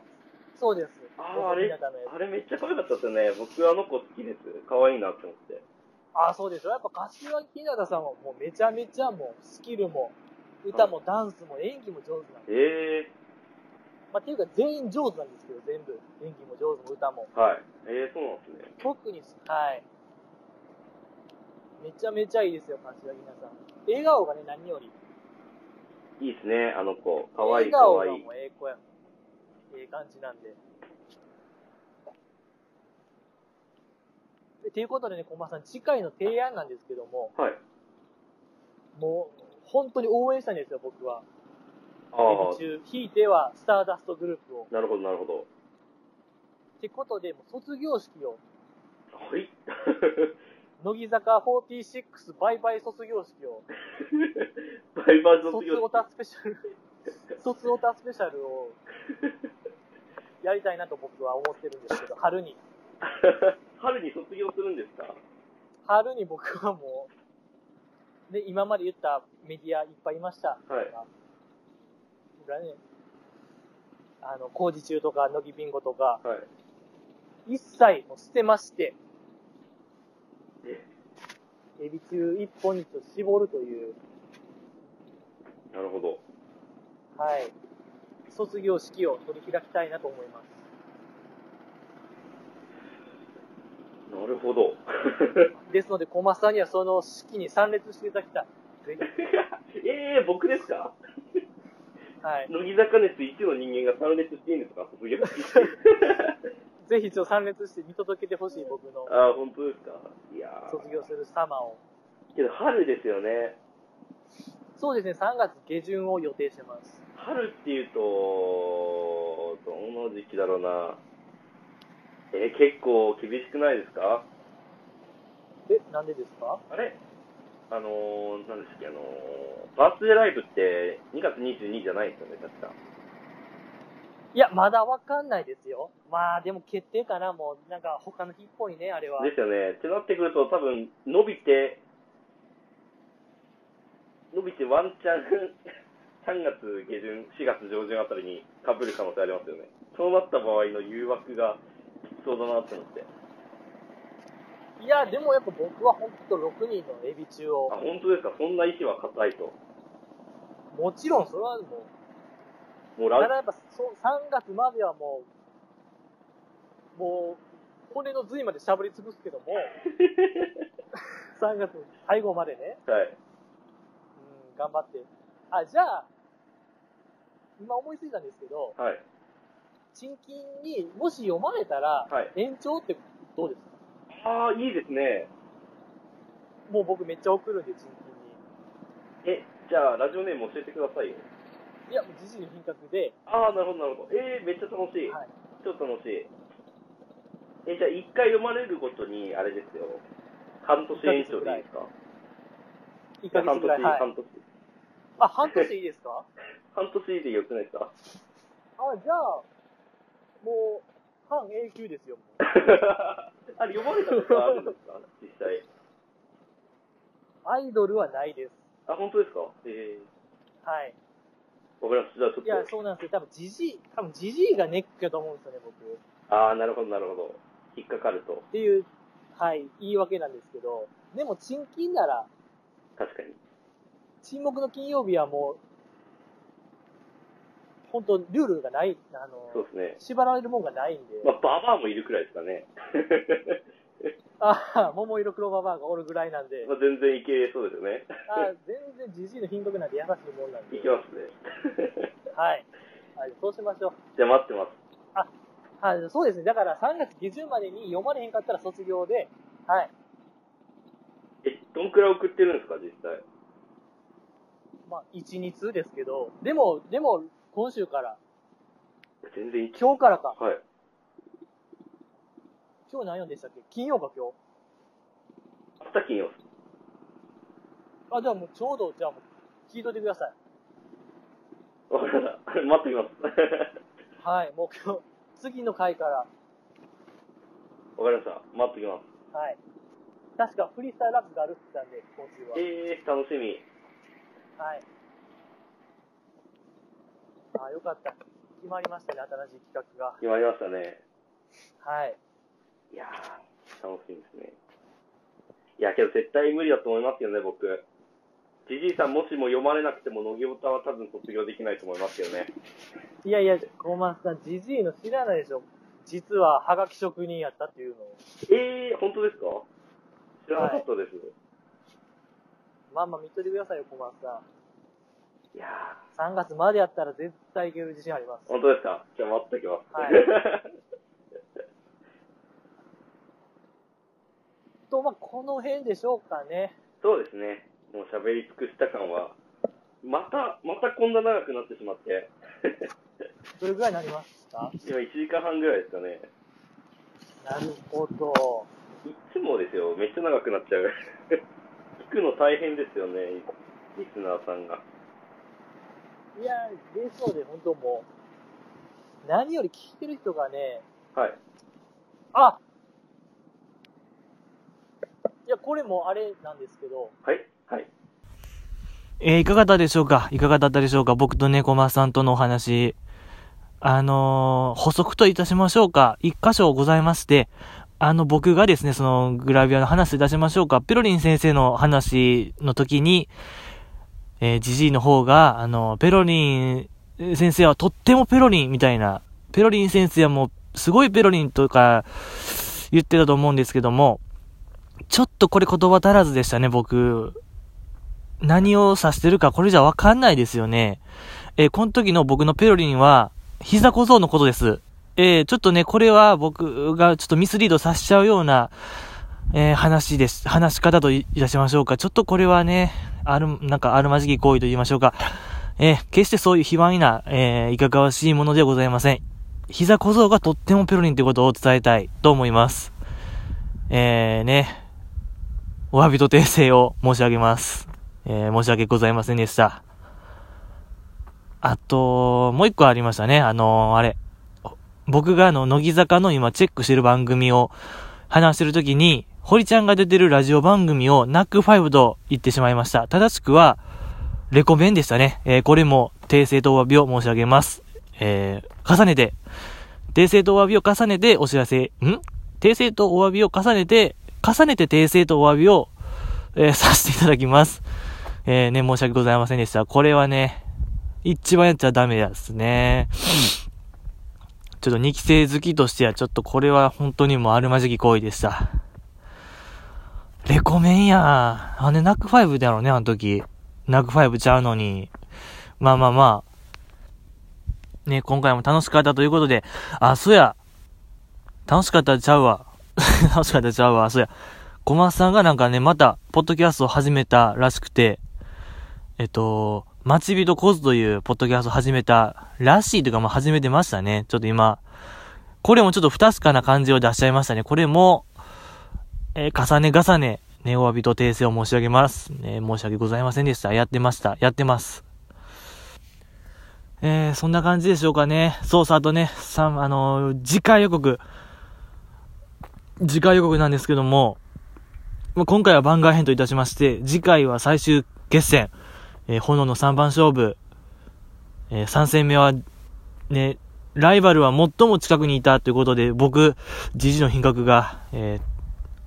S2: そうです。
S3: あーあれ
S2: ゴッドタンのやつ
S3: あれめっちゃ可愛かったですよね。僕あの子好きです。可愛いなって思って。
S2: あああ、そうでしょ。やっぱ柏木ひなたさんはもうめちゃめちゃもうスキルも、歌もダンスも演技も上手なんで、
S3: ええ
S2: まあ、っていうか全員上手なんですけど、全部。演技も上手も歌も。
S3: はい。ええそうなんですね。
S2: 特に、はい。めちゃめちゃいいですよ、柏木ひなたさん。笑顔がね、何より。
S3: いいですね、あの子。かわい
S2: 笑
S3: い、か
S2: 顔
S3: わ
S2: が
S3: いい
S2: も。うええ子や。ええ感じなんで。っていうことでね、駒さん、次回の提案なんですけども、
S3: はい。
S2: もう、本当に応援したいんですよ、僕は。
S3: あ
S2: デビュー
S3: あ、
S2: 中、ひいては、スターダストグループを。
S3: なるほど、なるほど。
S2: ってことで、もう卒業式を、
S3: はい。
S2: 乃木坂46バイバイ卒業式を、
S3: バイバー卒
S2: 卒
S3: 業
S2: オタスペシャル、卒オタスペシャルを、やりたいなと僕は思ってるんですけど、春に。
S3: 春に卒業するんですか
S2: 春に僕はもう、ね、今まで言ったメディアいっぱいいました。
S3: はい。
S2: 僕はね、あの、工事中とか、乃木ビンゴとか、
S3: はい。
S2: 一切もう捨てまして、
S3: え
S2: エビ中一本に絞るという、
S3: なるほど。
S2: はい、卒業式を取り開きたいなと思います。
S3: なるほど。
S2: ですので、小松さんにはその式に参列していただきたい。ぜ
S3: ええ僕ですか
S2: ひ、はい。
S3: 乃木坂熱一の人間が参列していいんですか卒業式
S2: ぜひ一応参列して見届けてほしい僕の
S3: ああ、本当ですかいやー
S2: 卒業する様を。
S3: けど春ですよね。
S2: そうですね、3月下旬を予定してます。
S3: 春っていうと、どの時期だろうな。えー結構厳しくないですか
S2: え、なんでですか
S3: あれあのー、なんですっけ、あのー、バースデーライブって2月22じゃないですよね、確か。
S2: いや、まだわかんないですよ。まあ、でも決定かな、もう、なんか他の日っぽいね、あれは。
S3: ですよね。ってなってくると、多分伸びて、伸びてワンチャン、3月下旬、4月上旬あたりにかぶる可能性ありますよね。そうなった場合の誘惑がきそうだなって思って。
S2: いや、でもやっぱ僕は本当6人のエビ中
S3: あ、
S2: を、
S3: 本当ですか、そんな意志は固いと。
S2: もちろんそれはもう、
S3: もう
S2: た
S3: ラ
S2: だやっぱそう3月まではもう、もう、骨の髄までしゃぶり尽くすけ ども、3月最後までね、
S3: はい。
S2: うん、頑張って。あ、じゃあ、今思いついたんですけど、
S3: はい。
S2: 賃金にもし読まれたら、
S3: はい。
S2: 延長ってどうですか
S3: ああ、いいですね。
S2: もう僕めっちゃ送るんで、賃金
S3: え、じゃあ、ラジオネーム教えてくださいよ。
S2: に。いや、もう自身の品格で、
S3: ああ、なるほど、なるほど。えー、めっちゃ楽しい。
S2: はい
S3: 超楽しい。え、じゃあ、一回読まれるごとに、あれですよ。半年延長でいいですか
S2: 1ヶ月ぐらい。はい、
S3: 半年、
S2: あ、半年いいですか
S3: 半年。半年でよくないで すか
S2: あ、じゃあ、もう、半永久ですよ、もう
S3: あれ、読まれたことあるんですか実際。
S2: アイドルはないです。
S3: あ、本当ですかええ
S2: はい。
S3: わかりました。じゃあ、ちょっ
S2: いや、
S3: と。
S2: そうなんですよ。多分、じじい、多分、じじいがネックだと思うんですよね、僕。っ
S3: ああ、なるほど、なるほど。引っかかると。
S2: ていう、はい、言い訳なんですけど、でも、賃金なら、
S3: 確かに。
S2: 沈黙の金曜日はもう、本当ルールがない、あ
S3: そ
S2: の、
S3: うですね。
S2: 縛られるもんがないんで、
S3: まあ、ババアもいるくらいですかね。
S2: ああ、桃色黒ババアがおるぐらいなんで、
S3: まあ、全然いけそうです よね。
S2: あ全然じじいの品格なんて優しいもんなんで
S3: い、けますね。
S2: はい。はい、そうしましょう。
S3: じゃあ、待ってます。
S2: はい、そうですね。だから3月下旬までに読まれへんかったら卒業で、はい。
S3: え、どんくらい送ってるんですか、実際。
S2: まあ、1、2通ですけど、でも、でも、今週から、
S3: 全然いけ
S2: 今日からか。
S3: はい。
S2: 今日何曜でしたっけ金曜か今
S3: 明日金曜。
S2: 日。あ、じゃあもうちょうど、じゃあもう、聞いといてください。
S3: わかりました。 待ってみます。わ
S2: はい、もう今日、次の回から、
S3: かりました。待ってきます。
S2: はい。確かフリースタイルラップがあるって言ってたんで、今週は。
S3: えー、楽しみ。
S2: はい。あーよかった。決まりましたね、新しい企画が。
S3: 決まりましたね。
S2: はい。
S3: いやー、楽しみですね。いや、けど絶対無理だと思いますよね、僕。じじいさん、もしも読まれなくても、乃木オタは多分卒業できないと思いますけどね。
S4: いやいや、コマンさん、ジジイの知らないでしょ。実は、はがき職人やったっていうのを。
S3: えー、本当ですか知らなかったです。
S4: まんま見といてくださいよ、コマンさん。
S3: い、や
S4: 3月までやったら絶対いける自信あります
S3: ー、。本当ですかじゃあ待っておきます。
S4: は
S3: は
S4: と、まあ、この辺でしょうかね。
S3: そうですね。もう喋り尽くした感は、また、またこんな長くなってしまって。
S4: どれぐらいになりました
S3: 今1時間半ぐらいですかね。
S4: なるほど。
S3: いつもですよ、めっちゃ長くなっちゃう。 聞くの大変ですよね、リスナーさんが。
S4: いや、ですので、本当もう、何より聞いてる人がね、
S3: はい。
S4: あいや、これもあれなんですけど、
S3: はいはい。
S2: えーいかがだったでしょうかいかがだったでしょうか僕と猫間さんとのお話。あのー補足といたしましょうか。一箇所ございまして、あの、僕がですね、その、グラビアの話いたしましょうか。ペロリン先生の話の時に、えー、ジジイの方が、あの、ペロリン先生はとってもペロリンみたいな、ペロリン先生はもう、すごいペロリンとか、言ってたと思うんですけども、ちょっとこれ言葉足らずでしたね、僕。何を指してるかこれじゃわかんないですよね。えーこの時の僕のペロリンは、膝小僧のことです。えーちょっとね、これは僕がちょっとミスリードさせちゃうような、えー話です、話し方といいたしましょうか。ちょっとこれはね、ある、なんかあるまじき行為と言いましょうか。えー決してそういう卑猥な、えーいかがわしいものではございません。膝小僧がとってもペロリンということを伝えたいと思います。えー、ね、お詫びと訂正を申し上げます。えー申し訳ございませんでした。あと、もう一個ありましたね。あのーあれ。僕があの、乃木坂の今チェックしてる番組を話してる時に、堀ちゃんが出てるラジオ番組をナック5と言ってしまいました。正しくは、レコメンでしたね。えーこれも訂正とお詫びを申し上げます。えー重ねて、訂正とお詫びを重ねてお知らせ、ん訂正とお詫びを重ねて、重ねて訂正とお詫びを、えー させていただきます。えーね、申し訳ございませんでした。これはね、一番やっちゃダメですね。ちょっと2期生好きとしては、ちょっとこれは本当にもうあるまじき行為でした。レコメンや。あれ、ナックファイブだろうね、あの時。ナックファイブちゃうのに。まあまあまあ。ね、今回も楽しかったということで、あ、そうや。楽しかったちゃうわ。 楽しかったちゃうわ、そうや。小松さんがなんかね、また、ポッドキャストを始めたらしくて、えっと、待ち人コズというポッドキャストを始めたらしいというか、まあ、始めてましたね。ちょっと今、これもちょっと不確かな感じを出しちゃいましたね。これも、えー重ね重ね、ね、お詫びと訂正を申し上げます。ね、申し訳ございませんでした。やってました。やってます。えー、そんな感じでしょうかね。そうさ、あとね、さん、あのー次回予告。次回予告なんですけども、まあ今回は番外編といたしまして、次回は最終決戦。えー炎の3番勝負、え3戦目は、ね、ライバルは最も近くにいたということで、僕、ジジの品格が、えー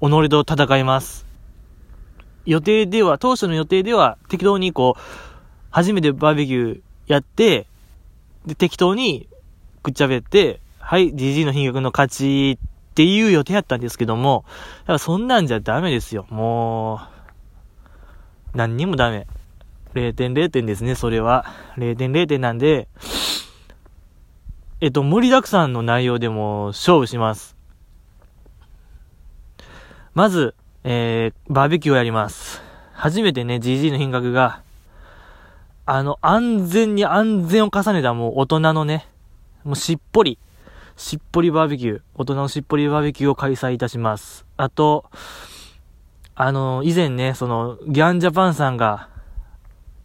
S2: 己と戦います。予定では、当初の予定では、適当にこう、初めてバーベキューやって、で、適当にくっちゃべって、はい、ジジの品格の勝ちっていう予定やったんですけども、やっぱそんなんじゃダメですよ。もう、何にもダメ。0点0点ですね、それは。0点0点なんで、えっと、盛りだくさんの内容でも勝負します。まず、えー、バーベキューをやります。初めてね、GG の品格が、あの、安全に安全を重ねたもう大人のね、もうしっぽり、しっぽりバーベキュー、大人のしっぽりバーベキューを開催いたします。あと、あの、以前ね、その、ギャンジャパンさんが、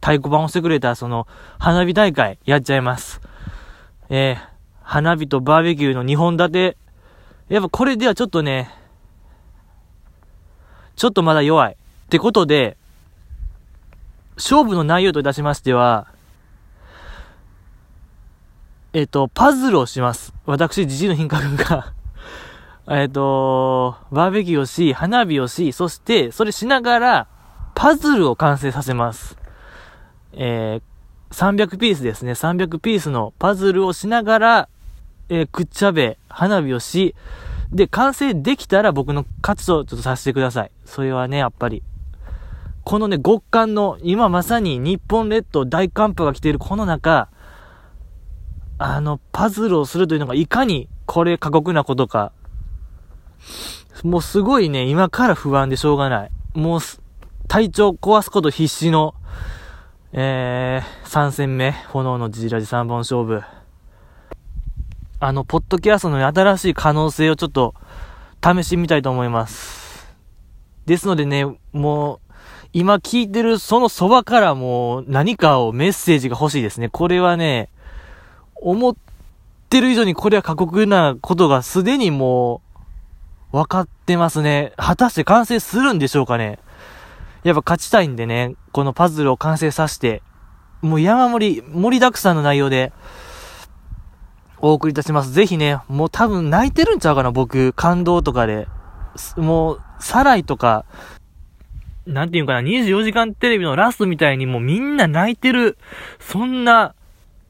S2: 太鼓判をしてくれた、その、花火大会、やっちゃいます。えー花火とバーベキューの2本立て。やっぱこれではちょっとね、ちょっとまだ弱い。ってことで、勝負の内容といたしましては、えっ、と、パズルをします。私、ジジイの品格が、 えっ、と、バーベキューをし、花火をし、そして、それしながら、パズルを完成させます。えー、300ピースですね。300ピースのパズルをしながら、えー、くっちゃべ、花火をし、で、完成できたら僕の勝ちとちょっとさせてください。それはね、やっぱり。このね、極寒の、今まさに日本列島大寒波が来ているこの中、あの、パズルをするというのがいかにこれ過酷なことか。もうすごいね、今から不安でしょうがない。もうす、体調壊すこと必死の、えー、3戦目、炎のジジラジ3本勝負。あの、ポッドキャストの新しい可能性をちょっと試してみたいと思います。ですのでね、もう、今聞いてるそのそばからもう何かをメッセージが欲しいですね。これはね、思ってる以上にこれは過酷なことがすでにもう分かってますね。果たして完成するんでしょうかね。やっぱ勝ちたいんでね、このパズルを完成させて、もう山盛り、盛りだくさんの内容でお送りいたします。ぜひね、もう多分泣いてるんちゃうかな、僕。感動とかで。すもう、サライとか、なんていうのかな、24時間テレビのラストみたいにもうみんな泣いてる、そんな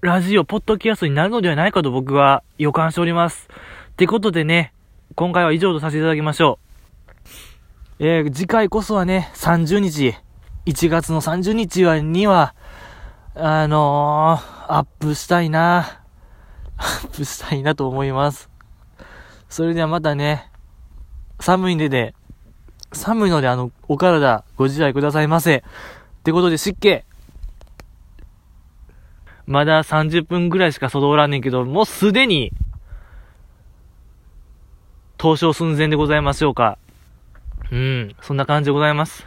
S2: ラジオ、ポッドキャストになるのではないかと僕は予感しております。ってことでね、今回は以上とさせていただきましょう。えー、次回こそはね、30日、1月の30日は、には、あのー、アップしたいな、アップしたいなと思います。それではまたね、寒いんでね、寒いので、あの、お体、ご自愛くださいませ。ってことで、湿気。まだ30分ぐらいしか外おらんねんけど、もうすでに、投票寸前でございましょうか。うん、そんな感じでございます。